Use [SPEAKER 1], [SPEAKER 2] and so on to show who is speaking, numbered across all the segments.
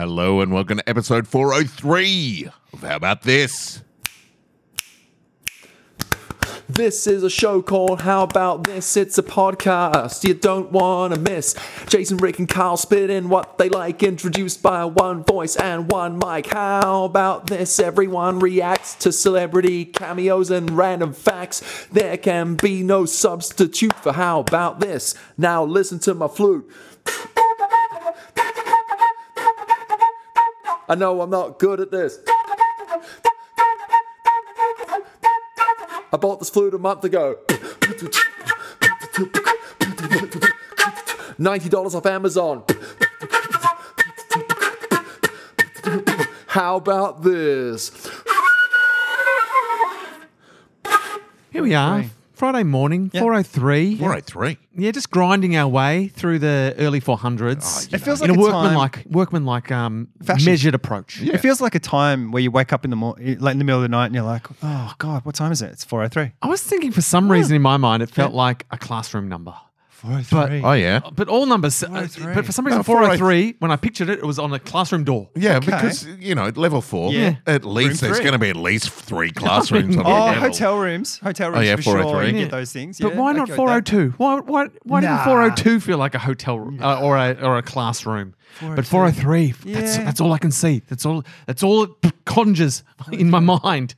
[SPEAKER 1] Hello and welcome to episode 403 of How About This?
[SPEAKER 2] This is a show called How About This? It's a podcast you don't want to miss. Jason, Rick, and Kyle spitting what they like, introduced by one voice and one mic. How about this? Everyone reacts to celebrity cameos and random facts. There can be no substitute for How About This. Now listen to my flute. I know I'm not good at this. I bought this flute a month ago. $90 off Amazon. How about this?
[SPEAKER 3] Here we are. Friday morning, 403.
[SPEAKER 1] 403.
[SPEAKER 3] Yeah, just grinding our way through the early 400s.
[SPEAKER 1] It
[SPEAKER 4] feels
[SPEAKER 3] in
[SPEAKER 4] like
[SPEAKER 3] a
[SPEAKER 4] a
[SPEAKER 3] workmanlike, workmanlike um,
[SPEAKER 4] Fashion.
[SPEAKER 3] measured approach.
[SPEAKER 4] It feels like a time where you wake up in the morning, like in the middle of the night, and you're like, "Oh God, what time is it? It's 4:03."
[SPEAKER 3] I was thinking for some reason in my mind, it felt like a classroom number.
[SPEAKER 4] 4:03.
[SPEAKER 1] Oh, yeah.
[SPEAKER 3] But all numbers, uh,
[SPEAKER 4] 403.
[SPEAKER 3] but for some reason,
[SPEAKER 1] No,
[SPEAKER 3] 403,
[SPEAKER 1] 403.
[SPEAKER 3] when I pictured it, it was on a classroom door.
[SPEAKER 1] Yeah, because, you know, at level four,
[SPEAKER 4] Yeah.
[SPEAKER 1] at least
[SPEAKER 4] Room
[SPEAKER 1] there's
[SPEAKER 4] three.
[SPEAKER 1] going to be at least three classrooms on
[SPEAKER 4] Oh,
[SPEAKER 1] the level.
[SPEAKER 4] hotel rooms, hotel rooms
[SPEAKER 1] Oh, yeah,
[SPEAKER 4] for sure.
[SPEAKER 1] 403.
[SPEAKER 4] You
[SPEAKER 1] Yeah.
[SPEAKER 4] get those things.
[SPEAKER 3] But
[SPEAKER 4] yeah.
[SPEAKER 3] why not
[SPEAKER 4] Okay, that-
[SPEAKER 3] 402? Why, why, why didn't
[SPEAKER 4] Nah.
[SPEAKER 3] 402 feel like a hotel room uh, or, a, or a classroom? But 403, that's,
[SPEAKER 4] oh Yeah.
[SPEAKER 3] that's all I can see. That's all, that's all it p- conjures
[SPEAKER 4] oh
[SPEAKER 3] in my mind.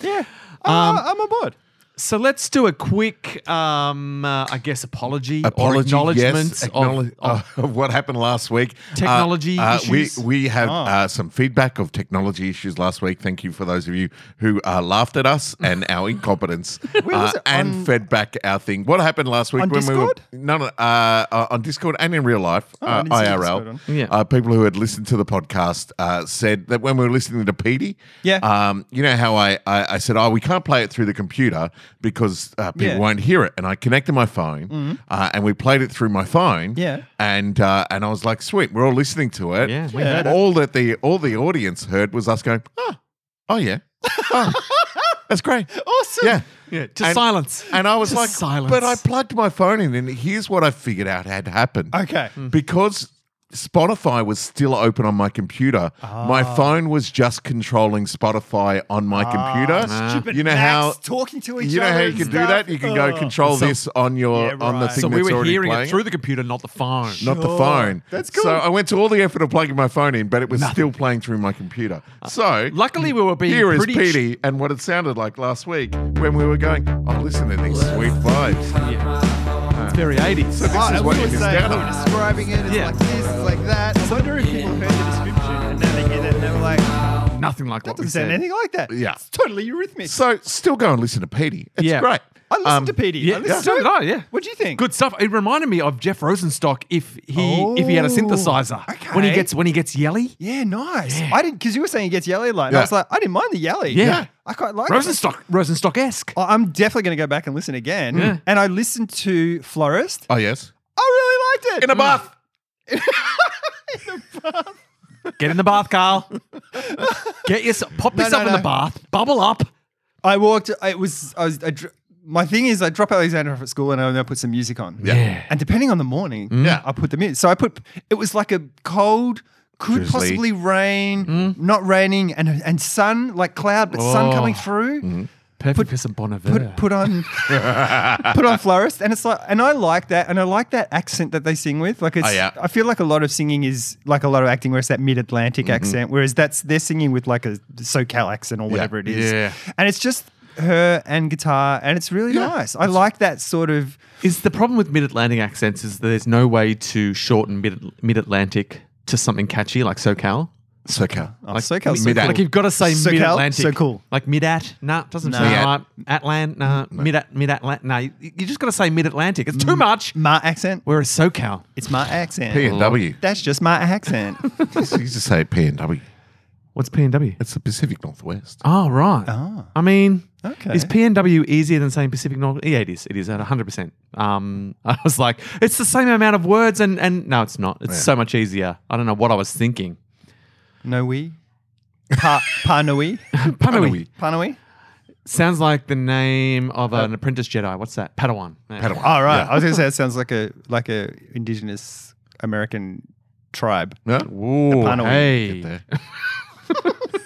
[SPEAKER 4] Yeah, I'm, I'm on board.
[SPEAKER 3] So let's do a quick, um, uh, I guess, apology,
[SPEAKER 1] Apology,
[SPEAKER 3] or acknowledgement
[SPEAKER 1] yes, acknowledge- oh.
[SPEAKER 3] of, of
[SPEAKER 1] of what happened last week. Uh,
[SPEAKER 3] Technology
[SPEAKER 1] uh,
[SPEAKER 3] issues?
[SPEAKER 1] We, we have
[SPEAKER 4] Ah.
[SPEAKER 1] uh, some feedback of technology issues last week. Thank you for those of you who uh, laughed at us and our incompetence
[SPEAKER 4] Where was
[SPEAKER 1] uh,
[SPEAKER 4] it?
[SPEAKER 1] and
[SPEAKER 4] On-
[SPEAKER 1] fed back our thing. What happened last week
[SPEAKER 4] On
[SPEAKER 1] when we were
[SPEAKER 4] Discord? Oh,
[SPEAKER 1] no, no, uh, uh, on Discord and in real life,
[SPEAKER 4] I
[SPEAKER 1] uh,
[SPEAKER 4] didn't see Discord
[SPEAKER 1] IRL.
[SPEAKER 4] on.
[SPEAKER 3] Yeah.
[SPEAKER 1] Uh, people who had listened to the podcast uh, said that when we were listening to Petey,
[SPEAKER 4] Yeah.
[SPEAKER 1] um, you know how I, I, I said, oh, we can't play it through the computer because uh, people
[SPEAKER 4] Yeah. Mm-hmm.
[SPEAKER 1] won't hear it. And I connected my phone uh, and we played it through my phone.
[SPEAKER 4] Yeah.
[SPEAKER 1] And uh, and I was like, sweet, we're all listening to it.
[SPEAKER 3] Yeah, we
[SPEAKER 4] heard it.
[SPEAKER 1] all that the all the audience heard was us going, oh, oh yeah. Oh, that's great.
[SPEAKER 4] Awesome.
[SPEAKER 1] oh. Yeah.
[SPEAKER 3] yeah, just
[SPEAKER 1] And-
[SPEAKER 3] silence.
[SPEAKER 1] And I was
[SPEAKER 3] Just
[SPEAKER 1] like,
[SPEAKER 3] silence.
[SPEAKER 1] but I plugged my phone in and here's what I figured out had happened
[SPEAKER 4] Okay.
[SPEAKER 1] because Spotify was still open on my computer. My
[SPEAKER 4] Ah.
[SPEAKER 1] phone was just controlling Spotify on my computer.
[SPEAKER 4] Stupid
[SPEAKER 1] You know
[SPEAKER 4] Macs
[SPEAKER 1] how
[SPEAKER 4] talking to each
[SPEAKER 1] you know
[SPEAKER 4] other
[SPEAKER 1] how you
[SPEAKER 4] and
[SPEAKER 1] can do
[SPEAKER 4] stuff.
[SPEAKER 1] that. You can go
[SPEAKER 4] Ugh.
[SPEAKER 1] control
[SPEAKER 3] So-
[SPEAKER 1] this on your
[SPEAKER 4] Yeah,
[SPEAKER 1] on the
[SPEAKER 4] right.
[SPEAKER 1] thing
[SPEAKER 3] so
[SPEAKER 1] that's
[SPEAKER 3] we were
[SPEAKER 1] already
[SPEAKER 3] hearing
[SPEAKER 1] playing.
[SPEAKER 3] it through the computer, not the phone.
[SPEAKER 1] not the
[SPEAKER 4] Sure.
[SPEAKER 1] phone.
[SPEAKER 4] That's
[SPEAKER 1] So
[SPEAKER 4] cool.
[SPEAKER 1] I went to all the effort of plugging my phone in, but it was still playing through my computer. So
[SPEAKER 3] Luckily, we were being
[SPEAKER 1] here is
[SPEAKER 3] pretty.
[SPEAKER 1] Petey and what it sounded like last week when we were going. Oh, listen to these sweet vibes.
[SPEAKER 3] it's very 80s.
[SPEAKER 1] So this
[SPEAKER 4] Oh,
[SPEAKER 1] is
[SPEAKER 4] I
[SPEAKER 1] what
[SPEAKER 4] was
[SPEAKER 1] you
[SPEAKER 4] gonna
[SPEAKER 1] missed
[SPEAKER 4] say,
[SPEAKER 1] out
[SPEAKER 4] we
[SPEAKER 1] on.
[SPEAKER 4] were describing it. It's
[SPEAKER 3] Yeah.
[SPEAKER 4] like this, it's like that. I wonder if people heard the description and then they hear that and they were like, "That
[SPEAKER 3] Nothing like what we
[SPEAKER 4] doesn't sound
[SPEAKER 3] said.
[SPEAKER 4] anything like that."
[SPEAKER 1] Yeah.
[SPEAKER 4] It's totally eurythmic.
[SPEAKER 1] So still go and listen to Petey. It's
[SPEAKER 3] Yeah.
[SPEAKER 1] great.
[SPEAKER 4] I listened
[SPEAKER 1] Um,
[SPEAKER 4] to PD.
[SPEAKER 3] Yeah,
[SPEAKER 4] I
[SPEAKER 3] yeah.
[SPEAKER 4] listened
[SPEAKER 3] so
[SPEAKER 4] to
[SPEAKER 3] did
[SPEAKER 4] it.
[SPEAKER 3] I. Yeah,
[SPEAKER 4] What do you think?
[SPEAKER 3] Good stuff. It reminded me of Jeff Rosenstock if he if he had a
[SPEAKER 4] Oh,
[SPEAKER 3] synthesizer when he
[SPEAKER 4] okay.
[SPEAKER 3] gets when he gets yelly.
[SPEAKER 4] Yeah, nice. I didn't because you were saying it gets yelly light. and
[SPEAKER 1] Yeah.
[SPEAKER 4] I was like, I didn't mind the yelly.
[SPEAKER 3] Yeah. Yeah.
[SPEAKER 4] I quite like it.
[SPEAKER 3] Rosenstock, Rosenstock esque.
[SPEAKER 4] I- I'm definitely going to go back and listen again.
[SPEAKER 3] Yeah.
[SPEAKER 4] And I listened to Florist.
[SPEAKER 1] Oh yes.
[SPEAKER 4] I really liked it.
[SPEAKER 3] Mm.
[SPEAKER 4] Mm.
[SPEAKER 1] In a bath.
[SPEAKER 3] Get in the bath, Carl. Get yourself, pop
[SPEAKER 4] No,
[SPEAKER 3] yourself
[SPEAKER 4] no,
[SPEAKER 3] in
[SPEAKER 4] no.
[SPEAKER 3] the bath, bubble up.
[SPEAKER 4] I walked. It was. I was. I, dr- my thing is, I drop Alexander off at school and I then put some music on.
[SPEAKER 3] Yeah. Mm.
[SPEAKER 4] And depending on the morning,
[SPEAKER 1] Yeah.
[SPEAKER 4] I put them in. So I put. It was like a cold. Could
[SPEAKER 1] Drizzly.
[SPEAKER 4] possibly rain, not raining, and and sun like cloud, but sun
[SPEAKER 3] Mm. Oh.
[SPEAKER 4] coming through.
[SPEAKER 3] Perfect for some Bon Iver.
[SPEAKER 4] put put on put on florist and it's like and I like that and I like that accent that they sing with like it's
[SPEAKER 1] Oh, yeah.
[SPEAKER 4] I feel like a lot of singing is like a lot of acting where it's that mid-Atlantic
[SPEAKER 1] Mm-hmm.
[SPEAKER 4] accent whereas that's they're singing with like a SoCal accent or whatever it is
[SPEAKER 3] Yeah.
[SPEAKER 4] and it's just her and guitar and it's really
[SPEAKER 1] Yeah.
[SPEAKER 4] nice I like that sort of
[SPEAKER 3] Is the problem with mid Atlantic accents is there's no way to shorten mid mid Atlantic to something catchy like SoCal?
[SPEAKER 1] So cool.
[SPEAKER 4] oh,
[SPEAKER 3] Like
[SPEAKER 4] SoCal so
[SPEAKER 1] mid-Atlantic.
[SPEAKER 4] cool.
[SPEAKER 3] Like you've got to say
[SPEAKER 4] SoCal?
[SPEAKER 3] mid Atlantic.
[SPEAKER 4] So cool. Mm-hmm.
[SPEAKER 3] Like mid at, nah, doesn't
[SPEAKER 4] Nah.
[SPEAKER 3] sound right. Atlant, nah, mid at mid Atlantic. Nah, you you just got to say mid Atlantic. It's
[SPEAKER 4] Mm.
[SPEAKER 3] too much.
[SPEAKER 4] my accent
[SPEAKER 3] Whereas SoCal,
[SPEAKER 4] it's my accent
[SPEAKER 1] P and W.
[SPEAKER 4] that's just my accent
[SPEAKER 1] You just say P and W.
[SPEAKER 3] what's P and W?
[SPEAKER 1] It's the Pacific Northwest.
[SPEAKER 3] Oh right.
[SPEAKER 1] Ah.
[SPEAKER 3] I mean,
[SPEAKER 4] Okay.
[SPEAKER 3] is PNW easier than saying Pacific North? Yeah, it is. It is at 100%. Um, I was like, it's the same amount of words and and no, it's not. It's so much easier. I don't know what I was thinking.
[SPEAKER 4] no we pa panui
[SPEAKER 3] Panui.
[SPEAKER 4] panui
[SPEAKER 3] Sounds like the name of an apprentice Jedi. What's that? Padawan. Yeah.
[SPEAKER 1] Uh, Padawan.
[SPEAKER 4] Oh right.
[SPEAKER 1] Yeah.
[SPEAKER 4] I was gonna say that sounds like a like a indigenous American tribe.
[SPEAKER 1] Yeah?
[SPEAKER 3] Ooh,
[SPEAKER 4] pun will
[SPEAKER 3] hey.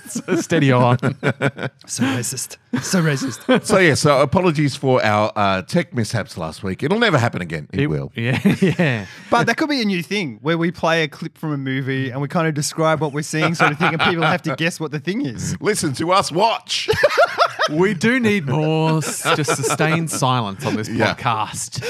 [SPEAKER 3] So Steady on.
[SPEAKER 4] So racist. So racist.
[SPEAKER 1] So yeah, so apologies for our uh, tech mishaps last week. It'll never happen again. It, will.
[SPEAKER 3] Yeah, yeah.
[SPEAKER 4] but that could be a new thing where we play a clip from a movie and we kind of describe what we're seeing, sort of thing, and people have to guess what the thing is.
[SPEAKER 1] Listen to us watch.
[SPEAKER 3] We do need more s- just sustained silence on this
[SPEAKER 1] Yeah.
[SPEAKER 3] podcast.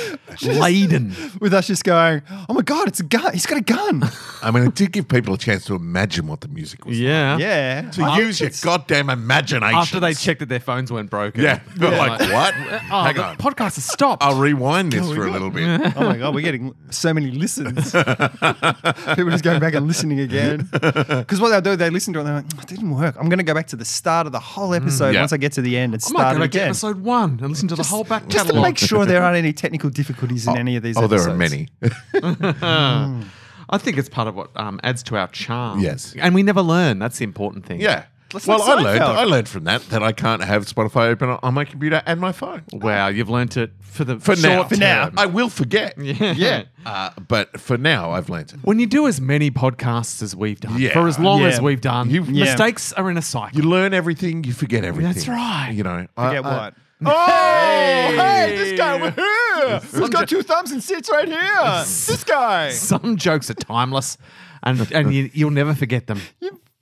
[SPEAKER 3] Laden.
[SPEAKER 4] With us just going, oh my God, it's a gun. He's got a gun.
[SPEAKER 1] I mean, it did give people a chance to imagine what the music was.
[SPEAKER 3] Yeah.
[SPEAKER 4] yeah.
[SPEAKER 1] To
[SPEAKER 4] I
[SPEAKER 1] use your
[SPEAKER 4] think it's-
[SPEAKER 1] goddamn imagination.
[SPEAKER 3] After they checked that their phones weren't broken.
[SPEAKER 1] Yeah. They're like, what?
[SPEAKER 3] Oh,
[SPEAKER 1] Hang
[SPEAKER 3] the
[SPEAKER 1] on.
[SPEAKER 3] podcast has stopped.
[SPEAKER 1] I'll rewind this for a little bit.
[SPEAKER 4] Oh my god, we're getting so many listens. People just going back and listening again. Because what they'll do, they listen to it and they're like, "Oh, it didn't work. I'm going to go back to the start of the whole episode
[SPEAKER 1] Yeah.
[SPEAKER 4] once I get to the end and
[SPEAKER 3] I might
[SPEAKER 4] start
[SPEAKER 3] go
[SPEAKER 4] it
[SPEAKER 3] back to
[SPEAKER 4] again.
[SPEAKER 3] episode one and listen to the whole back
[SPEAKER 4] Just to
[SPEAKER 3] catalogue.
[SPEAKER 4] make sure there aren't any technical difficulties in any of these
[SPEAKER 1] Oh, there
[SPEAKER 4] episodes.
[SPEAKER 1] are many.
[SPEAKER 3] I think it's part of what um, adds to our charm.
[SPEAKER 1] Yes.
[SPEAKER 3] And we never learn. That's the important thing.
[SPEAKER 1] Yeah.
[SPEAKER 4] Let's
[SPEAKER 1] well,
[SPEAKER 4] like
[SPEAKER 1] I learned
[SPEAKER 4] Seinfeld.
[SPEAKER 1] I learned from that that I can't have Spotify open on- on my computer and my phone.
[SPEAKER 3] Wow, you've learnt it for the
[SPEAKER 1] For
[SPEAKER 3] short
[SPEAKER 1] now.
[SPEAKER 3] term.
[SPEAKER 1] I will forget.
[SPEAKER 4] Yeah.
[SPEAKER 1] Uh, but for now, I've learned it.
[SPEAKER 3] When you do as many podcasts as we've done,
[SPEAKER 1] Yeah.
[SPEAKER 3] for as long
[SPEAKER 4] Yeah.
[SPEAKER 3] as we've done,
[SPEAKER 1] You-
[SPEAKER 4] Yeah.
[SPEAKER 3] mistakes are in a cycle.
[SPEAKER 1] You learn everything, you forget everything.
[SPEAKER 3] That's right.
[SPEAKER 1] You know,
[SPEAKER 4] Forget what?
[SPEAKER 1] Oh,
[SPEAKER 3] Hey! hey, this guy over
[SPEAKER 1] here.
[SPEAKER 4] He's got two thumbs and sits right here. This guy.
[SPEAKER 3] Some jokes are timeless and, and you, you'll never forget them,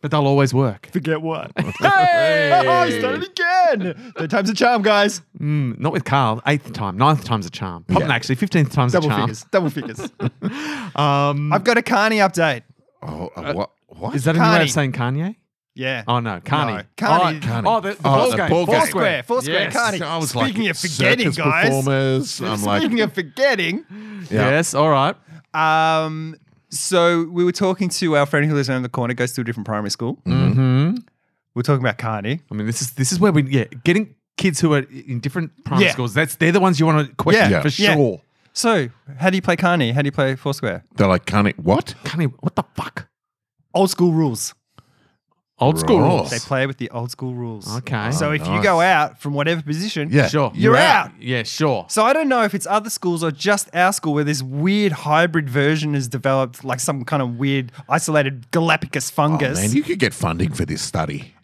[SPEAKER 3] but they'll always work.
[SPEAKER 4] Forget what? Hey! Oh, he's done it again. Third time's a charm, guys.
[SPEAKER 3] Mm, Not with Carl. Eighth time, ninth time's a charm. Pop-
[SPEAKER 1] Yeah.
[SPEAKER 3] Actually, 15th time's
[SPEAKER 4] Double
[SPEAKER 3] a charm.
[SPEAKER 4] figures. Double figures. um, I've got a Carney update.
[SPEAKER 1] Oh, uh, what? What?
[SPEAKER 3] Is that a new way of
[SPEAKER 4] Carney.
[SPEAKER 3] saying Kanye?
[SPEAKER 4] Yeah.
[SPEAKER 3] Oh, no, Carney.
[SPEAKER 4] No, Carney.
[SPEAKER 3] Oh,
[SPEAKER 1] Carney.
[SPEAKER 3] Oh, the, the
[SPEAKER 1] Oh,
[SPEAKER 3] ball
[SPEAKER 1] the
[SPEAKER 3] game.
[SPEAKER 1] ball game.
[SPEAKER 4] Foursquare, Foursquare,
[SPEAKER 3] Yes.
[SPEAKER 4] Carney.
[SPEAKER 1] So I was
[SPEAKER 4] Speaking
[SPEAKER 1] like,
[SPEAKER 4] of forgetting,
[SPEAKER 1] circus
[SPEAKER 4] guys.
[SPEAKER 1] Performers. I'm like,
[SPEAKER 4] Speaking of forgetting,
[SPEAKER 1] Yeah.
[SPEAKER 3] Yes, all right.
[SPEAKER 4] um, so we were talking to our friend who lives around the corner, goes to a different primary school. Mm-hmm. We're talking about Carney.
[SPEAKER 3] I mean, this is this is where we yeah getting kids who are in different primary
[SPEAKER 4] Yeah.
[SPEAKER 3] schools. That's they're the ones you want to question
[SPEAKER 4] Yeah.
[SPEAKER 3] for
[SPEAKER 4] Yeah.
[SPEAKER 3] sure.
[SPEAKER 4] So, how do you play Carney? How do you play Foursquare?
[SPEAKER 1] they're like, can't it? What?
[SPEAKER 3] Kanye, what the fuck?
[SPEAKER 4] Old school rules.
[SPEAKER 3] Old school
[SPEAKER 1] Right.
[SPEAKER 3] rules.
[SPEAKER 4] They play with the old school rules.
[SPEAKER 3] Okay.
[SPEAKER 4] So
[SPEAKER 1] Oh,
[SPEAKER 4] if you
[SPEAKER 1] nice.
[SPEAKER 4] go out from whatever position,
[SPEAKER 1] Yeah.
[SPEAKER 3] Sure.
[SPEAKER 4] You're out.
[SPEAKER 3] Yeah, sure.
[SPEAKER 4] So I don't know if it's other schools or just our school where this weird hybrid version is developed, like some kind of weird isolated Galapagos
[SPEAKER 1] Oh,
[SPEAKER 4] fungus.
[SPEAKER 1] man, you could get funding for this study.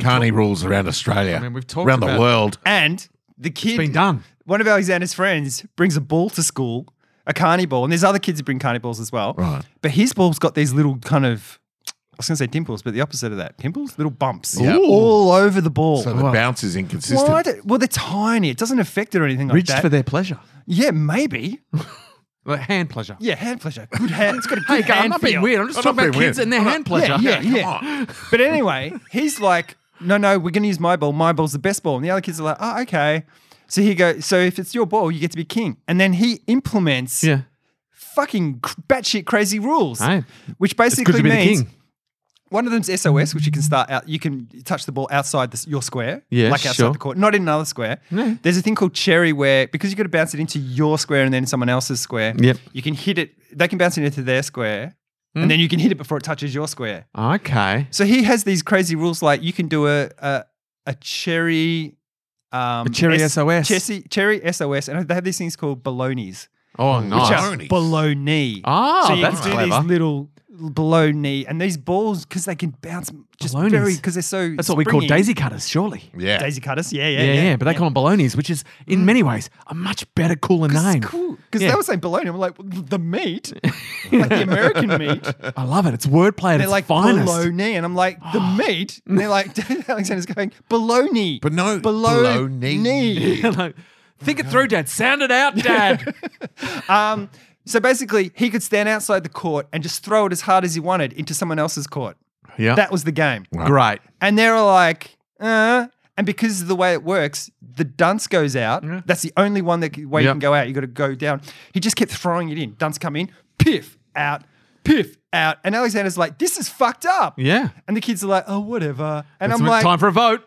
[SPEAKER 1] Carney rules around Australia.
[SPEAKER 3] I mean, we've talked
[SPEAKER 1] around
[SPEAKER 3] about-
[SPEAKER 1] the world.
[SPEAKER 4] And the kid,
[SPEAKER 3] been done.
[SPEAKER 4] One of Alexander's friends brings a ball to school, a carny ball, and there's other kids who bring carny balls as well.
[SPEAKER 1] Right.
[SPEAKER 4] But his ball's got these little kind of, I was going to say dimples, but the opposite of that, pimples, little bumps,
[SPEAKER 1] Yeah. Ooh.
[SPEAKER 4] all over the ball.
[SPEAKER 1] So the bounce is inconsistent.
[SPEAKER 4] Why? do- Well, they're tiny. It doesn't affect it or anything
[SPEAKER 3] Reached
[SPEAKER 4] like that.
[SPEAKER 3] for their pleasure.
[SPEAKER 4] yeah, maybe.
[SPEAKER 3] Like hand pleasure.
[SPEAKER 4] Yeah, hand pleasure. Good hand. It's got a
[SPEAKER 3] Hey,
[SPEAKER 4] good
[SPEAKER 3] guys, I'm
[SPEAKER 4] hand
[SPEAKER 3] not being
[SPEAKER 4] feel.
[SPEAKER 3] weird. I'm just
[SPEAKER 1] I'm
[SPEAKER 3] talking
[SPEAKER 1] not
[SPEAKER 3] about
[SPEAKER 1] being
[SPEAKER 3] kids
[SPEAKER 1] weird.
[SPEAKER 3] and their hand pleasure.
[SPEAKER 4] Yeah, yeah.
[SPEAKER 1] Come on.
[SPEAKER 4] But anyway, he's like, no, no, we're going to use my ball. My ball's the best ball. And the other kids are like, oh, okay. So he goes, so if it's your ball, you get to be king. And then he implements
[SPEAKER 3] Yeah.
[SPEAKER 4] fucking cr- batshit crazy rules,
[SPEAKER 3] Aye.
[SPEAKER 4] which
[SPEAKER 3] It's good
[SPEAKER 4] basically
[SPEAKER 3] to be the
[SPEAKER 4] means
[SPEAKER 3] king.
[SPEAKER 4] one of them's SOS, which you can start out, you can touch the ball outside this, your square,
[SPEAKER 3] Yeah,
[SPEAKER 4] like outside
[SPEAKER 3] sure.
[SPEAKER 4] the court, not in another square.
[SPEAKER 3] No.
[SPEAKER 4] There's a thing called cherry where because you've got to bounce it into your square and then someone else's square,
[SPEAKER 3] Yep. Hmm?
[SPEAKER 4] you can hit it, they can bounce it into their square, and then you can hit it before it touches your square.
[SPEAKER 3] Okay.
[SPEAKER 4] So he has these crazy rules like you can do a a, a cherry. Um,
[SPEAKER 3] A cherry SOS.
[SPEAKER 4] Cherry, cherry SOS. And they have these things called balonies,
[SPEAKER 3] Oh, nice.
[SPEAKER 4] which are
[SPEAKER 1] Balonies.
[SPEAKER 4] below knee.
[SPEAKER 3] Ah,
[SPEAKER 4] so you
[SPEAKER 3] that's
[SPEAKER 4] can do
[SPEAKER 3] clever.
[SPEAKER 4] these little below knee. And these balls, because they can bounce just
[SPEAKER 3] Balonies.
[SPEAKER 4] very, because they're so.
[SPEAKER 3] That's what we call
[SPEAKER 4] springy.
[SPEAKER 3] daisy cutters, surely.
[SPEAKER 1] Yeah.
[SPEAKER 4] Daisy cutters. Yeah, yeah. Mm.
[SPEAKER 3] Yeah, yeah, but they call them balonies, which is in many ways a much better, cooler name.
[SPEAKER 4] It's cool. Because
[SPEAKER 3] Yeah.
[SPEAKER 4] they were saying baloney. I'm like, the meat? like the American meat.
[SPEAKER 3] I love it. It's wordplay at
[SPEAKER 4] They're
[SPEAKER 3] its
[SPEAKER 4] like
[SPEAKER 3] finest.
[SPEAKER 4] bologna, and I'm like the meat. And they're like Alexander's going bologna,
[SPEAKER 1] But no,
[SPEAKER 4] bologna.
[SPEAKER 1] bologna.
[SPEAKER 3] Like, Think it through, Dad. Sound it out, Dad.
[SPEAKER 4] Um, so basically, he could stand outside the court and just throw it as hard as he wanted into someone else's court.
[SPEAKER 3] yeah.
[SPEAKER 4] That was the game,
[SPEAKER 3] Great.
[SPEAKER 4] and they're all like, uh. and because of the way it works, the dunce goes out. That's the only one that c- way
[SPEAKER 3] Yeah.
[SPEAKER 4] you can go out. You got to go down. He just kept throwing it in. Dunce come in, piff out, piff out, and Alexander's like, this is fucked up.
[SPEAKER 3] Yeah.
[SPEAKER 4] And the kids are like, oh, whatever. And
[SPEAKER 3] It's
[SPEAKER 4] I'm like,
[SPEAKER 3] time for a vote.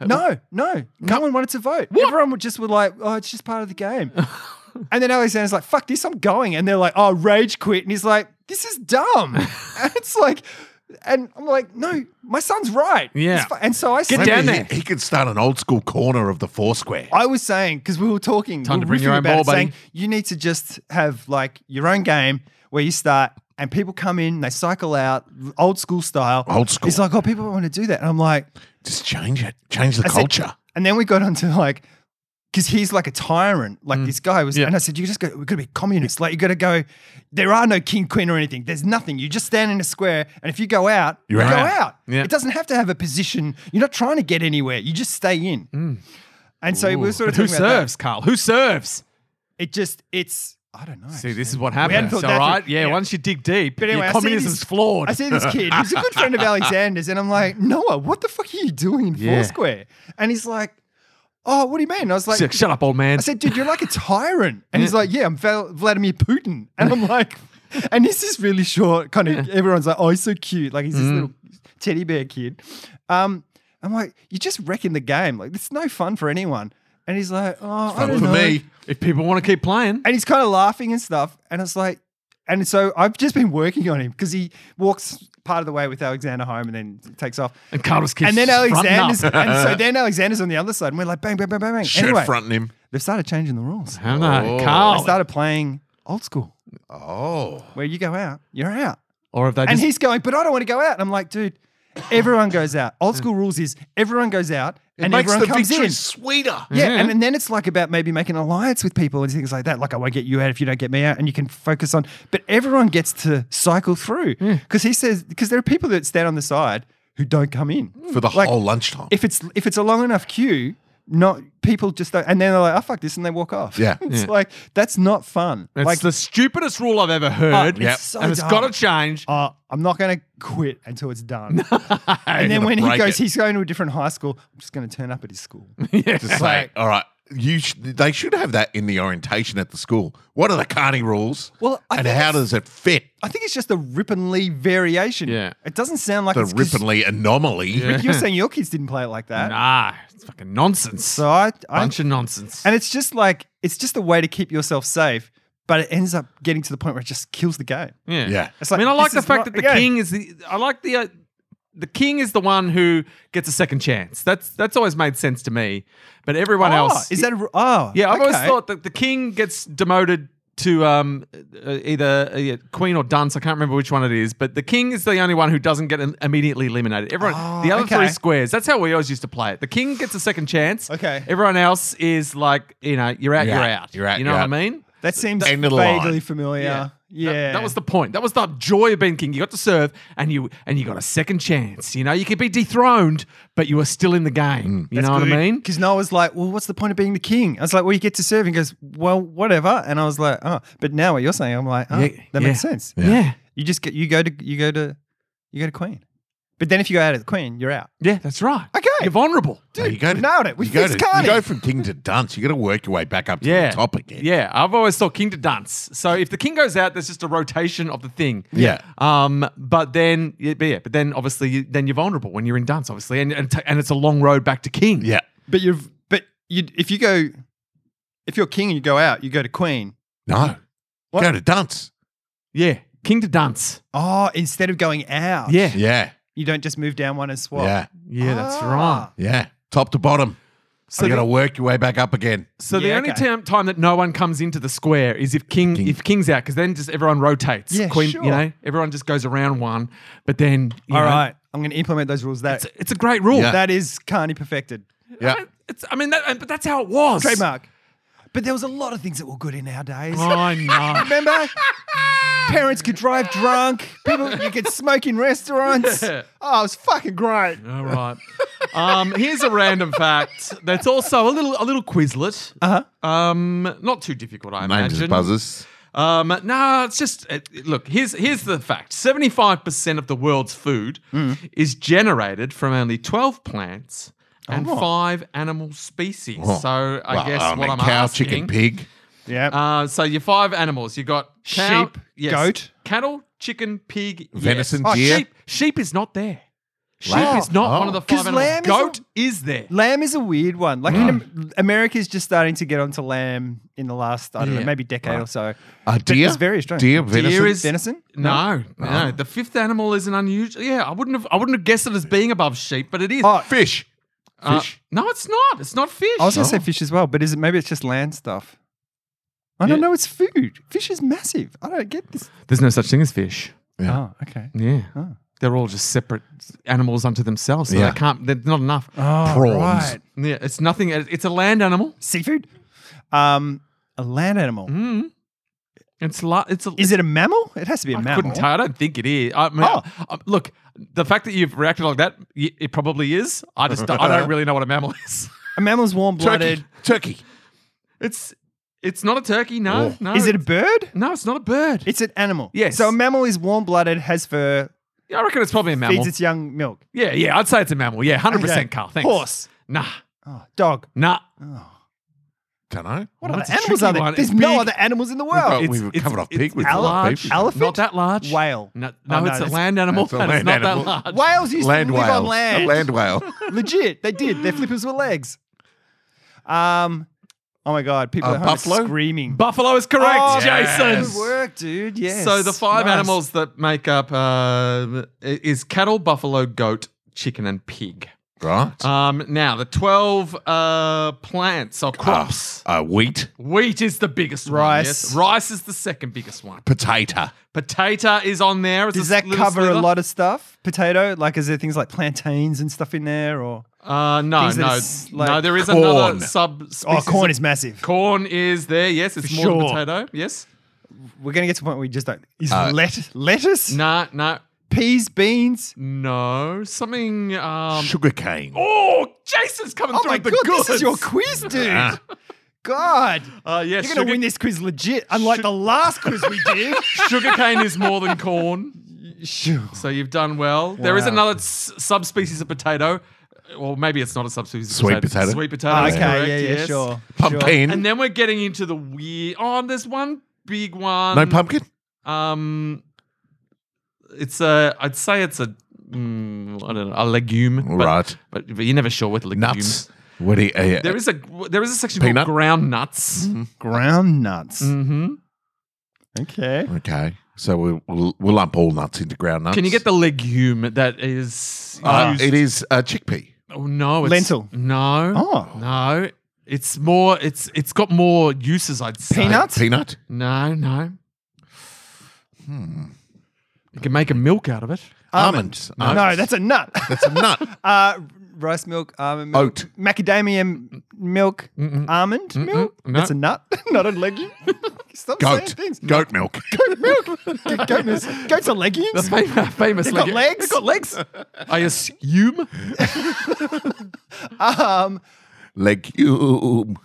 [SPEAKER 4] No, no, no one wanted to vote. Everyone would just were like, oh, it's just part of the game. and then Alexander's like, fuck this, I'm going. And they're like, oh, rage quit. And he's like, this is dumb. and it's like, and I'm like, no, my son's right.
[SPEAKER 3] Yeah.
[SPEAKER 4] It's fi- And so I
[SPEAKER 3] Get
[SPEAKER 4] said,
[SPEAKER 3] down
[SPEAKER 1] Maybe
[SPEAKER 3] there.
[SPEAKER 1] He, he could start an old school corner of the foursquare.
[SPEAKER 4] I was saying, because we were talking,
[SPEAKER 3] Time
[SPEAKER 4] we
[SPEAKER 3] to
[SPEAKER 4] were
[SPEAKER 3] bring your
[SPEAKER 4] riffing
[SPEAKER 3] own
[SPEAKER 4] about
[SPEAKER 3] ball,
[SPEAKER 4] it, saying,
[SPEAKER 3] buddy.
[SPEAKER 4] you need to just have like your own game where you start and people come in, they cycle out, old school style.
[SPEAKER 1] Old school.
[SPEAKER 4] It's like, oh, people want to do that. And I'm like,
[SPEAKER 1] Just change it. Change the
[SPEAKER 4] I said-
[SPEAKER 1] culture.
[SPEAKER 4] and then we got onto like, because he's like a tyrant. Like this guy was,
[SPEAKER 3] Mm. Yeah.
[SPEAKER 4] and I said, you just got, we're going to be communists. Like, you got to go, there are no king, queen, or anything. There's nothing. You just stand in a square, and if you go out,
[SPEAKER 1] You're
[SPEAKER 4] you go
[SPEAKER 1] out.
[SPEAKER 4] out.
[SPEAKER 3] Yeah.
[SPEAKER 4] It doesn't have to have a position. You're not trying to get anywhere. You just stay in. And so we were sort of
[SPEAKER 3] Mm. Who
[SPEAKER 4] talking about that.
[SPEAKER 3] serves, Carl? Who serves?
[SPEAKER 4] It just, it's, I don't know.
[SPEAKER 3] See, this is what
[SPEAKER 4] hadn't
[SPEAKER 3] happens.
[SPEAKER 4] thought
[SPEAKER 3] All
[SPEAKER 4] that
[SPEAKER 3] right.
[SPEAKER 4] through.
[SPEAKER 3] Yeah,
[SPEAKER 4] Yeah.
[SPEAKER 3] Once you dig deep,
[SPEAKER 4] But
[SPEAKER 3] your
[SPEAKER 4] anyway, I see
[SPEAKER 3] communism's
[SPEAKER 4] this-
[SPEAKER 3] flawed.
[SPEAKER 4] I see this kid who's a good friend of Alexander's, and I'm like, Noah, what the fuck are you doing in
[SPEAKER 3] Yeah.
[SPEAKER 4] Foursquare? And he's like, Oh, what do you mean? And I was like,
[SPEAKER 3] Shut- Shut up, old man.
[SPEAKER 4] I said, dude, you're like a tyrant. And he's like, yeah, I'm Val- Vladimir Putin. And I'm like, and he's this really short, kind of, everyone's like, oh, he's so cute. Like, he's this little teddy bear kid. Um, I'm like, you're just wrecking the game. Like, it's no fun for anyone. And he's like, oh, I
[SPEAKER 1] Fun
[SPEAKER 4] don't
[SPEAKER 1] for
[SPEAKER 4] know.
[SPEAKER 1] me.
[SPEAKER 3] if people want to keep playing,
[SPEAKER 4] And he's kind of laughing and stuff. And it's like, and so I've just been working on him because he walks part of the way with Alexander home and then takes off.
[SPEAKER 3] and Carl just keeps
[SPEAKER 4] And then
[SPEAKER 3] fronting up.
[SPEAKER 4] Alexander's, and so then Alexander's on the other side, and we're like, bang, bang, bang, bang, bang.
[SPEAKER 1] Shirt
[SPEAKER 4] anyway,
[SPEAKER 1] fronting him.
[SPEAKER 4] they've started changing the rules.
[SPEAKER 3] I know,
[SPEAKER 1] Oh.
[SPEAKER 4] I
[SPEAKER 3] Carl.
[SPEAKER 4] started playing old school,
[SPEAKER 1] Oh.
[SPEAKER 4] where you go out, you're out.
[SPEAKER 3] or if they
[SPEAKER 4] And
[SPEAKER 3] just
[SPEAKER 4] he's going, but I don't want to go out. And I'm like, dude, everyone goes out. Old school rules is everyone goes out and
[SPEAKER 1] Makes
[SPEAKER 4] everyone
[SPEAKER 1] the
[SPEAKER 4] comes
[SPEAKER 1] victory
[SPEAKER 4] in.
[SPEAKER 1] sweeter.
[SPEAKER 4] Yeah,
[SPEAKER 3] Yeah.
[SPEAKER 4] And, and then it's like about maybe making an alliance with people and things like that. Like, I won't get you out if you don't get me out, and you can focus on. But everyone gets to cycle through because he says because there are people that stand on the side who don't come in
[SPEAKER 1] For the
[SPEAKER 4] Like,
[SPEAKER 1] whole lunchtime.
[SPEAKER 4] If it's if it's a long enough queue, not people just don't, and then they're like, "Oh fuck this," and they walk off.
[SPEAKER 1] Yeah.
[SPEAKER 4] it's
[SPEAKER 3] Yeah.
[SPEAKER 4] like that's not fun.
[SPEAKER 3] It's
[SPEAKER 4] like,
[SPEAKER 3] the stupidest rule I've ever heard.
[SPEAKER 4] Oh, Yep. it's so
[SPEAKER 3] and it's
[SPEAKER 4] dumb.
[SPEAKER 3] got to change.
[SPEAKER 4] uh, I'm not going to quit until it's done. and then
[SPEAKER 1] gonna
[SPEAKER 4] when he
[SPEAKER 1] break
[SPEAKER 4] goes,
[SPEAKER 1] it.
[SPEAKER 4] he's going to a different high school. I'm just going to turn up at his school.
[SPEAKER 1] to say, all right, you sh- they should have that in the orientation at the school. What are the carny rules?
[SPEAKER 4] Well, I
[SPEAKER 1] and
[SPEAKER 4] think
[SPEAKER 1] how
[SPEAKER 4] it's-
[SPEAKER 1] does it fit
[SPEAKER 4] I think it's just a rip and Lee variation.
[SPEAKER 3] Yeah.
[SPEAKER 4] it doesn't sound like
[SPEAKER 1] the
[SPEAKER 4] it's 'cause-
[SPEAKER 1] Ripponley anomaly?
[SPEAKER 3] Yeah.
[SPEAKER 4] You're saying your kids didn't play it like that.
[SPEAKER 3] Nah, it's fucking nonsense.
[SPEAKER 4] Uh, So I, I
[SPEAKER 3] Bunch of nonsense.
[SPEAKER 4] and it's just like it's just a way to keep yourself safe, but it ends up getting to the point where it just kills the game.
[SPEAKER 3] yeah.
[SPEAKER 1] Yeah.
[SPEAKER 4] It's
[SPEAKER 3] I mean, I like
[SPEAKER 4] this
[SPEAKER 3] the
[SPEAKER 4] is
[SPEAKER 3] fact
[SPEAKER 4] not
[SPEAKER 3] that the
[SPEAKER 4] a game.
[SPEAKER 3] king is the. I like the. Uh, the king is the one who gets a second chance. That's that's always made sense to me. But everyone
[SPEAKER 4] Oh,
[SPEAKER 3] else
[SPEAKER 4] is that? A, oh,
[SPEAKER 3] Yeah, I've always
[SPEAKER 4] okay.
[SPEAKER 3] thought that the king gets demoted to um, uh, either uh, yeah, queen or dunce. I can't remember which one it is, but the king is the only one who doesn't get im- immediately eliminated. Everyone,
[SPEAKER 4] Oh,
[SPEAKER 3] the other three
[SPEAKER 4] okay.
[SPEAKER 3] squares. That's how we always used to play it. The king gets a second chance.
[SPEAKER 4] Okay.
[SPEAKER 3] Everyone else is like, you know, you're out, you're,
[SPEAKER 1] You're
[SPEAKER 3] out,
[SPEAKER 1] out, you're out,
[SPEAKER 3] You know
[SPEAKER 1] you're out.
[SPEAKER 3] what I mean?
[SPEAKER 4] that seems
[SPEAKER 1] End of the line.
[SPEAKER 4] vaguely familiar. Yeah,
[SPEAKER 3] That- That, was the point. That was the joy of being king. You got to serve, and you and you got a second chance. You know, you could be dethroned, but you were still in the game.
[SPEAKER 4] Mm.
[SPEAKER 3] You know what I mean?
[SPEAKER 4] Because Noah was like, "Well, what's the point of being the king?" I was like, "Well, you get to serve." And he goes, "Well, whatever." And I was like, "Oh," but now what you're saying, I'm like, "Oh,
[SPEAKER 3] Yeah,
[SPEAKER 4] that
[SPEAKER 3] yeah.
[SPEAKER 4] makes sense."
[SPEAKER 3] Yeah. yeah,
[SPEAKER 4] You just get you go to you go to you go to queen, but then if you go out of the queen, you're out.
[SPEAKER 3] that's right.
[SPEAKER 4] Okay.
[SPEAKER 3] you're vulnerable.
[SPEAKER 1] No, you go
[SPEAKER 4] we nailed it. We
[SPEAKER 1] you go,
[SPEAKER 4] fixed
[SPEAKER 1] to- you
[SPEAKER 4] Carney.
[SPEAKER 1] go from king to dunce. You got to work your way back up to
[SPEAKER 3] yeah.
[SPEAKER 1] the top again.
[SPEAKER 3] Yeah, I've always thought king to dunce. So if the king goes out, there's just a rotation of the thing.
[SPEAKER 1] Yeah.
[SPEAKER 3] Um, but then, yeah, but, yeah, but then obviously, you, then you're vulnerable when you're in dunce, obviously, and and, t- and it's a long road back to king.
[SPEAKER 1] Yeah.
[SPEAKER 4] But you've but you if you go if you're king and you go out, you go to queen.
[SPEAKER 1] No.
[SPEAKER 4] What?
[SPEAKER 1] Go to dunce.
[SPEAKER 3] yeah, king to dunce.
[SPEAKER 4] Oh, instead of going out,
[SPEAKER 3] Yeah,
[SPEAKER 1] Yeah.
[SPEAKER 4] you don't just move down one and swap.
[SPEAKER 1] Yeah.
[SPEAKER 3] yeah, that's right.
[SPEAKER 4] Ah.
[SPEAKER 1] Yeah. Top to bottom.
[SPEAKER 3] So
[SPEAKER 1] you got
[SPEAKER 3] the-
[SPEAKER 1] to work your way back up again.
[SPEAKER 3] So the
[SPEAKER 4] Yeah,
[SPEAKER 3] only
[SPEAKER 4] okay.
[SPEAKER 3] time, time that no one comes into the square is if king,
[SPEAKER 1] King.
[SPEAKER 3] if king's out, because then just everyone rotates.
[SPEAKER 4] Yeah,
[SPEAKER 3] Queen,
[SPEAKER 4] sure.
[SPEAKER 3] you know, everyone just goes around one. But then, you
[SPEAKER 4] All
[SPEAKER 3] know,
[SPEAKER 4] right, I'm going to implement those rules. That
[SPEAKER 3] it's, it's a great rule.
[SPEAKER 1] Yeah.
[SPEAKER 4] that is Carney perfected
[SPEAKER 1] Yeah.
[SPEAKER 3] I mean, it's, I mean that, but that's how it was.
[SPEAKER 4] trademark. But there was a lot of things that were good in our days.
[SPEAKER 3] I know.
[SPEAKER 4] Remember, parents could drive drunk. People, you could smoke in restaurants.
[SPEAKER 3] Yeah.
[SPEAKER 4] Oh, it was fucking great.
[SPEAKER 3] All right. Um, here's a random fact that's also a little a little quizlet. Uh huh. Um, not too difficult, I
[SPEAKER 1] Names
[SPEAKER 3] imagine.
[SPEAKER 1] is buzzers.
[SPEAKER 3] Um, no, it's just it, it- look. Here's here's the fact: seventy five percent of the world's food is generated from only twelve plants and five animal species.
[SPEAKER 1] Oh.
[SPEAKER 3] So I
[SPEAKER 1] Well,
[SPEAKER 3] guess what
[SPEAKER 1] mean,
[SPEAKER 3] I'm
[SPEAKER 1] cow,
[SPEAKER 3] asking,
[SPEAKER 1] chicken, pig.
[SPEAKER 4] Yeah.
[SPEAKER 3] Uh, so your five animals. You got cow-
[SPEAKER 4] Sheep, goat.
[SPEAKER 3] cattle, chicken, pig, yes.
[SPEAKER 1] Venison,
[SPEAKER 4] Oh,
[SPEAKER 1] deer.
[SPEAKER 3] Sheep, sheep is not there. Sheep
[SPEAKER 1] Lamb.
[SPEAKER 3] is not
[SPEAKER 1] Oh.
[SPEAKER 3] one of the
[SPEAKER 4] 'Cause
[SPEAKER 3] five animals.
[SPEAKER 4] lamb is a-
[SPEAKER 3] Goat is there.
[SPEAKER 4] Lamb is a weird one. Like in Am- America's just starting to get onto lamb in the last I don't
[SPEAKER 3] Yeah.
[SPEAKER 4] know maybe decade or so.
[SPEAKER 1] Uh,
[SPEAKER 4] But
[SPEAKER 1] deer.
[SPEAKER 4] it's very Australian.
[SPEAKER 1] Deer, venison.
[SPEAKER 3] Deer is
[SPEAKER 4] venison?
[SPEAKER 3] No, no, The fifth animal is an unusual. Yeah, I wouldn't have. I wouldn't have guessed it as being above sheep, but it is.
[SPEAKER 4] Oh,
[SPEAKER 1] fish.
[SPEAKER 3] Uh,
[SPEAKER 1] fish. Oh.
[SPEAKER 3] no, it's not. It's not fish.
[SPEAKER 4] I was gonna say fish as well, but is it maybe it's just land stuff? I don't
[SPEAKER 3] Yeah.
[SPEAKER 4] know. It's food. Fish is massive. I don't get this.
[SPEAKER 3] There's no such thing as fish.
[SPEAKER 1] Yeah.
[SPEAKER 4] Oh, okay.
[SPEAKER 3] Yeah. They're all just separate animals unto themselves. So
[SPEAKER 1] Yeah.
[SPEAKER 3] they can't, they're not enough.
[SPEAKER 4] Oh,
[SPEAKER 1] Prawns.
[SPEAKER 4] right.
[SPEAKER 3] Yeah, it's nothing. It's a land animal.
[SPEAKER 4] Seafood. Um, a land animal.
[SPEAKER 3] Mm. It's la- it's a,
[SPEAKER 4] Is it a mammal? It has to be a
[SPEAKER 3] I
[SPEAKER 4] mammal.
[SPEAKER 3] couldn't tell. I don't think it is. I mean,
[SPEAKER 4] Oh.
[SPEAKER 3] I- I- look, the fact that you've reacted like that, y- it probably is. I just don't, I don't really know what a mammal is.
[SPEAKER 4] a mammal's warm-blooded.
[SPEAKER 1] Turkey. Turkey.
[SPEAKER 3] It's it's not a turkey. No,
[SPEAKER 1] Oh.
[SPEAKER 3] no.
[SPEAKER 4] Is it a bird?
[SPEAKER 3] No, it's not a bird.
[SPEAKER 4] It's an animal.
[SPEAKER 3] Yes.
[SPEAKER 4] So a mammal is warm-blooded, has fur,
[SPEAKER 3] I reckon it's probably a mammal.
[SPEAKER 4] feeds its young milk.
[SPEAKER 3] yeah, yeah. I'd say it's a mammal. Yeah, hundred
[SPEAKER 4] Okay.
[SPEAKER 3] percent, Carl. Thanks.
[SPEAKER 4] Horse.
[SPEAKER 3] Nah,
[SPEAKER 4] Oh, dog.
[SPEAKER 3] nah.
[SPEAKER 4] Oh.
[SPEAKER 1] Don't know.
[SPEAKER 3] Well,
[SPEAKER 4] What other
[SPEAKER 3] that's a
[SPEAKER 4] animals
[SPEAKER 3] tricky
[SPEAKER 4] are there?
[SPEAKER 3] one.
[SPEAKER 4] There's
[SPEAKER 3] It's
[SPEAKER 4] no
[SPEAKER 3] big.
[SPEAKER 4] other animals in the
[SPEAKER 1] got-
[SPEAKER 4] world.
[SPEAKER 1] we've covered our pig with
[SPEAKER 3] it's
[SPEAKER 1] all the
[SPEAKER 3] large.
[SPEAKER 1] people.
[SPEAKER 4] Elephant?
[SPEAKER 3] Not that large.
[SPEAKER 4] Whale.
[SPEAKER 3] No,
[SPEAKER 4] Oh,
[SPEAKER 3] no,
[SPEAKER 4] no,
[SPEAKER 3] it's
[SPEAKER 4] that's-
[SPEAKER 3] a land animal.
[SPEAKER 1] that's a
[SPEAKER 3] and
[SPEAKER 1] land
[SPEAKER 3] it's not
[SPEAKER 1] animal.
[SPEAKER 3] that large.
[SPEAKER 4] Whales used
[SPEAKER 1] Land
[SPEAKER 4] to live
[SPEAKER 1] whale.
[SPEAKER 4] on land.
[SPEAKER 1] A land whale.
[SPEAKER 4] Legit, they did. Their flippers were legs. Um, oh my god, people
[SPEAKER 1] Uh,
[SPEAKER 4] at home are
[SPEAKER 1] buffalo?
[SPEAKER 4] screaming.
[SPEAKER 3] Buffalo is correct,
[SPEAKER 4] Oh,
[SPEAKER 1] Yes.
[SPEAKER 3] Jason.
[SPEAKER 4] Good work, dude. Yes.
[SPEAKER 3] So the five
[SPEAKER 4] Nice.
[SPEAKER 3] animals that make up uh, is cattle, buffalo, goat, chicken, and pig.
[SPEAKER 1] Right.
[SPEAKER 3] Um, now the twelve uh, plants or crops.
[SPEAKER 1] Uh, wheat.
[SPEAKER 3] Wheat is the biggest
[SPEAKER 4] Ah. Rice.
[SPEAKER 3] one. Yes. Rice is the second biggest one.
[SPEAKER 1] Potato.
[SPEAKER 3] Potato is on there. as
[SPEAKER 4] Does
[SPEAKER 3] a
[SPEAKER 4] that
[SPEAKER 3] little
[SPEAKER 4] cover a
[SPEAKER 3] sliver.
[SPEAKER 4] lot of stuff? Potato? Like, is there things like plantains and stuff in there? Or
[SPEAKER 3] Uh, no,
[SPEAKER 4] Things that
[SPEAKER 3] no,
[SPEAKER 4] is like
[SPEAKER 3] no. There is
[SPEAKER 1] corn.
[SPEAKER 3] another sub.
[SPEAKER 4] oh, corn is massive.
[SPEAKER 3] corn is there. Yes, it's
[SPEAKER 4] For
[SPEAKER 3] more than
[SPEAKER 4] sure.
[SPEAKER 3] potato. Yes.
[SPEAKER 4] We're gonna get to a point where we just don't. Is
[SPEAKER 1] Uh,
[SPEAKER 4] let- lettuce,
[SPEAKER 3] No, Mm. no,
[SPEAKER 4] peas, beans?
[SPEAKER 3] no. Something. Um,
[SPEAKER 1] Sugar cane.
[SPEAKER 3] oh, Jason's coming
[SPEAKER 4] Oh
[SPEAKER 3] through
[SPEAKER 4] my
[SPEAKER 3] with the
[SPEAKER 4] god, this is your
[SPEAKER 3] goods.
[SPEAKER 4] quiz,
[SPEAKER 1] Ah.
[SPEAKER 4] dude. God,
[SPEAKER 3] Uh, yes,
[SPEAKER 4] you're gonna
[SPEAKER 3] sugar-
[SPEAKER 4] win this quiz legit. Unlike
[SPEAKER 3] Should-
[SPEAKER 4] the last quiz we did.
[SPEAKER 3] Sugarcane is more than corn,
[SPEAKER 4] sure.
[SPEAKER 3] so you've done well. There is
[SPEAKER 4] Wow.
[SPEAKER 3] another s- subspecies of potato, or maybe it's not a subspecies. of
[SPEAKER 1] Sweet potato.
[SPEAKER 3] Sweet potato.
[SPEAKER 4] Ah, Okay,
[SPEAKER 3] is correct,
[SPEAKER 4] yeah, yeah,
[SPEAKER 3] yes.
[SPEAKER 4] sure. sure.
[SPEAKER 1] Pumpkin.
[SPEAKER 3] And then we're getting into the weird. Oh, there's one big one.
[SPEAKER 1] no pumpkin.
[SPEAKER 3] Um, it's a. I'd say it's a. Mm, I don't know a legume. but-
[SPEAKER 1] Right.
[SPEAKER 3] But, but you're never sure with legumes.
[SPEAKER 1] Nuts. What do you uh,
[SPEAKER 3] There is a there is a section
[SPEAKER 1] Peanut? Mm-hmm.
[SPEAKER 3] called ground nuts.
[SPEAKER 4] Ground nuts.
[SPEAKER 3] Mm-hmm.
[SPEAKER 4] Okay.
[SPEAKER 1] uh, Okay. So we'll, we'll, we'll lump all nuts into ground nuts.
[SPEAKER 3] Can you get the legume that is
[SPEAKER 1] Uh,
[SPEAKER 3] used?
[SPEAKER 1] it is uh, chickpea.
[SPEAKER 3] Oh no, it's,
[SPEAKER 4] Lentil.
[SPEAKER 3] No,
[SPEAKER 4] Oh.
[SPEAKER 3] no, it's more. It's it's got more uses. I'd say.
[SPEAKER 4] Peanut?
[SPEAKER 1] Peanut.
[SPEAKER 3] No, no.
[SPEAKER 4] Hmm.
[SPEAKER 3] You can make a milk out of it.
[SPEAKER 1] Almonds.
[SPEAKER 4] No, that's a nut.
[SPEAKER 1] that's a nut.
[SPEAKER 4] uh, rice milk, almond milk,
[SPEAKER 1] Oat.
[SPEAKER 4] macadamia m- milk, almond milk.
[SPEAKER 3] no.
[SPEAKER 4] That's a nut, not a legume. Stop
[SPEAKER 1] Goat.
[SPEAKER 4] saying things.
[SPEAKER 1] Goat milk.
[SPEAKER 4] Goat, goat is, goats
[SPEAKER 3] The
[SPEAKER 4] are legumes.
[SPEAKER 3] fam- famous
[SPEAKER 4] They've got
[SPEAKER 3] legume-
[SPEAKER 4] legs.
[SPEAKER 3] They've got legs. I assume.
[SPEAKER 4] Um,
[SPEAKER 1] Legume.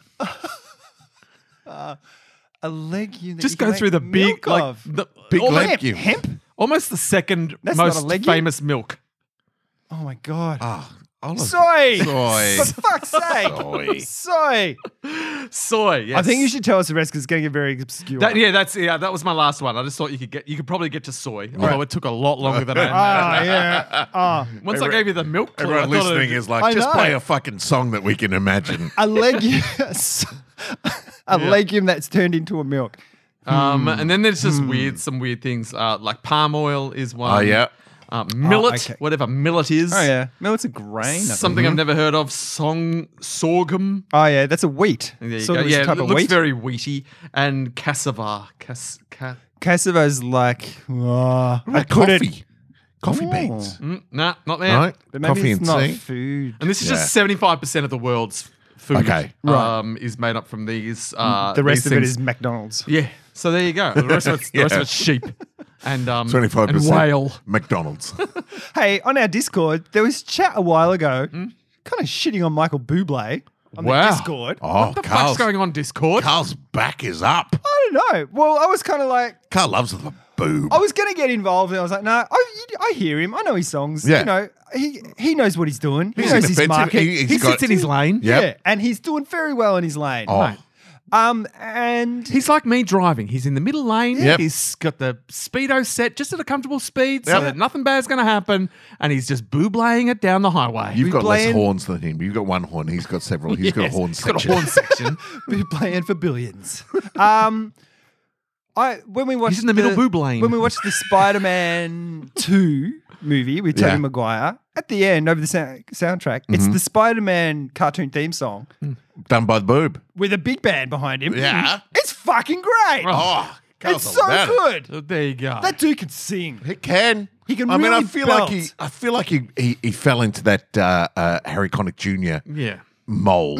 [SPEAKER 4] a legume. That
[SPEAKER 3] Just
[SPEAKER 4] you can
[SPEAKER 3] go through the
[SPEAKER 4] make milk
[SPEAKER 3] big, like
[SPEAKER 4] of.
[SPEAKER 3] the
[SPEAKER 1] Big
[SPEAKER 3] almo-
[SPEAKER 1] leg.
[SPEAKER 4] hemp.
[SPEAKER 1] legume.
[SPEAKER 4] hemp.
[SPEAKER 3] Almost the second
[SPEAKER 4] That's not a
[SPEAKER 3] most
[SPEAKER 4] legume.
[SPEAKER 3] famous milk.
[SPEAKER 4] Oh my god.
[SPEAKER 1] Ah, olive.
[SPEAKER 4] soy.
[SPEAKER 1] Soy.
[SPEAKER 4] For fuck's sake.
[SPEAKER 1] Soy.
[SPEAKER 4] soy.
[SPEAKER 3] Soy. Yes.
[SPEAKER 4] I think you should tell us the rest because it's going to get very obscure.
[SPEAKER 3] That, yeah, that's yeah. That was my last one. I just thought you could get. You could probably get to soy, although it took a lot longer than
[SPEAKER 4] Oh,
[SPEAKER 3] I.
[SPEAKER 4] yeah. Oh.
[SPEAKER 3] Once I gave you the milk, clue,
[SPEAKER 1] Everyone
[SPEAKER 3] I thought it-
[SPEAKER 1] listening is like,
[SPEAKER 4] I
[SPEAKER 1] just
[SPEAKER 4] know.
[SPEAKER 1] play a fucking song that we can imagine.
[SPEAKER 4] a legume, a legume that's turned into a milk.
[SPEAKER 3] Um,
[SPEAKER 4] Hmm.
[SPEAKER 3] and then there's just weird, some weird things uh, like palm oil is one.
[SPEAKER 1] Oh, yeah.
[SPEAKER 3] Uh, millet,
[SPEAKER 4] Oh, okay. Oh,
[SPEAKER 3] whatever millet is.
[SPEAKER 4] millet's a grain.
[SPEAKER 3] Something
[SPEAKER 4] Mm-hmm.
[SPEAKER 3] I've never heard of. Song sorghum.
[SPEAKER 4] Oh yeah, that's a wheat.
[SPEAKER 3] There you
[SPEAKER 4] Sort
[SPEAKER 3] go.
[SPEAKER 4] of
[SPEAKER 3] Yeah,
[SPEAKER 4] type
[SPEAKER 3] it
[SPEAKER 4] of
[SPEAKER 3] looks
[SPEAKER 4] wheat.
[SPEAKER 3] very wheaty. And cassava. Cas- ca-
[SPEAKER 4] Cassava's like uh,
[SPEAKER 1] What about coffee? Coffee
[SPEAKER 4] Ooh.
[SPEAKER 1] beans.
[SPEAKER 3] mm, nah, not there.
[SPEAKER 1] Right?
[SPEAKER 4] Oh. But maybe
[SPEAKER 1] Coffee
[SPEAKER 4] it's
[SPEAKER 1] and
[SPEAKER 4] not
[SPEAKER 1] tea.
[SPEAKER 4] food.
[SPEAKER 3] And this is just
[SPEAKER 1] Yeah.
[SPEAKER 3] seventy five percent of the world's food.
[SPEAKER 1] Okay.
[SPEAKER 4] Right. Mm,
[SPEAKER 3] Um, is made up from these. Uh,
[SPEAKER 4] the rest
[SPEAKER 3] these
[SPEAKER 4] of it
[SPEAKER 3] things.
[SPEAKER 4] is McDonald's.
[SPEAKER 3] Yeah. So there you go. The rest of it's, the rest of
[SPEAKER 1] Yeah.
[SPEAKER 3] it's sheep and um
[SPEAKER 1] Twenty-five
[SPEAKER 3] and
[SPEAKER 1] percent.
[SPEAKER 3] whale.
[SPEAKER 1] McDonald's. Oh,
[SPEAKER 4] Hey, on our Discord, there was chat a while ago,
[SPEAKER 1] Hmm?
[SPEAKER 4] kind of shitting on Michael Bublé on
[SPEAKER 3] Wow.
[SPEAKER 4] the Discord.
[SPEAKER 1] Oh,
[SPEAKER 3] What the
[SPEAKER 1] Carl's,
[SPEAKER 3] fuck's going on Discord?
[SPEAKER 1] Carl's back is up.
[SPEAKER 4] I don't know. Well, I was kind of like,
[SPEAKER 1] Carl loves the boob.
[SPEAKER 4] I was gonna get involved, and I was like, no, I, I hear him. I know his songs.
[SPEAKER 1] Yeah.
[SPEAKER 4] You know, he he knows what he's doing. He
[SPEAKER 1] He's
[SPEAKER 4] knows his
[SPEAKER 1] inoffensive.
[SPEAKER 4] market.
[SPEAKER 1] He- he's
[SPEAKER 3] he
[SPEAKER 1] got-
[SPEAKER 3] sits in his lane.
[SPEAKER 1] Yep.
[SPEAKER 4] Yeah, and he's doing very well in his lane.
[SPEAKER 1] Oh.
[SPEAKER 3] Mate.
[SPEAKER 4] Um, and
[SPEAKER 3] He's like me driving. He's in the middle lane.
[SPEAKER 1] Yep.
[SPEAKER 3] He's got the speedo set just at a comfortable speed so
[SPEAKER 1] Yep.
[SPEAKER 3] that nothing bad's going to happen. And he's just booblaying it down the highway.
[SPEAKER 1] You've got
[SPEAKER 4] playing-
[SPEAKER 1] less horns than him. You've got one horn. He's got several. He's got a
[SPEAKER 3] Yes,
[SPEAKER 1] horn
[SPEAKER 3] he's got a
[SPEAKER 1] section.
[SPEAKER 3] horn section.
[SPEAKER 4] we're playing for billions. um, I when we watched
[SPEAKER 3] in the middle boob lane.
[SPEAKER 4] When we watched the Spider-Man Two movie with Tobey
[SPEAKER 1] Yeah.
[SPEAKER 4] Maguire, at the end over the sound soundtrack, it's the Spider-Man cartoon theme song
[SPEAKER 1] Done by the boob.
[SPEAKER 4] with a big band behind him.
[SPEAKER 1] Yeah.
[SPEAKER 4] it's fucking great.
[SPEAKER 1] Oh, can't
[SPEAKER 4] it's
[SPEAKER 1] talk
[SPEAKER 4] so
[SPEAKER 1] about it.
[SPEAKER 4] good.
[SPEAKER 3] So there you go.
[SPEAKER 4] That dude can sing.
[SPEAKER 1] He can.
[SPEAKER 4] He can
[SPEAKER 1] I mean, I
[SPEAKER 4] really
[SPEAKER 1] feel like
[SPEAKER 4] belt.
[SPEAKER 1] he. I feel like he. He, he fell into that uh, uh, Harry Connick Jr.
[SPEAKER 3] yeah.
[SPEAKER 1] mold.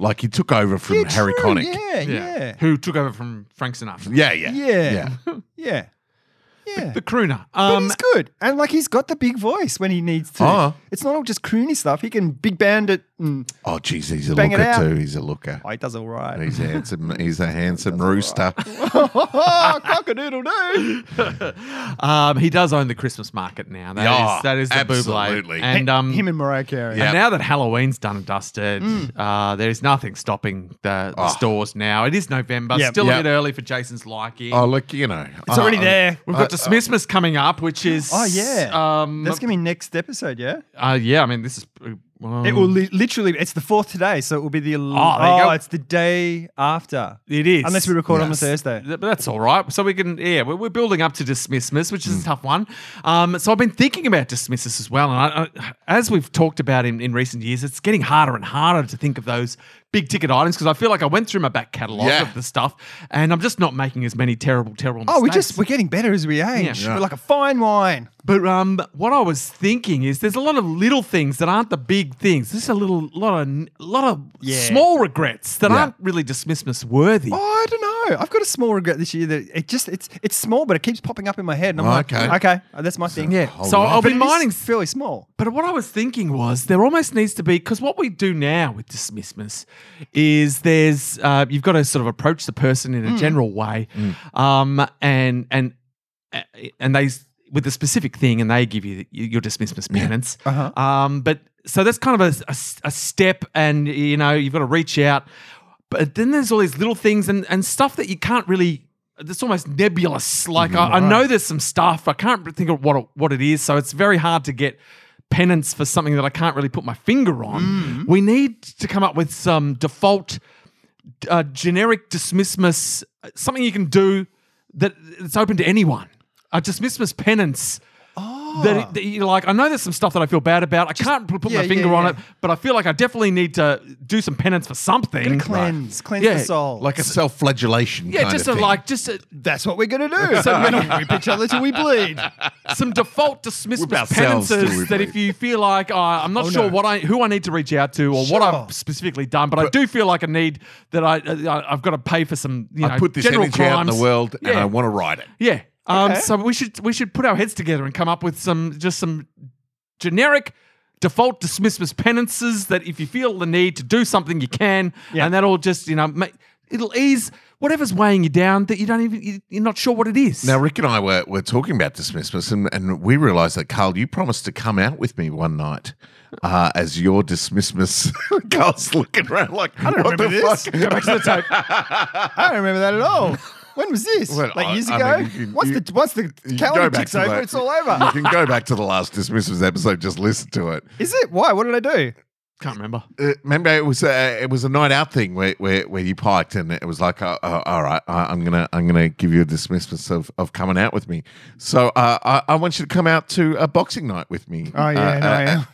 [SPEAKER 1] Like he took over from
[SPEAKER 4] Mm. Yeah,
[SPEAKER 1] Harry
[SPEAKER 4] true.
[SPEAKER 1] Connick.
[SPEAKER 4] Yeah, yeah,
[SPEAKER 3] yeah, Who took over from Frank Sinatra?
[SPEAKER 1] Yeah, yeah,
[SPEAKER 4] yeah, yeah, yeah.
[SPEAKER 3] The crooner.
[SPEAKER 4] But
[SPEAKER 3] Um,
[SPEAKER 4] he's good, and like he's got the big voice when he needs to.
[SPEAKER 1] Oh.
[SPEAKER 4] It's not all just croony stuff. He can big band it. And,
[SPEAKER 1] Oh, geez, he's a
[SPEAKER 4] Bang it out.
[SPEAKER 1] looker too. He's a looker.
[SPEAKER 4] oh, he does all right.
[SPEAKER 1] He's a handsome. He's a handsome rooster.
[SPEAKER 4] oh, cockadoodle doo.
[SPEAKER 3] um, he does own the Christmas market now. That is
[SPEAKER 1] Yeah,
[SPEAKER 3] that is the
[SPEAKER 1] absolutely.
[SPEAKER 3] Buble. And um,
[SPEAKER 4] Him and Mm. Mariah Carey.
[SPEAKER 1] Yeah.
[SPEAKER 3] And now that Halloween's done and dusted, uh, there is nothing stopping the, the stores now. It is November,
[SPEAKER 4] Yep.
[SPEAKER 3] still
[SPEAKER 1] Oh. Yep.
[SPEAKER 3] a bit early for Jason's liking.
[SPEAKER 1] Oh, look, you know,
[SPEAKER 4] It's already there.
[SPEAKER 3] Uh, um, We've got Dismissmas coming up, which is
[SPEAKER 4] Uh, Oh yeah.
[SPEAKER 3] um,
[SPEAKER 4] That's gonna be next episode. Yeah.
[SPEAKER 3] uh, yeah. I mean, this is um,
[SPEAKER 4] It will li- literally. It's the fourth today, so it will be the. el-
[SPEAKER 3] Oh, there you go.
[SPEAKER 4] it's the day after.
[SPEAKER 3] It is
[SPEAKER 4] Unless we record on the
[SPEAKER 1] Yes.
[SPEAKER 4] Thursday.
[SPEAKER 3] Th- but that's all right. So we can, yeah, we're, we're building up to dismissmas, which
[SPEAKER 4] Hmm.
[SPEAKER 3] is a tough one. Um, so I've been thinking about dismissmas as well. And I, I, as we've talked about in, in recent years, it's getting harder and harder to think of those big ticket items because I feel like I went through my back catalogue
[SPEAKER 1] Yeah.
[SPEAKER 3] of the stuff and I'm just not making as many terrible, terrible mistakes.
[SPEAKER 4] Oh, we just we're getting better as we age.
[SPEAKER 3] Yeah.
[SPEAKER 4] We're like a fine wine.
[SPEAKER 3] But um, what I was thinking is there's a lot of little things that aren't the big things. There's a little lot of lot of
[SPEAKER 4] Yeah.
[SPEAKER 3] small regrets that
[SPEAKER 1] Yeah.
[SPEAKER 3] aren't really dismissmas worthy.
[SPEAKER 4] Oh, I don't know. I've got a small regret this year that it just it's it's small, but it keeps popping up in my head, and I'm
[SPEAKER 1] Oh,
[SPEAKER 4] like,
[SPEAKER 1] okay.
[SPEAKER 4] okay, oh, that's my thing. Yeah.
[SPEAKER 1] All
[SPEAKER 3] so
[SPEAKER 1] right.
[SPEAKER 3] I'll
[SPEAKER 4] But
[SPEAKER 3] be
[SPEAKER 4] it is
[SPEAKER 3] mining
[SPEAKER 4] fairly small.
[SPEAKER 3] But what I was thinking was there almost needs to be because what we do now with dismissmas is there's uh, you've got to sort of approach the person in a general way, um, and and eh, and they s- with a specific thing, and they give you your dismissmas penance.
[SPEAKER 4] Uh-huh.
[SPEAKER 3] Um, but so that's kind of a, a- a step, and you know you've got to reach out. But then there's all these little things and and stuff that you can't really. It's almost nebulous. Like I, I know there's some stuff. I can't think of what it, what it is. So it's very hard to get penance for something that I can't really put my finger on.
[SPEAKER 4] Mm.
[SPEAKER 3] We need to come up with some default uh, generic dismissmas, uh, something you can do that it's open to anyone. A dismissmas penance. That, it- that you're like, I know there's some stuff that I feel bad about. I can't put put
[SPEAKER 4] Oh. yeah,
[SPEAKER 3] my finger
[SPEAKER 4] yeah,
[SPEAKER 3] on
[SPEAKER 4] yeah.
[SPEAKER 3] it, but I feel like I definitely need to do some penance for something.
[SPEAKER 4] Cleanse, cleanse
[SPEAKER 3] Yeah,
[SPEAKER 4] the soul.
[SPEAKER 1] like a self-flagellation.
[SPEAKER 3] Yeah,
[SPEAKER 1] kind
[SPEAKER 3] just
[SPEAKER 1] of
[SPEAKER 3] a,
[SPEAKER 1] thing.
[SPEAKER 3] like just a,
[SPEAKER 4] that's what we're gonna do. So we're gonna whip each other till we bleed.
[SPEAKER 3] some default
[SPEAKER 1] Whip
[SPEAKER 3] dismissmas
[SPEAKER 1] ourselves till we
[SPEAKER 3] penances that
[SPEAKER 1] bleed.
[SPEAKER 3] if you feel like uh, I'm not
[SPEAKER 4] Oh,
[SPEAKER 3] sure
[SPEAKER 4] no.
[SPEAKER 3] what I who I need to reach out to or what
[SPEAKER 4] Sure.
[SPEAKER 3] I've specifically done, but, I do feel like I need that I, uh, I I've got to pay for some you know
[SPEAKER 1] I put this
[SPEAKER 3] general
[SPEAKER 1] energy
[SPEAKER 3] crimes.
[SPEAKER 1] out in the world, and
[SPEAKER 3] Yeah.
[SPEAKER 1] I want to write it.
[SPEAKER 3] Yeah. Um,
[SPEAKER 4] Okay.
[SPEAKER 3] So we should we should put our heads together and come up with some just some generic default dismissmas penances that if you feel the need to do something you can,
[SPEAKER 4] Yeah.
[SPEAKER 3] and that'll just you know make, it'll ease whatever's weighing you down that you don't even you- you're not sure what it is.
[SPEAKER 1] Now, Rick and I were, were talking about dismissmas, and, and we realised that, Carl, you promised to come out with me one night uh, as your dismissmas. Carl's looking around like, I don't what
[SPEAKER 4] remember
[SPEAKER 1] the
[SPEAKER 4] this.
[SPEAKER 1] fuck?
[SPEAKER 4] Go back to the tape. I don't remember that at all. When was this?
[SPEAKER 1] Well,
[SPEAKER 4] like
[SPEAKER 1] I-
[SPEAKER 4] years
[SPEAKER 1] I
[SPEAKER 4] ago.
[SPEAKER 1] mean, you can-
[SPEAKER 4] once
[SPEAKER 1] you-
[SPEAKER 4] the once the
[SPEAKER 1] You go
[SPEAKER 4] calendar
[SPEAKER 1] back
[SPEAKER 4] ticks
[SPEAKER 1] to
[SPEAKER 4] over,
[SPEAKER 1] that.
[SPEAKER 4] it's all over.
[SPEAKER 1] You can go back to the last dismissmas episode. Just listen to it.
[SPEAKER 4] Is it? Why? What did I do?
[SPEAKER 3] Can't remember.
[SPEAKER 1] Uh, remember, it was a it was a night out thing where where, where you piked, and it was like, uh, uh, all right, I, I'm gonna I'm gonna give you a dismissmas of, of coming out with me. So uh, I, I want you to come out to a boxing night with me.
[SPEAKER 4] Oh yeah,
[SPEAKER 1] Uh,
[SPEAKER 4] no,
[SPEAKER 1] uh,
[SPEAKER 4] I am.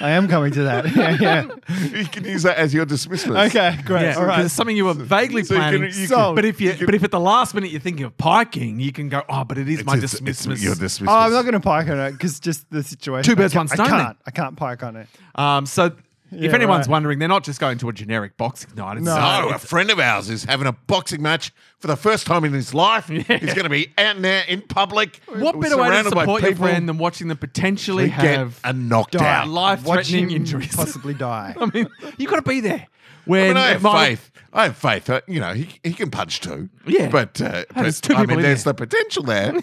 [SPEAKER 4] I am coming to that. Yeah, yeah.
[SPEAKER 1] you can use that as your dismissmas.
[SPEAKER 4] Okay, great.
[SPEAKER 3] Yeah,
[SPEAKER 4] all right.
[SPEAKER 3] It's something you were vaguely
[SPEAKER 1] so you can- you
[SPEAKER 3] planning.
[SPEAKER 1] can-
[SPEAKER 4] Sold.
[SPEAKER 3] but if you, but if at the last minute you're thinking of piking, you can go. Oh, but it is my
[SPEAKER 1] It's- it's-
[SPEAKER 3] dismissmas.
[SPEAKER 1] it's your dismissmas.
[SPEAKER 4] Oh, I'm not going to pike on it because just the situation.
[SPEAKER 3] Two birds,
[SPEAKER 4] I ca-
[SPEAKER 3] one stone
[SPEAKER 4] I
[SPEAKER 3] then.
[SPEAKER 4] can't. I can't pike on it.
[SPEAKER 3] um, so
[SPEAKER 4] Yeah,
[SPEAKER 3] if anyone's
[SPEAKER 4] right.
[SPEAKER 3] wondering, they're not just going to a generic boxing night. It's,
[SPEAKER 4] No.
[SPEAKER 1] No, a friend of ours is having a boxing match for the first time in his life. He's going to be out there in public.
[SPEAKER 3] What better way to
[SPEAKER 1] surrounded by
[SPEAKER 3] support your
[SPEAKER 1] people
[SPEAKER 3] friend than watching them potentially
[SPEAKER 1] to get
[SPEAKER 3] have
[SPEAKER 1] a knockdown?
[SPEAKER 4] Die.
[SPEAKER 3] Life-threatening
[SPEAKER 4] Watch him
[SPEAKER 3] injuries.
[SPEAKER 4] Possibly die.
[SPEAKER 3] I mean, you got to be there. When
[SPEAKER 1] I, mean, I have
[SPEAKER 3] my-
[SPEAKER 1] faith. I have faith. Uh, you know, he, he can punch two.
[SPEAKER 3] Yeah.
[SPEAKER 1] But, uh, but,
[SPEAKER 3] there's two
[SPEAKER 1] I
[SPEAKER 3] people
[SPEAKER 1] mean,
[SPEAKER 3] in
[SPEAKER 1] there's
[SPEAKER 3] there.
[SPEAKER 1] the potential there.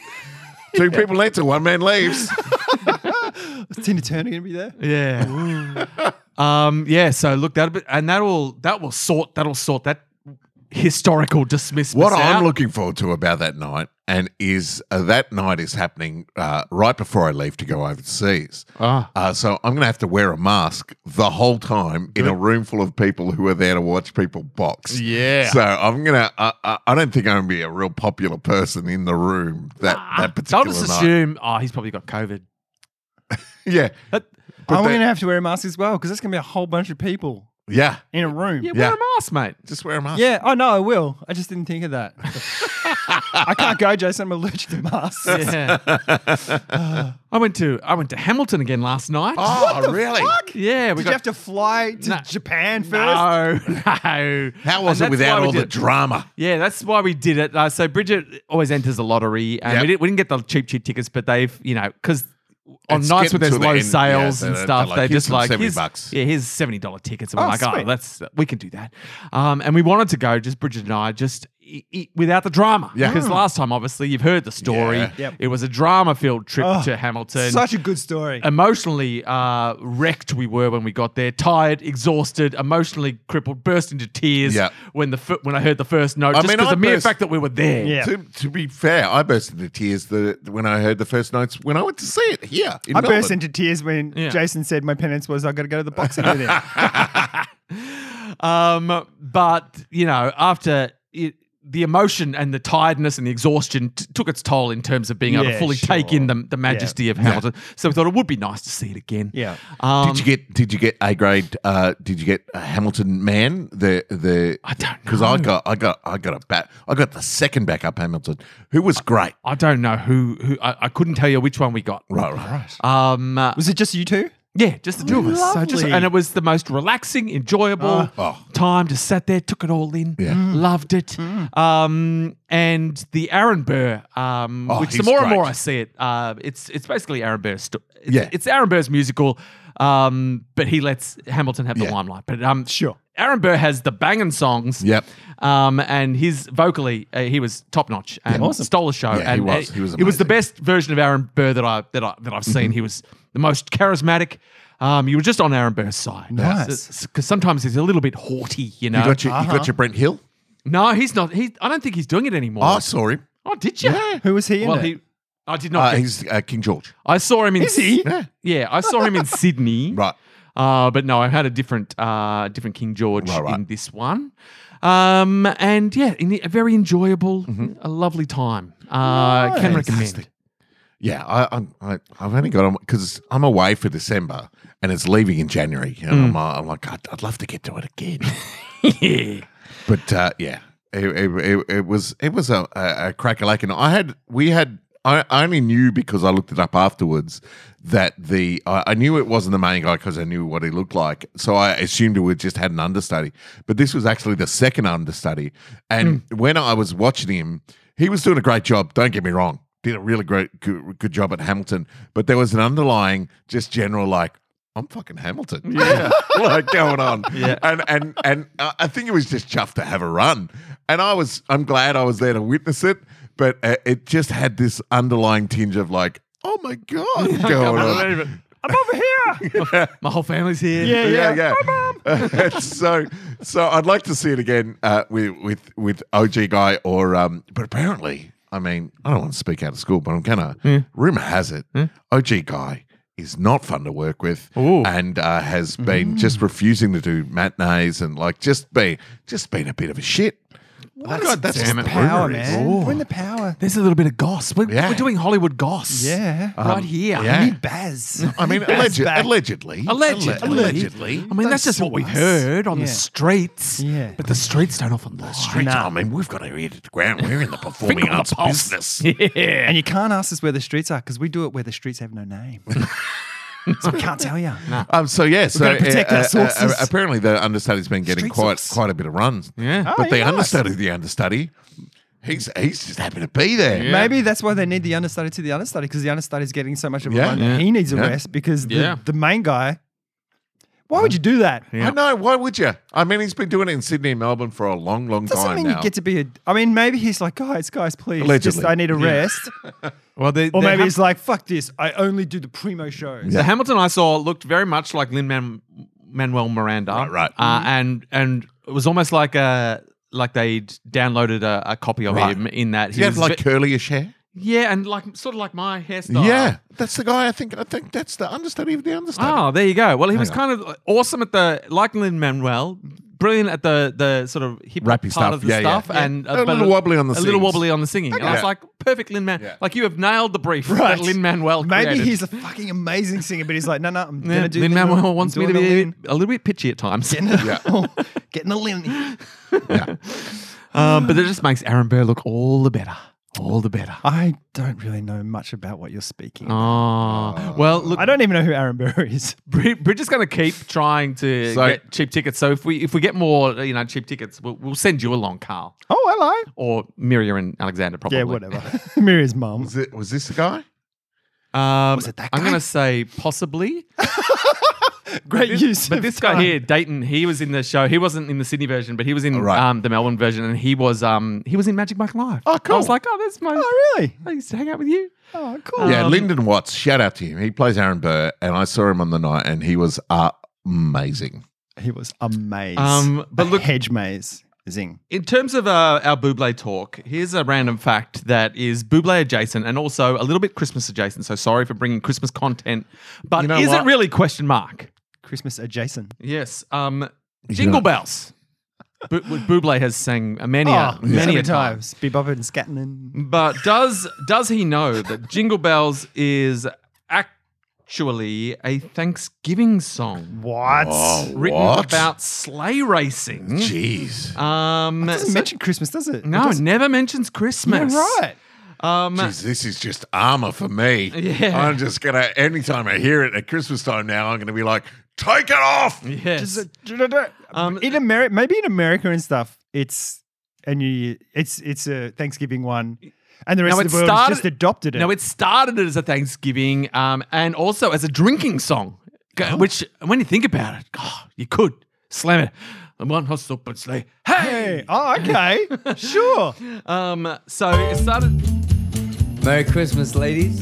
[SPEAKER 1] two people enter, one man leaves.
[SPEAKER 4] Is Tina Turner going to be there?
[SPEAKER 3] yeah, um, yeah. So look, that and that will that will sort that'll sort that historical dismissal.
[SPEAKER 1] What I'm looking forward to about that night, and is uh, that night is happening uh, right before I leave to go overseas.
[SPEAKER 3] Ah.
[SPEAKER 1] Uh, so I'm going to have to wear a mask the whole time in a room full of people who are there to watch people box.
[SPEAKER 3] Yeah.
[SPEAKER 1] So I'm gonna. I I, I don't think I'm gonna be a real popular person in the room that that
[SPEAKER 3] I'll
[SPEAKER 1] particular
[SPEAKER 3] just
[SPEAKER 1] night.
[SPEAKER 3] Ah, assume, oh, he's probably got COVID.
[SPEAKER 1] Yeah.
[SPEAKER 3] But-
[SPEAKER 1] But
[SPEAKER 4] I'm
[SPEAKER 1] they-
[SPEAKER 4] going to have to wear a mask as well because there's going to be a whole bunch of people
[SPEAKER 1] Yeah.
[SPEAKER 4] in a room.
[SPEAKER 3] yeah,
[SPEAKER 4] Yeah.
[SPEAKER 3] wear
[SPEAKER 1] Yeah.
[SPEAKER 3] a mask, mate.
[SPEAKER 1] Just wear a mask.
[SPEAKER 4] I know oh, I will. I just didn't think of that. I can't go, Jason. I'm allergic to masks.
[SPEAKER 3] Yeah. I went to I went to Hamilton again last night.
[SPEAKER 1] Oh, really?
[SPEAKER 3] Yeah, we got
[SPEAKER 4] Did you have to fly to
[SPEAKER 3] No.
[SPEAKER 4] Japan first?
[SPEAKER 3] No, no.
[SPEAKER 1] How was
[SPEAKER 3] And
[SPEAKER 1] it
[SPEAKER 3] that's why
[SPEAKER 1] without
[SPEAKER 3] we
[SPEAKER 1] all the
[SPEAKER 3] did-
[SPEAKER 1] drama?
[SPEAKER 3] Yeah, that's why we did it. Uh, so Bridget always enters the lottery, and
[SPEAKER 1] Yep.
[SPEAKER 3] we, didn't, we didn't get the cheap, cheap tickets, but they've, you know, because on
[SPEAKER 1] It's
[SPEAKER 3] nights
[SPEAKER 1] getting
[SPEAKER 3] where there's
[SPEAKER 1] to the
[SPEAKER 3] low
[SPEAKER 1] end, yeah,
[SPEAKER 3] sales
[SPEAKER 1] they're-
[SPEAKER 3] and
[SPEAKER 1] they're
[SPEAKER 3] stuff,
[SPEAKER 1] like,
[SPEAKER 3] they're
[SPEAKER 1] "Here's
[SPEAKER 3] just
[SPEAKER 1] some
[SPEAKER 3] like,
[SPEAKER 1] 70
[SPEAKER 3] here's,
[SPEAKER 1] bucks."
[SPEAKER 3] yeah, here's seventy dollar tickets, and we're
[SPEAKER 4] Oh,
[SPEAKER 3] like, oh,
[SPEAKER 4] sweet.
[SPEAKER 3] that's we can do that. Um, and we wanted to go, just Bridget and I, just e- e- without the drama,
[SPEAKER 1] Yeah.
[SPEAKER 3] because last time, obviously, you've heard the story.
[SPEAKER 1] Yeah.
[SPEAKER 4] Yep.
[SPEAKER 3] It was a drama-filled trip
[SPEAKER 4] Oh,
[SPEAKER 3] to Hamilton
[SPEAKER 4] Such a good story.
[SPEAKER 3] emotionally uh, wrecked we were when we got there. Tired, exhausted, emotionally crippled, burst into tears
[SPEAKER 1] Yeah.
[SPEAKER 3] when the fir- when I heard the first note.
[SPEAKER 1] I
[SPEAKER 3] just
[SPEAKER 1] mean,
[SPEAKER 3] because
[SPEAKER 1] I
[SPEAKER 3] the mere
[SPEAKER 1] burst-
[SPEAKER 3] fact that we were there.
[SPEAKER 4] Yeah.
[SPEAKER 1] To, to be fair, I burst into tears the, when I heard the first notes when I went to see it here. In
[SPEAKER 4] I
[SPEAKER 1] Melbourne.
[SPEAKER 4] burst into tears when
[SPEAKER 3] Yeah.
[SPEAKER 4] Jason said my penance was I got to go to the boxing with him.
[SPEAKER 3] Um, but you know, after it, the emotion and the tiredness and the exhaustion t- took its toll in terms of being able to
[SPEAKER 4] Yeah,
[SPEAKER 3] fully take in the, the majesty of Hamilton. So we thought it would be nice to see it again.
[SPEAKER 4] Yeah.
[SPEAKER 3] Um,
[SPEAKER 1] Did you get did you get A grade? Uh, did you get a Hamilton man? The the
[SPEAKER 3] I don't
[SPEAKER 1] because I
[SPEAKER 3] know.
[SPEAKER 1] got I got I got a bat I got the second backup Hamilton who was great.
[SPEAKER 3] I don't know who who I, I couldn't tell you which one we got.
[SPEAKER 1] Right, right, right.
[SPEAKER 3] Um, uh,
[SPEAKER 4] Was it just you two?
[SPEAKER 3] Yeah, just the two of us. So just,
[SPEAKER 4] Lovely.
[SPEAKER 3] and it was the most relaxing, enjoyable
[SPEAKER 1] Oh.
[SPEAKER 3] time. Just sat there, took it all in, Mm.
[SPEAKER 1] Yeah.
[SPEAKER 3] loved it. Um, and the Aaron Burr, um,
[SPEAKER 1] Oh,
[SPEAKER 3] which the
[SPEAKER 1] he's
[SPEAKER 3] more and
[SPEAKER 1] great.
[SPEAKER 3] more I see it, uh, it's it's basically Aaron Burr's. Sto- it's,
[SPEAKER 1] Yeah.
[SPEAKER 3] it's Aaron Burr's musical, um, but he lets Hamilton have the
[SPEAKER 1] Yeah.
[SPEAKER 3] limelight. But um,
[SPEAKER 4] Sure.
[SPEAKER 3] Aaron Burr has the banging songs.
[SPEAKER 1] Yep.
[SPEAKER 3] Um, and his vocally, uh, he was top notch and stole the show.
[SPEAKER 1] Yeah, he
[SPEAKER 3] and
[SPEAKER 1] was.
[SPEAKER 3] uh,
[SPEAKER 1] He was
[SPEAKER 3] It was the
[SPEAKER 1] amazing.
[SPEAKER 3] best version of Aaron Burr that I that I that I've seen. He was the most charismatic. Um, you were just on Aaron Burr's side.
[SPEAKER 4] Nice.
[SPEAKER 3] Because sometimes he's a little bit haughty, you know.
[SPEAKER 1] You got your you got your Brent Hill.
[SPEAKER 3] no, he's not. He. I don't think he's doing it anymore.
[SPEAKER 1] I saw him.
[SPEAKER 3] oh, did you?
[SPEAKER 4] Who was he in
[SPEAKER 3] Well,
[SPEAKER 4] it?
[SPEAKER 3] he. I did not.
[SPEAKER 1] Uh,
[SPEAKER 3] get-
[SPEAKER 1] he's uh, King George.
[SPEAKER 3] I saw him in.
[SPEAKER 4] Is he?
[SPEAKER 1] Yeah.
[SPEAKER 3] Yeah, I saw him in Sydney.
[SPEAKER 1] Right.
[SPEAKER 3] Uh, but no, I had a different uh, different King George
[SPEAKER 1] Right, right.
[SPEAKER 3] in this one. Um, and yeah, in the, a very enjoyable, a lovely time. Uh, Can recommend.
[SPEAKER 1] Yeah, I, I'm, I, I've only got on because I'm away for December and it's leaving in January. And I'm, uh, I'm like, I'd, I'd love to get to it again.
[SPEAKER 3] yeah.
[SPEAKER 1] but uh, yeah, it, it, it, it was it was a, a, a crack a and I had we had I, I only knew because I looked it up afterwards that the I, I knew it wasn't the main guy because I knew what he looked like, so I assumed it would just had an understudy. But this was actually the second understudy, and when I was watching him, he was doing a great job. Don't get me wrong. Did a really great good, good job at Hamilton, but there was an underlying, just general like, I'm fucking Hamilton. Yeah. like going on. Yeah. And and and uh, I think it was just chuffed to have a run. And I was I'm glad I was there to witness it, but uh, it just had this underlying tinge of like, oh my god, going on.
[SPEAKER 4] I'm over here.
[SPEAKER 3] My whole family's here.
[SPEAKER 4] Yeah.
[SPEAKER 1] yeah. so so I'd like to see it again uh, with with with OG guy or um but apparently, I mean, I don't want to speak out of school, but I'm gonna rumor has it OG guy is not fun to work with
[SPEAKER 3] Ooh.
[SPEAKER 1] and uh, has been just refusing to do matinees and like just be just been a bit of a shit.
[SPEAKER 3] Oh,
[SPEAKER 1] God, that's
[SPEAKER 3] damn
[SPEAKER 1] what
[SPEAKER 3] it.
[SPEAKER 1] the
[SPEAKER 4] Power,
[SPEAKER 1] rumour is.
[SPEAKER 4] man. Win the power.
[SPEAKER 3] There's a little bit of goss. We're,
[SPEAKER 1] Yeah.
[SPEAKER 3] we're doing Hollywood goss.
[SPEAKER 4] Yeah.
[SPEAKER 3] Right here.
[SPEAKER 1] yeah.
[SPEAKER 4] I need Baz.
[SPEAKER 1] I mean, alleged,
[SPEAKER 4] back.
[SPEAKER 1] allegedly,
[SPEAKER 3] Allegedly.
[SPEAKER 1] Alle-
[SPEAKER 3] I mean, that's just
[SPEAKER 4] sue
[SPEAKER 3] what we've
[SPEAKER 4] us.
[SPEAKER 3] heard on the
[SPEAKER 4] Yeah.
[SPEAKER 3] streets.
[SPEAKER 4] Yeah.
[SPEAKER 3] But the streets don't often lie.
[SPEAKER 1] Streets, I mean, we've got our ear to the ground. We're in the performing arts business.
[SPEAKER 3] Yeah.
[SPEAKER 4] And you can't ask us where the streets are because we do it where the streets have no name. so we can't tell you.
[SPEAKER 1] Um, so yeah, so uh,
[SPEAKER 4] gotta protect our sources.
[SPEAKER 1] apparently the understudy's been getting
[SPEAKER 4] Street
[SPEAKER 1] quite
[SPEAKER 4] source.
[SPEAKER 1] quite a bit of runs.
[SPEAKER 3] Yeah.
[SPEAKER 1] but the
[SPEAKER 4] yeah, Oh, nice.
[SPEAKER 1] understudy, the understudy, he's he's just happy to be there.
[SPEAKER 4] Maybe that's why they need the understudy to the understudy because the understudy's getting so much of a
[SPEAKER 1] Yeah.
[SPEAKER 4] run.
[SPEAKER 3] Yeah.
[SPEAKER 4] He needs a
[SPEAKER 1] Yeah.
[SPEAKER 4] rest because the,
[SPEAKER 3] Yeah.
[SPEAKER 4] the main guy. Why would you do that?
[SPEAKER 1] I know. Why would you? I mean, he's been doing it in Sydney and Melbourne for a long, long
[SPEAKER 4] Doesn't
[SPEAKER 1] time
[SPEAKER 4] mean
[SPEAKER 1] now.
[SPEAKER 4] you get to be a. I mean, maybe he's like, guys, guys, please.
[SPEAKER 1] Allegedly.
[SPEAKER 4] Just, I need a rest.
[SPEAKER 3] Well, they,
[SPEAKER 4] Or
[SPEAKER 3] they
[SPEAKER 4] maybe
[SPEAKER 3] have-
[SPEAKER 4] he's like, fuck this. I only do the primo shows.
[SPEAKER 3] The Hamilton I saw looked very much like Lin Manuel Miranda,
[SPEAKER 1] Right, right.
[SPEAKER 3] Uh, and and it was almost like a like they'd downloaded a, a copy of
[SPEAKER 1] Right.
[SPEAKER 3] him in that
[SPEAKER 1] He had
[SPEAKER 3] was
[SPEAKER 1] like
[SPEAKER 3] ve-
[SPEAKER 1] curlyish hair.
[SPEAKER 3] yeah, and like sort of like my
[SPEAKER 4] Oh.
[SPEAKER 3] hairstyle.
[SPEAKER 1] Yeah, that's the guy. I think. I think that's the understudy of the understudy.
[SPEAKER 3] Oh, there you go. Well, he was
[SPEAKER 1] on.
[SPEAKER 3] kind of awesome at the like Lin Manuel, brilliant at the the sort of hip hop
[SPEAKER 1] Rappy
[SPEAKER 3] part
[SPEAKER 1] stuff,
[SPEAKER 3] of the
[SPEAKER 1] yeah, yeah.
[SPEAKER 3] stuff,
[SPEAKER 1] Yeah.
[SPEAKER 3] and
[SPEAKER 1] A
[SPEAKER 3] uh,
[SPEAKER 1] little wobbly on the
[SPEAKER 3] a little
[SPEAKER 1] sings.
[SPEAKER 3] wobbly on the singing. And I was
[SPEAKER 1] Yeah.
[SPEAKER 3] like, perfect Lin Man.
[SPEAKER 1] Yeah.
[SPEAKER 3] Like you have nailed the brief
[SPEAKER 4] Right.
[SPEAKER 3] that Lin Manuel.
[SPEAKER 4] Maybe he's a fucking amazing singer, but he's like, no, no, I'm gonna do.
[SPEAKER 3] Lin Manuel wants me to be
[SPEAKER 4] Lin. Oh,
[SPEAKER 3] a little bit pitchy at times,
[SPEAKER 1] Yeah.
[SPEAKER 4] getting the Lin.
[SPEAKER 3] um, but it just makes Aaron Burr look all the better, all the better.
[SPEAKER 4] I don't really know much about what you're speaking.
[SPEAKER 3] Oh well, look,
[SPEAKER 4] I don't even know who Aaron Burr is.
[SPEAKER 3] We're we're just going to keep trying to
[SPEAKER 1] So-
[SPEAKER 3] get cheap tickets. So if we if we get more, you know, cheap tickets, we'll, we'll send you along, Carl,
[SPEAKER 4] Oh, hello.
[SPEAKER 3] or Miria and Alexander, probably.
[SPEAKER 4] Yeah, whatever. Miria's mum.
[SPEAKER 1] Was, it, was this the guy?
[SPEAKER 3] Um,
[SPEAKER 4] Was it that
[SPEAKER 3] I'm
[SPEAKER 4] guy?
[SPEAKER 3] going to say possibly,
[SPEAKER 4] Great use.
[SPEAKER 3] but
[SPEAKER 4] of
[SPEAKER 3] this guy
[SPEAKER 4] time.
[SPEAKER 3] here, Dayton, he was in the show. He wasn't in the Sydney version, but he was in
[SPEAKER 1] Right.
[SPEAKER 3] um, the Melbourne version, and he was um he was in Magic Mike Live.
[SPEAKER 1] Oh, cool.
[SPEAKER 3] I was like, oh, that's my.
[SPEAKER 4] Oh, really?
[SPEAKER 3] I used to hang out with you.
[SPEAKER 4] Oh, cool.
[SPEAKER 1] yeah,
[SPEAKER 3] Um,
[SPEAKER 1] Lyndon Watts. Shout out to him. He plays Aaron Burr, and I saw him on the night, and he was uh, amazing.
[SPEAKER 4] He was a maze.
[SPEAKER 3] Um, but
[SPEAKER 4] A
[SPEAKER 3] look-
[SPEAKER 4] hedge maze. Zing.
[SPEAKER 3] In terms of uh, our Buble talk, here's a random fact that is Buble adjacent and also a little bit Christmas adjacent. So sorry for bringing Christmas content, but
[SPEAKER 1] You know
[SPEAKER 3] is
[SPEAKER 1] what?
[SPEAKER 3] it really? Question mark.
[SPEAKER 4] Christmas adjacent.
[SPEAKER 3] Yes. Um, Jingle Bells. Bu- Buble has sang many, a, Oh, many
[SPEAKER 4] so
[SPEAKER 3] a time.
[SPEAKER 4] times. Bebop and scatting and
[SPEAKER 3] But does does he know that Jingle Bells is actually a Thanksgiving song
[SPEAKER 4] what?
[SPEAKER 3] written
[SPEAKER 1] What?
[SPEAKER 3] about sleigh racing?
[SPEAKER 1] Jeez.
[SPEAKER 3] Um,
[SPEAKER 4] Doesn't
[SPEAKER 3] so-
[SPEAKER 4] mention Christmas, does it?
[SPEAKER 3] no,
[SPEAKER 4] It
[SPEAKER 3] it
[SPEAKER 4] doesn't-
[SPEAKER 3] never mentions Christmas.
[SPEAKER 4] Yeah, right.
[SPEAKER 3] Um,
[SPEAKER 1] Jeez, this is just armor for me.
[SPEAKER 3] Yeah.
[SPEAKER 1] I'm just gonna. Anytime I hear it at Christmas time now, I'm gonna be like, "Take it off!"
[SPEAKER 3] yes.
[SPEAKER 4] Does it-
[SPEAKER 3] Um,
[SPEAKER 4] in America, maybe in America and stuff, it's a New Year. It's it's a Thanksgiving one, and the rest
[SPEAKER 3] No,
[SPEAKER 4] of
[SPEAKER 3] it
[SPEAKER 4] the world
[SPEAKER 3] started-
[SPEAKER 4] has just adopted it.
[SPEAKER 3] No, it started as a Thanksgiving um, and also as a drinking song, G-
[SPEAKER 4] Oh.
[SPEAKER 3] which, when you think about it, oh, you could slam it. I'm one hot stop and sleigh. Hey!
[SPEAKER 4] Hey, oh, okay, sure.
[SPEAKER 3] Um, so it started.
[SPEAKER 5] Merry Christmas, ladies.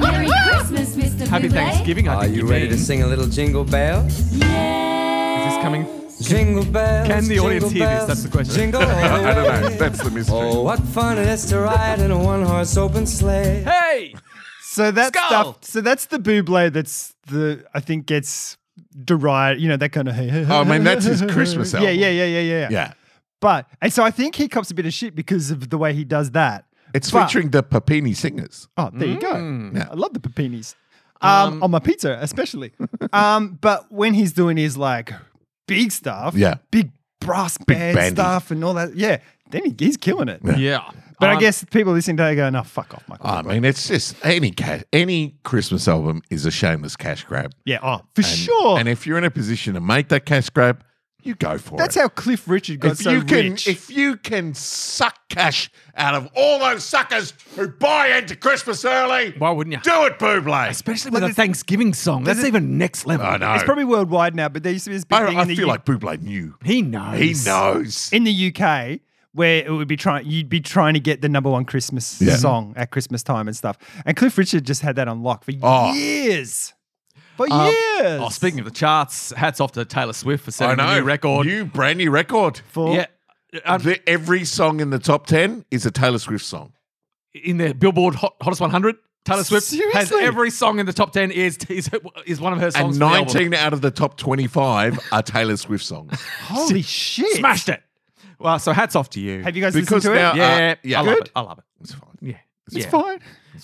[SPEAKER 6] Merry Christmas, Mr.
[SPEAKER 3] Happy
[SPEAKER 6] Bublé.
[SPEAKER 3] Thanksgiving, I
[SPEAKER 5] Are
[SPEAKER 3] think
[SPEAKER 5] you ready to
[SPEAKER 3] mean.
[SPEAKER 5] sing a little jingle bells?
[SPEAKER 6] Yeah.
[SPEAKER 3] Is this coming?
[SPEAKER 5] Jingle bells.
[SPEAKER 3] Can the audience
[SPEAKER 5] jingle
[SPEAKER 3] hear this?
[SPEAKER 5] bells,
[SPEAKER 3] That's the question.
[SPEAKER 5] Jingle all the
[SPEAKER 1] I don't know.
[SPEAKER 5] way.
[SPEAKER 1] That's the mystery.
[SPEAKER 5] Oh, what fun it is to ride in a one-horse open sleigh.
[SPEAKER 3] Hey!
[SPEAKER 4] So that
[SPEAKER 3] Skull.
[SPEAKER 4] stuff. So that's the buble. That's the I think gets derided. You know that kind of.
[SPEAKER 1] Oh, I mean, that's his Christmas
[SPEAKER 4] yeah,
[SPEAKER 1] album.
[SPEAKER 4] yeah, yeah, yeah, yeah,
[SPEAKER 1] Yeah.
[SPEAKER 4] But and so I think he cops a bit of shit because of the way he does that.
[SPEAKER 1] It's
[SPEAKER 4] But-
[SPEAKER 1] featuring the Papini singers.
[SPEAKER 4] Oh, there you
[SPEAKER 3] Mm.
[SPEAKER 4] go.
[SPEAKER 1] Yeah.
[SPEAKER 4] I love the pepinis. Um, on my pizza, especially. um, but when he's doing his like big stuff,
[SPEAKER 1] Yeah.
[SPEAKER 4] big brass band
[SPEAKER 1] bandy.
[SPEAKER 4] stuff and all that, yeah, then he, he's killing it.
[SPEAKER 3] Yeah.
[SPEAKER 4] But I
[SPEAKER 3] Um,
[SPEAKER 4] guess people listening to that go, no, fuck off, Michael.
[SPEAKER 1] I mean, it's just any ca- any Christmas album is a shameless cash grab.
[SPEAKER 4] yeah, oh, for sure.
[SPEAKER 1] And if you're in a position to make that cash grab, you go for
[SPEAKER 4] That's
[SPEAKER 1] it.
[SPEAKER 4] how Cliff Richard got
[SPEAKER 1] Oh, if
[SPEAKER 4] so
[SPEAKER 1] you can,
[SPEAKER 4] rich.
[SPEAKER 1] if you can suck cash out of all those suckers who buy into Christmas early,
[SPEAKER 3] Why wouldn't you?
[SPEAKER 1] do it, Buble?
[SPEAKER 3] Especially with a Thanksgiving song. That's even next level.
[SPEAKER 1] I know.
[SPEAKER 4] it's probably worldwide now, but there used to be this big
[SPEAKER 1] Oh. I,
[SPEAKER 4] thing
[SPEAKER 1] I
[SPEAKER 4] in, the
[SPEAKER 1] feel
[SPEAKER 4] U-
[SPEAKER 1] like Buble knew.
[SPEAKER 3] He knows.
[SPEAKER 1] He knows.
[SPEAKER 4] in the UK where it would be trying, you'd be trying to get the number one Christmas
[SPEAKER 3] Mm-hmm.
[SPEAKER 1] Yeah.
[SPEAKER 4] song at Christmas time and stuff. And Cliff Richard just had that on lock for
[SPEAKER 1] Oh.
[SPEAKER 4] years. For
[SPEAKER 3] Um,
[SPEAKER 4] years.
[SPEAKER 3] Oh, speaking of the charts, hats off to Taylor Swift for
[SPEAKER 1] I
[SPEAKER 3] setting
[SPEAKER 1] know.
[SPEAKER 3] a new record.
[SPEAKER 1] New brand new record.
[SPEAKER 4] for
[SPEAKER 3] yeah. Um,
[SPEAKER 1] The- every song in the top ten is a Taylor Swift song.
[SPEAKER 3] in the Billboard Hot, Hottest 100. Taylor Swift has
[SPEAKER 4] Seriously?
[SPEAKER 3] every song in the top 10 is is, is one of her songs.
[SPEAKER 1] and
[SPEAKER 3] from the album.
[SPEAKER 1] 19 out of the top 25 are Taylor Swift songs.
[SPEAKER 4] holy shit.
[SPEAKER 3] smashed it. Well, so hats off to you.
[SPEAKER 4] Have you guys
[SPEAKER 1] Because
[SPEAKER 4] listened to
[SPEAKER 1] now-
[SPEAKER 4] it?
[SPEAKER 3] yeah,
[SPEAKER 1] uh, yeah.
[SPEAKER 3] I love
[SPEAKER 1] Good?
[SPEAKER 3] it. I love it.
[SPEAKER 1] It's fine.
[SPEAKER 3] Yeah, it's yeah.
[SPEAKER 4] Fine.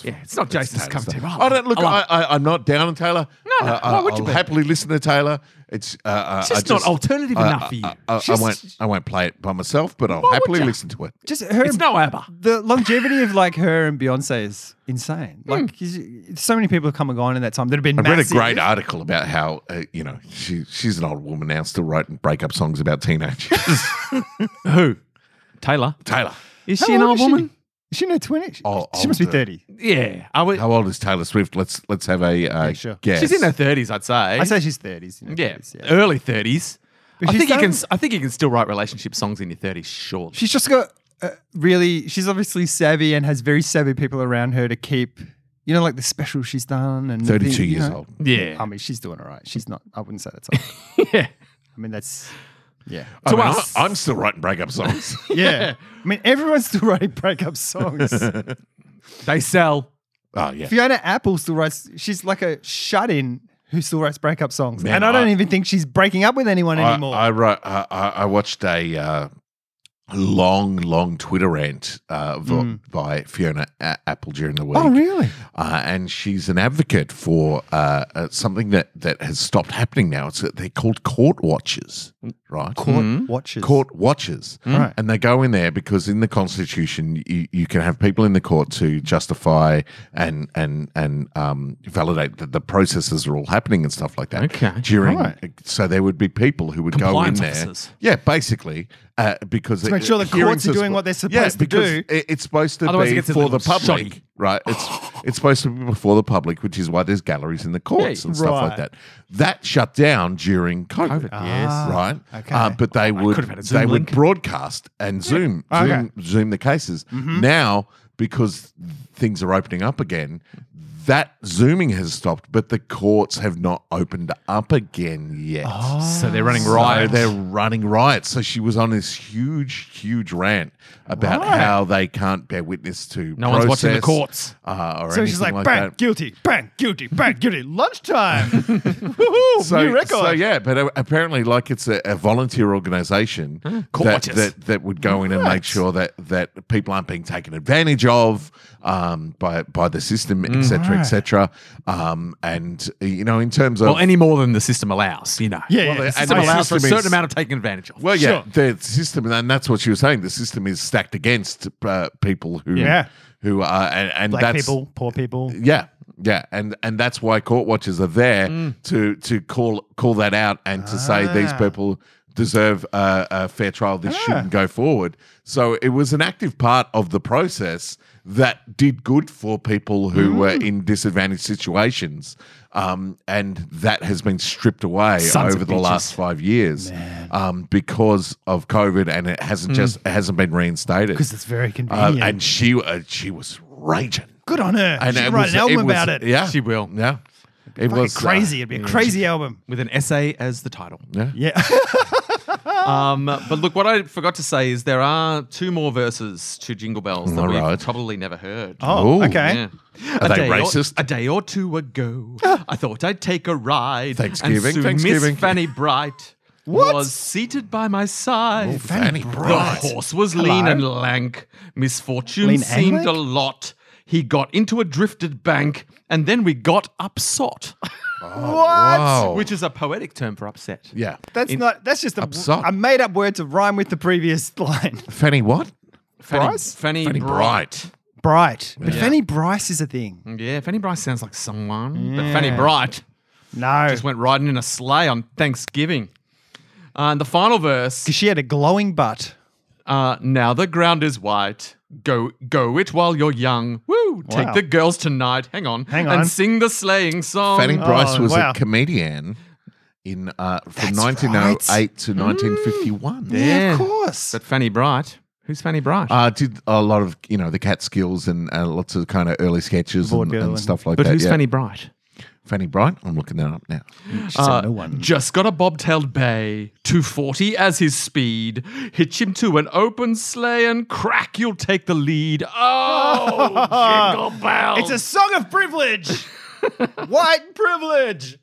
[SPEAKER 3] Yeah, it's not Jason's
[SPEAKER 1] Taylor
[SPEAKER 3] come
[SPEAKER 1] stuff.
[SPEAKER 3] to.
[SPEAKER 1] I don't look. I,
[SPEAKER 3] love it.
[SPEAKER 1] I, I'm not down on Taylor.
[SPEAKER 3] No, no,
[SPEAKER 1] I,
[SPEAKER 3] why would
[SPEAKER 1] will
[SPEAKER 3] you be?
[SPEAKER 1] happily listen to Taylor. It's, uh, uh,
[SPEAKER 3] It's
[SPEAKER 1] I
[SPEAKER 3] just not alternative enough for you.
[SPEAKER 1] I, I, I
[SPEAKER 3] Just-
[SPEAKER 1] won't. I won't play it by myself, but I'll
[SPEAKER 3] would
[SPEAKER 1] happily
[SPEAKER 3] ya?
[SPEAKER 1] listen to it.
[SPEAKER 4] Just her
[SPEAKER 3] it's
[SPEAKER 4] and-
[SPEAKER 3] no ABBA.
[SPEAKER 4] the longevity of like her and Beyonce is insane. Like you- so many people have come and gone in that time that have been
[SPEAKER 1] I Hmm. read a
[SPEAKER 4] massive.
[SPEAKER 1] great article about how uh, you know she, she's an old woman now, still writing breakup songs about teenagers.
[SPEAKER 3] Who? Taylor.
[SPEAKER 1] Taylor,
[SPEAKER 3] Is
[SPEAKER 4] How
[SPEAKER 3] she an
[SPEAKER 4] old
[SPEAKER 3] old
[SPEAKER 4] is she?
[SPEAKER 3] woman?
[SPEAKER 4] Is she in her 20s?
[SPEAKER 1] Oh,
[SPEAKER 4] she must be
[SPEAKER 1] older.
[SPEAKER 4] 30.
[SPEAKER 3] Yeah. I would,
[SPEAKER 1] how old is Taylor Swift? Let's let's have a uh,
[SPEAKER 4] Yeah, sure.
[SPEAKER 1] guess.
[SPEAKER 3] She's in her 30s, I'd say.
[SPEAKER 4] I say she's 30s. in her
[SPEAKER 3] yeah,
[SPEAKER 4] 30s,
[SPEAKER 3] early 30s.
[SPEAKER 4] But
[SPEAKER 3] I
[SPEAKER 4] she's
[SPEAKER 3] think you can.
[SPEAKER 4] done-
[SPEAKER 3] I think you can still write relationship songs in your 30s, sure.
[SPEAKER 4] She's just got uh, really, she's obviously savvy and has very savvy people around her to keep, you know, like the special she's done. and the
[SPEAKER 1] 32
[SPEAKER 4] thing, you
[SPEAKER 1] years
[SPEAKER 4] know.
[SPEAKER 1] old.
[SPEAKER 3] yeah.
[SPEAKER 4] I mean, she's doing all right. She's not, I wouldn't say that's old.
[SPEAKER 3] yeah.
[SPEAKER 4] I mean, that's Yeah.
[SPEAKER 1] I
[SPEAKER 3] To
[SPEAKER 1] mean,
[SPEAKER 3] us.
[SPEAKER 1] I- I'm still writing breakup songs.
[SPEAKER 4] Yeah. I mean, everyone's still writing breakup songs.
[SPEAKER 3] They sell.
[SPEAKER 1] oh yeah.
[SPEAKER 4] Fiona Apple still writes, she's like a shut in who still writes breakup songs.
[SPEAKER 1] Man,
[SPEAKER 4] and I don't
[SPEAKER 1] I-
[SPEAKER 4] even think she's breaking up with anyone
[SPEAKER 1] I,
[SPEAKER 4] anymore.
[SPEAKER 1] I wrote. I, I I watched a uh, long, long Twitter rant uh, vo- by Fiona a- Apple during the week.
[SPEAKER 4] Mm. oh, really?
[SPEAKER 1] Uh, and she's an advocate for uh, uh, something that, that has stopped happening now. It's that they're called court watches, right?
[SPEAKER 4] Court watches.
[SPEAKER 1] Court watches,
[SPEAKER 3] Mm.
[SPEAKER 4] Right.
[SPEAKER 1] and they go in there because in the Constitution you, you can have people in the court to justify and and and um, validate that the processes are all happening and stuff like that.
[SPEAKER 3] Okay.
[SPEAKER 1] during
[SPEAKER 4] Right.
[SPEAKER 1] so there would be people who would go in
[SPEAKER 3] Compliance
[SPEAKER 1] there,
[SPEAKER 3] officers.
[SPEAKER 1] yeah, basically uh, because to
[SPEAKER 4] make sure the courts are doing what they're supposed to do.
[SPEAKER 1] It's supposed to
[SPEAKER 3] Otherwise it
[SPEAKER 1] be
[SPEAKER 3] gets a
[SPEAKER 1] for the
[SPEAKER 3] little
[SPEAKER 1] public,
[SPEAKER 3] shoddy.
[SPEAKER 1] right? It's it's supposed to be before the public, which is why there's galleries in the courts
[SPEAKER 3] Yeah,
[SPEAKER 1] and stuff like
[SPEAKER 4] right.
[SPEAKER 1] that. That shut down during COVID,
[SPEAKER 4] yes.
[SPEAKER 1] right?
[SPEAKER 4] okay.
[SPEAKER 1] Uh, but they would
[SPEAKER 3] could've had a Zoom
[SPEAKER 1] they would
[SPEAKER 3] link.
[SPEAKER 1] broadcast and Zoom
[SPEAKER 4] Okay.
[SPEAKER 1] Zoom Zoom the cases
[SPEAKER 3] Mm-hmm.
[SPEAKER 1] now because things are opening up again. That zooming has stopped, but the courts have not opened up again yet.
[SPEAKER 3] Oh, So they're running
[SPEAKER 1] Right,
[SPEAKER 3] riot.
[SPEAKER 1] they're running riots. So she was on this huge, huge rant about how they can't bear witness to
[SPEAKER 3] No one's watching the
[SPEAKER 1] process,
[SPEAKER 3] courts.
[SPEAKER 1] uh, or
[SPEAKER 4] So
[SPEAKER 1] anything
[SPEAKER 4] she's like,
[SPEAKER 1] like
[SPEAKER 4] bang,
[SPEAKER 1] that.
[SPEAKER 4] guilty, bang, guilty, bang, guilty. Lunchtime. Woohoo,
[SPEAKER 1] so,
[SPEAKER 4] new record.
[SPEAKER 1] so yeah, but a- apparently, like it's a, a volunteer organisation
[SPEAKER 4] Hmm,
[SPEAKER 1] that,
[SPEAKER 3] Gorgeous.
[SPEAKER 1] that that would go in and make sure that that people aren't being taken advantage of um, by by the system, etc., cetera, etc. Um, and you know, in terms of
[SPEAKER 3] Well, any more than the system allows, you know.
[SPEAKER 4] Yeah, yeah,
[SPEAKER 1] they-
[SPEAKER 4] the
[SPEAKER 1] and
[SPEAKER 3] System
[SPEAKER 1] the
[SPEAKER 3] allows for a
[SPEAKER 1] system
[SPEAKER 3] certain
[SPEAKER 1] is-
[SPEAKER 3] amount of taking advantage of.
[SPEAKER 1] Well, yeah, the system, and that's what she was saying. The system is stacked against uh, people who,
[SPEAKER 4] Yeah.
[SPEAKER 1] who are, and, and
[SPEAKER 4] Black
[SPEAKER 1] that's
[SPEAKER 4] people, poor people.
[SPEAKER 1] yeah, yeah, and and that's why court watchers are there
[SPEAKER 4] Mm.
[SPEAKER 1] to to call call that out and to say
[SPEAKER 4] Ah.
[SPEAKER 1] these people deserve uh, a fair trial. This shouldn't go forward. So it was an active part of the process that did good for people
[SPEAKER 4] Mm.
[SPEAKER 1] who were in disadvantaged situations. Um, and that has been stripped away
[SPEAKER 3] Sons of
[SPEAKER 1] over the
[SPEAKER 3] bitches.
[SPEAKER 1] last five years um, because of COVID, and it hasn't just it hasn't been reinstated.
[SPEAKER 4] Mm. Because it's very
[SPEAKER 1] Uh,
[SPEAKER 4] convenient.
[SPEAKER 1] and she uh, she was raging.
[SPEAKER 4] Good on her.
[SPEAKER 1] And
[SPEAKER 4] she
[SPEAKER 1] it
[SPEAKER 4] wrote
[SPEAKER 1] was-
[SPEAKER 4] an album
[SPEAKER 1] was-
[SPEAKER 4] about it.
[SPEAKER 1] Yeah,
[SPEAKER 3] She will.
[SPEAKER 1] Yeah, it
[SPEAKER 4] Fucking
[SPEAKER 1] was uh,
[SPEAKER 4] crazy. It'd be a crazy album.
[SPEAKER 3] With an essay as the title.
[SPEAKER 4] Yeah.
[SPEAKER 3] Um, but look, what I forgot to say is there are two more verses to Jingle Bells that
[SPEAKER 1] All right.
[SPEAKER 3] we've probably never heard.
[SPEAKER 4] oh,
[SPEAKER 1] Ooh.
[SPEAKER 4] okay.
[SPEAKER 3] Yeah.
[SPEAKER 1] Are they
[SPEAKER 3] day or-
[SPEAKER 1] racist?
[SPEAKER 3] a day or two ago, I thought I'd take a ride.
[SPEAKER 1] Thanksgiving,
[SPEAKER 3] and soon
[SPEAKER 1] Thanksgiving.
[SPEAKER 3] Miss Fanny Bright
[SPEAKER 4] What?
[SPEAKER 3] was seated by my side.
[SPEAKER 1] Fanny
[SPEAKER 3] the
[SPEAKER 1] Bright.
[SPEAKER 3] horse was lean and lank. Misfortune
[SPEAKER 4] Lean and
[SPEAKER 3] seemed a
[SPEAKER 4] lank?
[SPEAKER 3] lot. He got into a drifted bank, and then we got upsot,
[SPEAKER 4] Oh.
[SPEAKER 1] Wow.
[SPEAKER 3] which is a poetic term for upset.
[SPEAKER 1] Oh, yeah,
[SPEAKER 4] That's not. That's just a,
[SPEAKER 1] Upside.
[SPEAKER 4] a made-up word to rhyme with the previous line.
[SPEAKER 1] Fanny what?
[SPEAKER 3] Fanny,
[SPEAKER 4] Bryce?
[SPEAKER 3] Fanny,
[SPEAKER 1] Fanny
[SPEAKER 3] Bright.
[SPEAKER 4] Bright, but
[SPEAKER 3] Yeah.
[SPEAKER 4] Fanny Bryce is a
[SPEAKER 1] Mm.
[SPEAKER 4] thing.
[SPEAKER 3] Yeah, Fanny Bryce sounds like someone, but Fanny Bright
[SPEAKER 4] No,
[SPEAKER 3] just went riding in a sleigh on Thanksgiving. Uh, and the final verse.
[SPEAKER 4] because she had a glowing butt.
[SPEAKER 3] Uh, now the ground is white. Go, go it while you're young. Woo! Take
[SPEAKER 4] Wow.
[SPEAKER 3] the girls tonight. Hang on,
[SPEAKER 4] Hang on.
[SPEAKER 3] and sing the sleighing song.
[SPEAKER 1] Fanny Bryce was
[SPEAKER 4] Oh, wow.
[SPEAKER 1] a comedian in uh, from 1908 to 1951.
[SPEAKER 4] Yeah, of course.
[SPEAKER 3] But Fanny Bright, who's Fanny Bright?
[SPEAKER 1] Uh, did a lot of you know the cat skills and uh, lots of kind of early sketches and,
[SPEAKER 4] Vaudeville
[SPEAKER 1] and
[SPEAKER 4] and-
[SPEAKER 1] stuff like
[SPEAKER 3] but
[SPEAKER 1] that.
[SPEAKER 3] who's
[SPEAKER 1] yeah.
[SPEAKER 3] Fanny Bright?
[SPEAKER 1] Fanny Bright? I'm looking that up now.
[SPEAKER 4] She's
[SPEAKER 3] Uh,
[SPEAKER 4] a no one.
[SPEAKER 3] Just got a bobtailed bay, 240 as his speed. Hitch him to an open sleigh and crack, you'll take the lead. Oh, jingle bells.
[SPEAKER 4] It's a song of privilege. White privilege.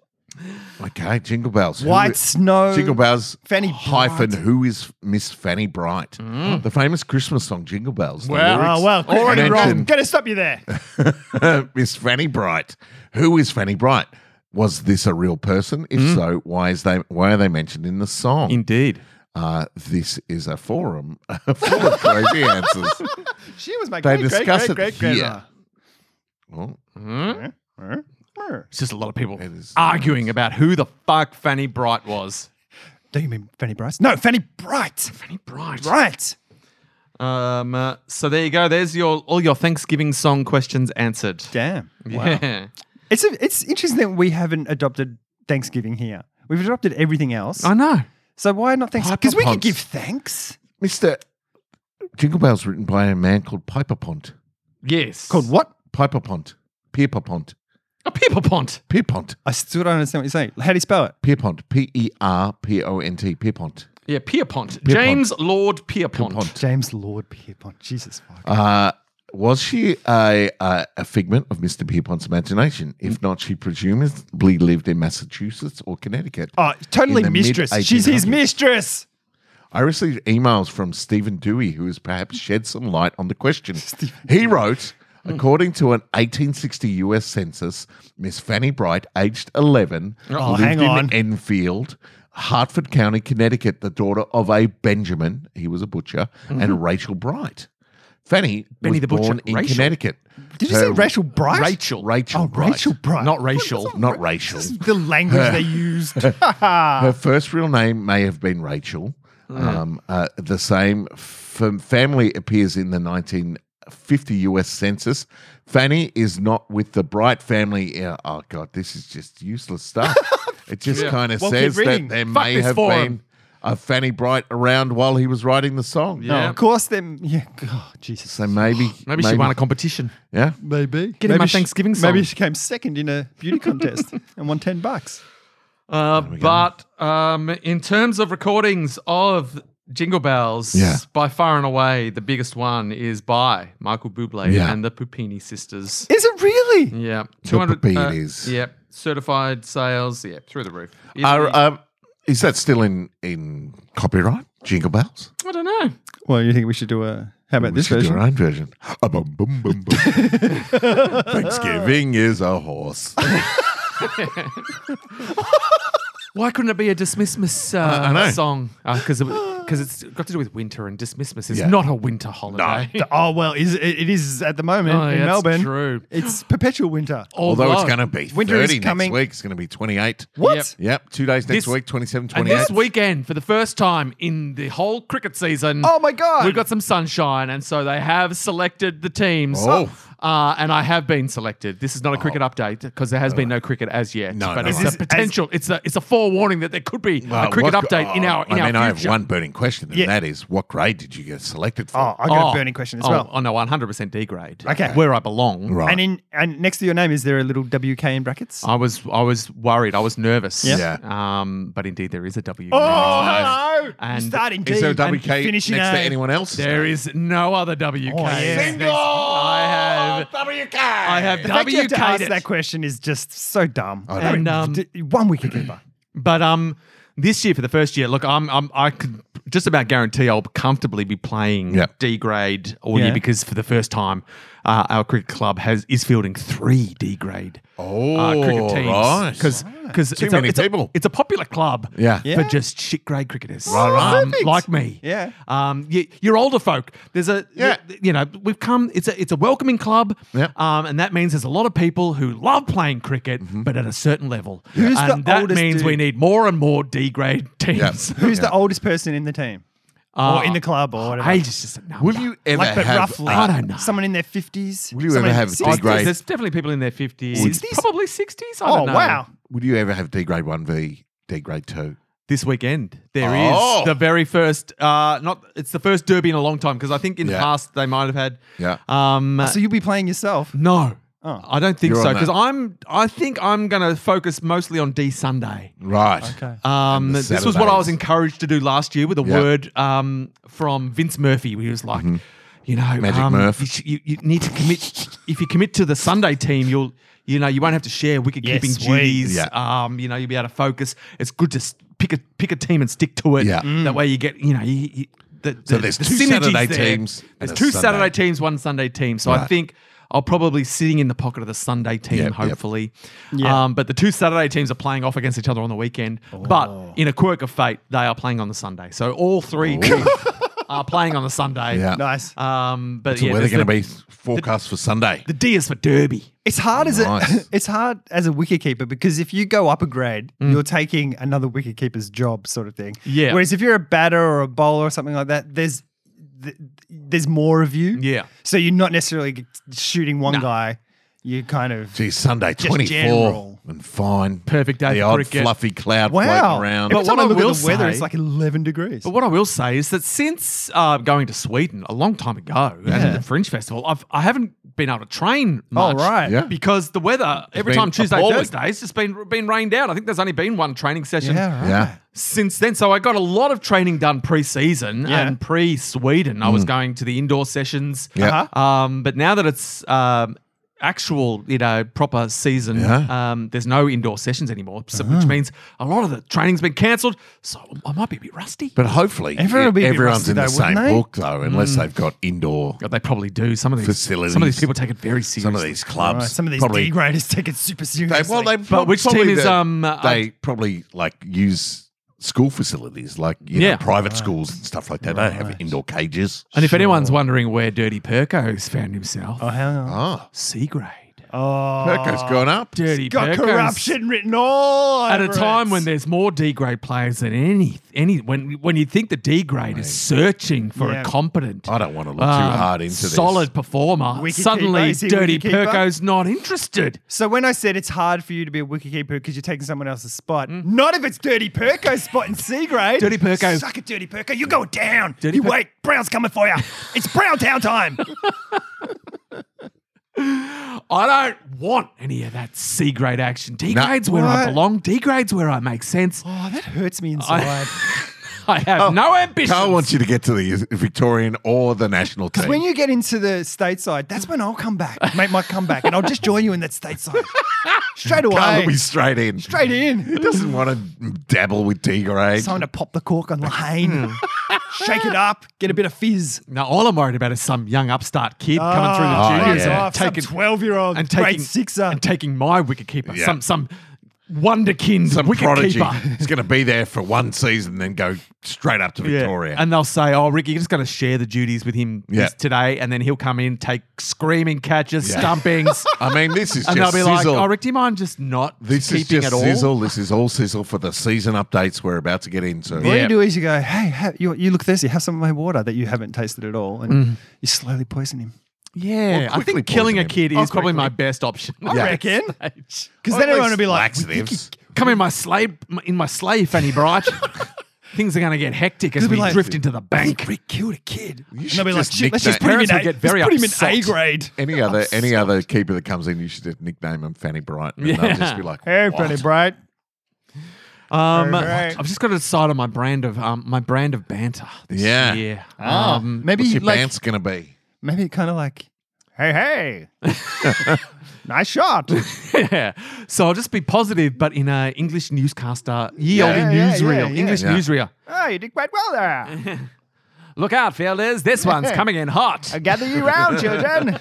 [SPEAKER 1] Okay, Jingle Bells. Who-
[SPEAKER 4] White snow.
[SPEAKER 1] Jingle Bells.
[SPEAKER 4] Fanny Mm.
[SPEAKER 1] hyphen.
[SPEAKER 4] Bright.
[SPEAKER 1] Who is Miss Fanny Bright? The famous Christmas song Jingle Bells. The
[SPEAKER 3] Well,
[SPEAKER 1] lyrics
[SPEAKER 4] Oh well, already wrong.
[SPEAKER 1] mention-
[SPEAKER 4] Gonna stop you there.
[SPEAKER 1] Miss Fanny Bright. Who is Fanny Bright? Was this a real person? If
[SPEAKER 4] Hmm.
[SPEAKER 1] so, why is they why are they mentioned in the song?
[SPEAKER 3] Indeed.
[SPEAKER 1] uh, this is a forum full of crazy answers.
[SPEAKER 4] She was my
[SPEAKER 1] They
[SPEAKER 4] great great
[SPEAKER 1] discuss
[SPEAKER 4] great great
[SPEAKER 1] it
[SPEAKER 4] grandma.
[SPEAKER 1] Well,
[SPEAKER 3] It's just a lot of people
[SPEAKER 1] It is-
[SPEAKER 3] arguing about who the fuck Fanny Bright was.
[SPEAKER 4] Do you mean Fanny Bryce? No, Fanny Bright.
[SPEAKER 3] Fanny Bright.
[SPEAKER 4] Bright.
[SPEAKER 3] Um, uh, so there you go. There's your all your Thanksgiving song questions answered.
[SPEAKER 4] Damn. Wow.
[SPEAKER 3] Yeah.
[SPEAKER 4] It's a, it's interesting that we haven't adopted Thanksgiving here. We've adopted everything else.
[SPEAKER 3] I know.
[SPEAKER 4] So why not thanks? Because we could
[SPEAKER 1] Piper
[SPEAKER 4] give
[SPEAKER 1] Ponce.
[SPEAKER 4] thanks.
[SPEAKER 1] Mister Jingle Bells, written by a man called Piper Pont.
[SPEAKER 3] Yes.
[SPEAKER 4] Called what?
[SPEAKER 1] Piper Pont. Pierpont. Pont.
[SPEAKER 3] a people pont.
[SPEAKER 1] Pierpont.
[SPEAKER 4] I still don't understand what you're saying. How do you spell it?
[SPEAKER 1] Pierpont. P E R P O N T. Pierpont.
[SPEAKER 3] Yeah, Pierpont. James Lord Pierpont.
[SPEAKER 4] James Lord Pierpont. Jesus fuck.
[SPEAKER 1] Uh, was she a, a, a figment of Mr. Pierpont's imagination?
[SPEAKER 4] Mm.
[SPEAKER 1] If not, she presumably lived in Massachusetts or Connecticut.
[SPEAKER 3] Uh,
[SPEAKER 4] oh, totally
[SPEAKER 1] in the
[SPEAKER 4] mistress. She's his
[SPEAKER 1] mid-1800s.
[SPEAKER 4] mistress.
[SPEAKER 1] I received emails from Stephen Dewey, who has perhaps shed some light on the question. he wrote,
[SPEAKER 4] Hmm.
[SPEAKER 1] according to an 1860 U.S. census, Miss Fanny Bright, aged 11,
[SPEAKER 4] Oh,
[SPEAKER 1] lived
[SPEAKER 4] hang
[SPEAKER 1] in
[SPEAKER 4] on.
[SPEAKER 1] Enfield, Hartford County, Connecticut, the daughter of a Benjamin, he was a butcher,
[SPEAKER 4] Mm-hmm.
[SPEAKER 1] and Rachel Bright. Fanny
[SPEAKER 3] Benny
[SPEAKER 1] was
[SPEAKER 3] the Butcher,
[SPEAKER 1] born in
[SPEAKER 3] Rachel?
[SPEAKER 1] Connecticut.
[SPEAKER 4] Did you say Rachel Bright?
[SPEAKER 1] Rachel. Rachel.
[SPEAKER 4] Oh,
[SPEAKER 1] Bright.
[SPEAKER 4] Rachel Bright.
[SPEAKER 3] Not
[SPEAKER 4] What-
[SPEAKER 3] racial.
[SPEAKER 1] Not racial.
[SPEAKER 4] This is the language they used.
[SPEAKER 3] Ah.
[SPEAKER 1] Her first real name may have been Rachel.
[SPEAKER 3] Mm.
[SPEAKER 1] Um, uh, the same f- family appears in the 1950 U.S. Census. Fanny is not with the Bright family. Uh, oh God, this is just useless stuff. it just kind of
[SPEAKER 4] Well, keep
[SPEAKER 1] says that
[SPEAKER 4] reading.
[SPEAKER 1] there
[SPEAKER 3] Fuck
[SPEAKER 1] may
[SPEAKER 3] this
[SPEAKER 1] have
[SPEAKER 3] forum.
[SPEAKER 1] been a Fanny Bright around while he was writing the song. Oh,
[SPEAKER 4] No,
[SPEAKER 3] Yeah.
[SPEAKER 4] of course, them. Yeah. Oh, Jesus.
[SPEAKER 1] So maybe,
[SPEAKER 3] Maybe, she won a competition.
[SPEAKER 1] Yeah,
[SPEAKER 4] Maybe.
[SPEAKER 3] Get in my Thanksgiving song.
[SPEAKER 4] Maybe she came second in a beauty contest and won 10 bucks.
[SPEAKER 3] Uh, but um, in terms of recordings of Jingle Bells,
[SPEAKER 1] Yeah.
[SPEAKER 3] by far and away, the biggest one is by Michael Bublé
[SPEAKER 1] Yeah.
[SPEAKER 3] and the Pupini sisters.
[SPEAKER 4] Is it really?
[SPEAKER 3] Yeah, uh,
[SPEAKER 1] Pupinis.
[SPEAKER 3] yeah, certified sales. Yeah, through the roof. Is
[SPEAKER 1] Are,
[SPEAKER 3] the-
[SPEAKER 1] um, is that still in in copyright? Jingle bells.
[SPEAKER 3] I don't know.
[SPEAKER 4] Well, you think we should do a. How about
[SPEAKER 1] We
[SPEAKER 4] this
[SPEAKER 1] should do
[SPEAKER 4] version?
[SPEAKER 1] our own version. Ah, bum, bum, bum, bum. Thanksgiving is a horse.
[SPEAKER 3] Why couldn't it be a Dismissmas uh,
[SPEAKER 1] I know.
[SPEAKER 3] song? Uh, Because because it's got to do with winter and Dismissmas is
[SPEAKER 1] Yeah.
[SPEAKER 3] not a winter holiday.
[SPEAKER 4] Oh, well, is it, it is at the moment
[SPEAKER 3] Oh,
[SPEAKER 4] in
[SPEAKER 3] yeah, that's
[SPEAKER 4] Melbourne.
[SPEAKER 3] true. Oh,
[SPEAKER 4] It's perpetual winter.
[SPEAKER 1] Although it's going to be
[SPEAKER 4] Winter is
[SPEAKER 1] 30
[SPEAKER 4] coming.
[SPEAKER 1] next week. It's going to be 28.
[SPEAKER 4] What?
[SPEAKER 3] Yep.
[SPEAKER 1] Yep, two days next
[SPEAKER 3] This-
[SPEAKER 1] week, 27,
[SPEAKER 3] And
[SPEAKER 1] 28.
[SPEAKER 3] this weekend, for the first time in the whole cricket season,
[SPEAKER 4] Oh my God.
[SPEAKER 3] we've got some sunshine, and so they have selected the teams.
[SPEAKER 1] Oh.
[SPEAKER 3] Uh, and I have been selected. This is not a cricket update because there has been no cricket as yet.
[SPEAKER 1] No,
[SPEAKER 3] but
[SPEAKER 1] no,
[SPEAKER 3] it's
[SPEAKER 1] no.
[SPEAKER 3] a potential. It's a it's a forewarning that there could be
[SPEAKER 1] Well,
[SPEAKER 3] a cricket
[SPEAKER 1] Uh, what- oh,
[SPEAKER 3] update in our in
[SPEAKER 1] I mean,
[SPEAKER 3] our future.
[SPEAKER 1] I have one burning question, and
[SPEAKER 4] Yeah.
[SPEAKER 1] that is what grade did you get selected for?
[SPEAKER 4] Oh, I got a burning question as
[SPEAKER 3] oh,
[SPEAKER 4] well.
[SPEAKER 3] Oh no, one hundred percent D grade.
[SPEAKER 4] Okay.
[SPEAKER 3] where I belong.
[SPEAKER 1] right.
[SPEAKER 4] And in and next to your name, is there a little WK in brackets?
[SPEAKER 3] I was I was worried. I was nervous.
[SPEAKER 1] Yeah. Oh,
[SPEAKER 3] Um, but indeed, there is a W.
[SPEAKER 4] Oh, hello!
[SPEAKER 3] And
[SPEAKER 4] starting D.
[SPEAKER 1] is there a
[SPEAKER 4] and
[SPEAKER 1] WK next
[SPEAKER 4] finishing
[SPEAKER 1] to
[SPEAKER 4] A.
[SPEAKER 1] anyone else?
[SPEAKER 3] There is no other WK.
[SPEAKER 4] Oh, yeah.
[SPEAKER 3] Single. I have
[SPEAKER 1] WK.
[SPEAKER 3] I have
[SPEAKER 4] The fact you have to
[SPEAKER 3] WK'd
[SPEAKER 4] ask
[SPEAKER 3] it.
[SPEAKER 4] that question is just so dumb.
[SPEAKER 1] know.
[SPEAKER 4] And,
[SPEAKER 3] um,
[SPEAKER 4] d- one wicketkeeper.
[SPEAKER 3] But um, this year for the first year, look, I'm, I'm I could just about guarantee I'll comfortably be playing
[SPEAKER 1] Yeah.
[SPEAKER 3] D grade all year
[SPEAKER 4] Yeah.
[SPEAKER 3] because for the first time, uh, our cricket club has is fielding three D grade.
[SPEAKER 1] Oh,
[SPEAKER 3] uh, cricket teams
[SPEAKER 1] right.
[SPEAKER 3] because because
[SPEAKER 1] Too
[SPEAKER 3] it's, a-
[SPEAKER 1] many
[SPEAKER 3] it's a-
[SPEAKER 1] people.
[SPEAKER 3] it's a popular club
[SPEAKER 1] Yeah.
[SPEAKER 4] Yeah.
[SPEAKER 3] for just shit grade cricketers
[SPEAKER 1] right.
[SPEAKER 3] Um, like me
[SPEAKER 4] Yeah.
[SPEAKER 3] um you, you're older folk there's a
[SPEAKER 1] Yeah.
[SPEAKER 3] you, know we've come it's a it's a welcoming club
[SPEAKER 1] Yeah.
[SPEAKER 3] um and that means there's a lot of people who love playing cricket
[SPEAKER 1] Mm-hmm.
[SPEAKER 3] but at a certain level
[SPEAKER 4] Who's the
[SPEAKER 3] and that
[SPEAKER 4] oldest
[SPEAKER 3] means we
[SPEAKER 4] dude?
[SPEAKER 3] need more and more D grade teams
[SPEAKER 4] Who's the oldest person in the team?
[SPEAKER 3] Uh,
[SPEAKER 4] or in the club or whatever?
[SPEAKER 3] age is just a number.
[SPEAKER 1] Will you ever
[SPEAKER 4] like, but
[SPEAKER 1] have uh,
[SPEAKER 4] roughly.
[SPEAKER 3] I don't know.
[SPEAKER 4] Someone in their 50s.
[SPEAKER 1] Will you ever
[SPEAKER 4] someone in
[SPEAKER 1] have
[SPEAKER 4] their 60s.
[SPEAKER 1] D grade?
[SPEAKER 3] there's definitely people in their 50s
[SPEAKER 4] 60s?
[SPEAKER 3] probably 60s I
[SPEAKER 4] Oh,
[SPEAKER 3] don't know.
[SPEAKER 4] wow.
[SPEAKER 1] Would you ever have D grade one v D grade two?
[SPEAKER 3] this weekend there is
[SPEAKER 1] Oh.
[SPEAKER 3] the very first uh not it's the first derby in a long time because i think in
[SPEAKER 1] Yeah.
[SPEAKER 3] the past they might have had
[SPEAKER 1] Yeah.
[SPEAKER 3] um
[SPEAKER 4] So you'll be playing yourself.
[SPEAKER 3] no
[SPEAKER 4] Oh.
[SPEAKER 3] i don't think
[SPEAKER 1] You're
[SPEAKER 3] so
[SPEAKER 1] on
[SPEAKER 3] because
[SPEAKER 1] that.
[SPEAKER 3] i'm i think i'm gonna focus mostly on d sunday
[SPEAKER 1] Right.
[SPEAKER 3] um,
[SPEAKER 1] And the
[SPEAKER 3] this was what I
[SPEAKER 1] Saturdays.
[SPEAKER 3] was encouraged to do last year with a
[SPEAKER 1] Yeah. Mm-hmm.
[SPEAKER 3] word um, from Vince Murphy. He was like, you know,
[SPEAKER 1] Magic
[SPEAKER 3] um,
[SPEAKER 1] Murph.
[SPEAKER 3] You, sh- you, you need to commit. if you commit to the Sunday team, you'll, you know, you won't have to share wicket keeping
[SPEAKER 4] Yes, we-
[SPEAKER 3] duties.
[SPEAKER 1] Yeah.
[SPEAKER 3] Um, you know, you'll be able to focus. It's good to s- pick a pick a team and stick to it.
[SPEAKER 1] Yeah.
[SPEAKER 3] That way you get, you know, you. you the,
[SPEAKER 1] So
[SPEAKER 3] the-
[SPEAKER 1] there's
[SPEAKER 3] the
[SPEAKER 1] two
[SPEAKER 3] synergy's
[SPEAKER 1] Saturday
[SPEAKER 3] there.
[SPEAKER 1] teams and
[SPEAKER 3] There's
[SPEAKER 1] a
[SPEAKER 3] two
[SPEAKER 1] Sunday.
[SPEAKER 3] Saturday teams, one Sunday team. So I
[SPEAKER 1] Right.
[SPEAKER 3] think I'll probably sitting in the pocket of the Sunday team,
[SPEAKER 1] Yep, yep.
[SPEAKER 3] hopefully.
[SPEAKER 4] Yeah.
[SPEAKER 3] Um, but the two Saturday teams are playing off against each other on the weekend. But in a quirk of fate, they are playing on the Sunday. So all three teams are playing on the Sunday.
[SPEAKER 1] Yeah.
[SPEAKER 4] Nice.
[SPEAKER 3] Um, but
[SPEAKER 1] So
[SPEAKER 3] yeah,
[SPEAKER 1] where they're
[SPEAKER 3] there's
[SPEAKER 1] going to
[SPEAKER 3] the-
[SPEAKER 1] be forecast for Sunday?
[SPEAKER 3] The D is for Derby.
[SPEAKER 4] It's hard as
[SPEAKER 1] Nice.
[SPEAKER 4] a it's hard as a wicketkeeper because if you go up a grade, you're taking another wicketkeeper's job, sort of thing.
[SPEAKER 3] Mm. Yeah.
[SPEAKER 4] Whereas if you're a batter or a bowler or something like that, there's th- there's more of you.
[SPEAKER 3] Yeah.
[SPEAKER 4] So you're not necessarily g- shooting one
[SPEAKER 3] No.
[SPEAKER 4] guy. You kind of
[SPEAKER 1] Gee, Sunday,
[SPEAKER 4] general.
[SPEAKER 1] 24 and fine.
[SPEAKER 3] Perfect day
[SPEAKER 1] The
[SPEAKER 3] for
[SPEAKER 1] odd
[SPEAKER 3] cricket.
[SPEAKER 1] fluffy cloud
[SPEAKER 4] wow.
[SPEAKER 1] floating around.
[SPEAKER 4] Every
[SPEAKER 3] But
[SPEAKER 4] time
[SPEAKER 3] what
[SPEAKER 4] I
[SPEAKER 3] I
[SPEAKER 4] look at
[SPEAKER 3] will
[SPEAKER 4] the weather, it's
[SPEAKER 3] say-
[SPEAKER 4] like 11 degrees.
[SPEAKER 3] But what I will say is that since uh, going to um, Sweden a long time ago and
[SPEAKER 4] Yeah. Oh,
[SPEAKER 3] the Fringe Festival, I've I haven't been able to train much.
[SPEAKER 4] right.
[SPEAKER 1] Yeah.
[SPEAKER 3] Because the weather every
[SPEAKER 1] been
[SPEAKER 3] time Tuesday,
[SPEAKER 1] appalling.
[SPEAKER 3] Thursday, it's just been been rained out. I think there's only been one training session
[SPEAKER 4] Yeah, right.
[SPEAKER 1] Yeah.
[SPEAKER 3] since then. So I got a lot of training done pre-season
[SPEAKER 4] Yeah.
[SPEAKER 3] and pre-Sweden. I was going to the indoor sessions.
[SPEAKER 1] Mm. Yeah.
[SPEAKER 4] Uh-huh.
[SPEAKER 3] Um, but now that it's um, actual, you know, proper season,
[SPEAKER 1] Yeah. Ah.
[SPEAKER 3] um, there's no indoor sessions anymore, so, which means a lot of the training's been cancelled. So I might be a bit rusty.
[SPEAKER 1] But hopefully,
[SPEAKER 4] Everyone will be a bit
[SPEAKER 1] everyone's
[SPEAKER 4] rusty
[SPEAKER 1] in the
[SPEAKER 4] though,
[SPEAKER 1] same
[SPEAKER 4] wouldn't they?
[SPEAKER 1] book, though, unless
[SPEAKER 3] Mm.
[SPEAKER 1] they've got indoor.
[SPEAKER 3] God, they probably do. Some of these Some of
[SPEAKER 1] Facilities.
[SPEAKER 3] these people take it very seriously.
[SPEAKER 1] Some of these clubs.
[SPEAKER 4] Right, some of these
[SPEAKER 1] probably,
[SPEAKER 4] D graders take it super seriously.
[SPEAKER 1] They, well, they
[SPEAKER 3] But which
[SPEAKER 1] probably
[SPEAKER 3] team is,
[SPEAKER 1] the-
[SPEAKER 3] um, uh,
[SPEAKER 1] They probably like use school facilities, like you
[SPEAKER 3] Yeah.
[SPEAKER 1] know, private schools and stuff like that. They don't have indoor cages.
[SPEAKER 3] And if anyone's wondering where Dirty Perko's found himself,
[SPEAKER 4] oh, hang on.
[SPEAKER 1] Ah,
[SPEAKER 3] C grade.
[SPEAKER 4] Oh,
[SPEAKER 1] Perko's gone up.
[SPEAKER 3] Dirty
[SPEAKER 4] got
[SPEAKER 3] Perko's-
[SPEAKER 4] corruption written all
[SPEAKER 3] At a
[SPEAKER 4] over
[SPEAKER 3] time
[SPEAKER 4] it.
[SPEAKER 3] when there's more D grade players than any, any when when you think the D grade is searching for
[SPEAKER 4] Yeah.
[SPEAKER 3] a competent,
[SPEAKER 1] I don't want to look too
[SPEAKER 3] um,
[SPEAKER 1] hard into this.
[SPEAKER 3] solid performer,
[SPEAKER 4] Wicketkeeper,
[SPEAKER 3] suddenly
[SPEAKER 4] is he a
[SPEAKER 3] Dirty
[SPEAKER 4] wicketkeeper?
[SPEAKER 3] Perko's not interested.
[SPEAKER 4] So when I said it's hard for you to be a wicketkeeper because you're taking someone else's spot, not if it's Dirty Perko's spot in C
[SPEAKER 3] Mm.
[SPEAKER 4] grade.
[SPEAKER 3] Dirty Perko.
[SPEAKER 4] Suck it, Dirty Perko. You're going down.
[SPEAKER 3] Dirty
[SPEAKER 4] you
[SPEAKER 3] Per-
[SPEAKER 4] wait. Brown's coming for you. It's Brown town time.
[SPEAKER 3] I don't want any of that C grade action. D
[SPEAKER 1] No.
[SPEAKER 3] grade's where I
[SPEAKER 4] Right.
[SPEAKER 3] belong. D grade's where I make sense.
[SPEAKER 4] oh, that hurts me inside.
[SPEAKER 3] I have
[SPEAKER 1] Oh,
[SPEAKER 3] no ambition.
[SPEAKER 1] Carl wants you to get to the Victorian or the national team.
[SPEAKER 4] Because when you get into the stateside, that's when I'll come back, make my comeback, and I'll just join you in that stateside straight
[SPEAKER 1] Carl
[SPEAKER 4] away.
[SPEAKER 1] will be straight in.
[SPEAKER 4] straight in.
[SPEAKER 1] He doesn't want to dabble with eh? D grade.
[SPEAKER 4] Time to pop the cork on Lahane,
[SPEAKER 3] Hmm.
[SPEAKER 4] shake it up, get a bit of fizz.
[SPEAKER 3] Now, all I'm worried about is some young upstart kid coming through
[SPEAKER 4] Oh,
[SPEAKER 3] the
[SPEAKER 1] yeah.
[SPEAKER 3] juniors
[SPEAKER 1] Ah, Yeah.
[SPEAKER 3] and
[SPEAKER 4] off, some
[SPEAKER 3] taking
[SPEAKER 4] 12 year old
[SPEAKER 3] and
[SPEAKER 4] grade
[SPEAKER 3] taking
[SPEAKER 4] sixer.
[SPEAKER 3] and taking my wicketkeeper,
[SPEAKER 1] Yeah.
[SPEAKER 3] some some wonderkind
[SPEAKER 1] Some prodigy.
[SPEAKER 3] wicketkeeper.
[SPEAKER 1] He's going to be there for one season, then go straight up to Victoria.
[SPEAKER 3] And they'll say, "Oh, Ricky, you're just going to share the duties with him
[SPEAKER 1] Yeah.
[SPEAKER 3] this- today," and then he'll come in, take screaming catches,
[SPEAKER 1] Yeah.
[SPEAKER 3] stumpings,
[SPEAKER 1] I mean, this is
[SPEAKER 3] and they'll
[SPEAKER 1] just
[SPEAKER 3] be like,
[SPEAKER 1] sizzle.
[SPEAKER 3] "Oh, Rick, do you mind just not
[SPEAKER 1] this is
[SPEAKER 3] keeping
[SPEAKER 1] just
[SPEAKER 3] it all?"
[SPEAKER 1] sizzle. This is all sizzle for the season updates we're about to get into.
[SPEAKER 4] What
[SPEAKER 3] Yeah.
[SPEAKER 4] you do is you go, hey, ha- you, you look thirsty, have some of my water that you haven't tasted at all, and you slowly poison him.
[SPEAKER 3] Yeah,
[SPEAKER 1] Well,
[SPEAKER 3] I
[SPEAKER 1] quickly
[SPEAKER 3] think killing a
[SPEAKER 1] poison him.
[SPEAKER 3] kid is
[SPEAKER 1] Oh,
[SPEAKER 3] probably my
[SPEAKER 1] quickly. Oh,
[SPEAKER 3] best option.
[SPEAKER 4] I reckon.
[SPEAKER 3] Because
[SPEAKER 4] Because then everyone will be like,
[SPEAKER 1] laxatives.
[SPEAKER 3] come in my sleigh, in my sleigh, Fanny Bright. Things are going to get hectic as
[SPEAKER 4] They'll be
[SPEAKER 3] we
[SPEAKER 4] like-
[SPEAKER 3] drift into the bank.
[SPEAKER 4] Rick killed a kid. And
[SPEAKER 1] should
[SPEAKER 4] they'll be like,
[SPEAKER 1] just
[SPEAKER 4] "Shit,
[SPEAKER 1] nick
[SPEAKER 4] let's just
[SPEAKER 1] that.
[SPEAKER 4] put him in
[SPEAKER 3] Parents will
[SPEAKER 4] A.
[SPEAKER 3] get very
[SPEAKER 4] let's put him
[SPEAKER 3] upset.
[SPEAKER 4] in A grade.
[SPEAKER 1] Any other any other keeper that comes in, you should just nickname him Fanny Bright, and they'll just be like,
[SPEAKER 4] Hey,
[SPEAKER 1] "What?"
[SPEAKER 4] Fanny Bright.
[SPEAKER 3] Um,
[SPEAKER 4] Alright.
[SPEAKER 3] I've just got to decide on my brand of um, my brand of banter. This
[SPEAKER 1] Yeah.
[SPEAKER 3] year. Um,
[SPEAKER 4] maybe
[SPEAKER 1] What's your
[SPEAKER 4] like,
[SPEAKER 1] bant's going to be?"
[SPEAKER 4] maybe kind of like, hey, hey, nice shot.
[SPEAKER 3] yeah. So I'll just be positive, but in a English newscaster, ye
[SPEAKER 4] Yeah,
[SPEAKER 3] olde
[SPEAKER 4] yeah, yeah,
[SPEAKER 3] newsreel,
[SPEAKER 4] yeah, yeah.
[SPEAKER 3] English
[SPEAKER 1] Yeah.
[SPEAKER 3] newsreel.
[SPEAKER 4] Oh, you did quite well there.
[SPEAKER 3] Look out, fielders! This one's coming in hot.
[SPEAKER 4] I gather you round, children.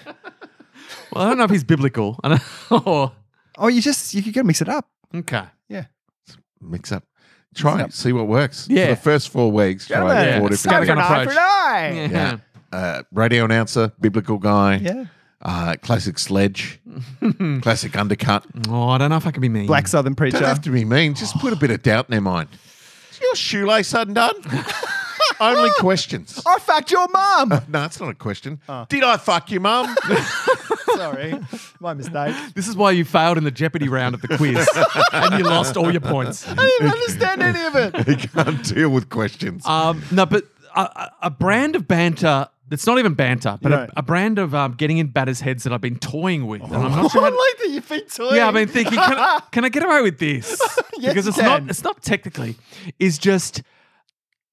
[SPEAKER 3] Well, I don't know if he's biblical. I don't- or-
[SPEAKER 4] oh, you just you gotta mix it up.
[SPEAKER 3] okay.
[SPEAKER 4] Yeah.
[SPEAKER 1] Mix up, try it, see what works.
[SPEAKER 3] Yeah.
[SPEAKER 1] For the first four weeks, try
[SPEAKER 4] Gentlemen,
[SPEAKER 1] four
[SPEAKER 3] Yeah.
[SPEAKER 1] different.
[SPEAKER 3] Gotta
[SPEAKER 4] an
[SPEAKER 3] go
[SPEAKER 4] eye
[SPEAKER 3] approach.
[SPEAKER 4] for an eye.
[SPEAKER 3] Yeah.
[SPEAKER 1] Yeah. Uh, radio announcer, biblical guy,
[SPEAKER 4] Yeah.
[SPEAKER 1] uh, classic sledge, classic undercut.
[SPEAKER 3] Oh, I don't know if I can be mean.
[SPEAKER 4] Black Southern preacher.
[SPEAKER 1] Don't have to be mean. Just put a bit of doubt in their mind. Is your shoelace undone? Only questions.
[SPEAKER 3] Oh.
[SPEAKER 4] I fucked your mum.
[SPEAKER 1] No, it's not a question. Did I fuck you, mum?
[SPEAKER 4] Sorry, my mistake.
[SPEAKER 3] This is why you failed in the Jeopardy round of the quiz, and you lost all your points.
[SPEAKER 4] I didn't understand any of it.
[SPEAKER 1] He can't deal with questions.
[SPEAKER 3] Um, no, but a- a, a brand of banter. It's not even banter, but
[SPEAKER 4] Right.
[SPEAKER 3] a, a brand of um, getting in batters' heads that I've been toying with, and I'm not sure.
[SPEAKER 4] Oh, I
[SPEAKER 3] how-
[SPEAKER 4] like that you feet toy.
[SPEAKER 3] Yeah, I've been thinking, can I, can I get away with this?
[SPEAKER 4] Yes,
[SPEAKER 3] because
[SPEAKER 4] you
[SPEAKER 3] it's not
[SPEAKER 4] can.
[SPEAKER 3] it's not technically, it's just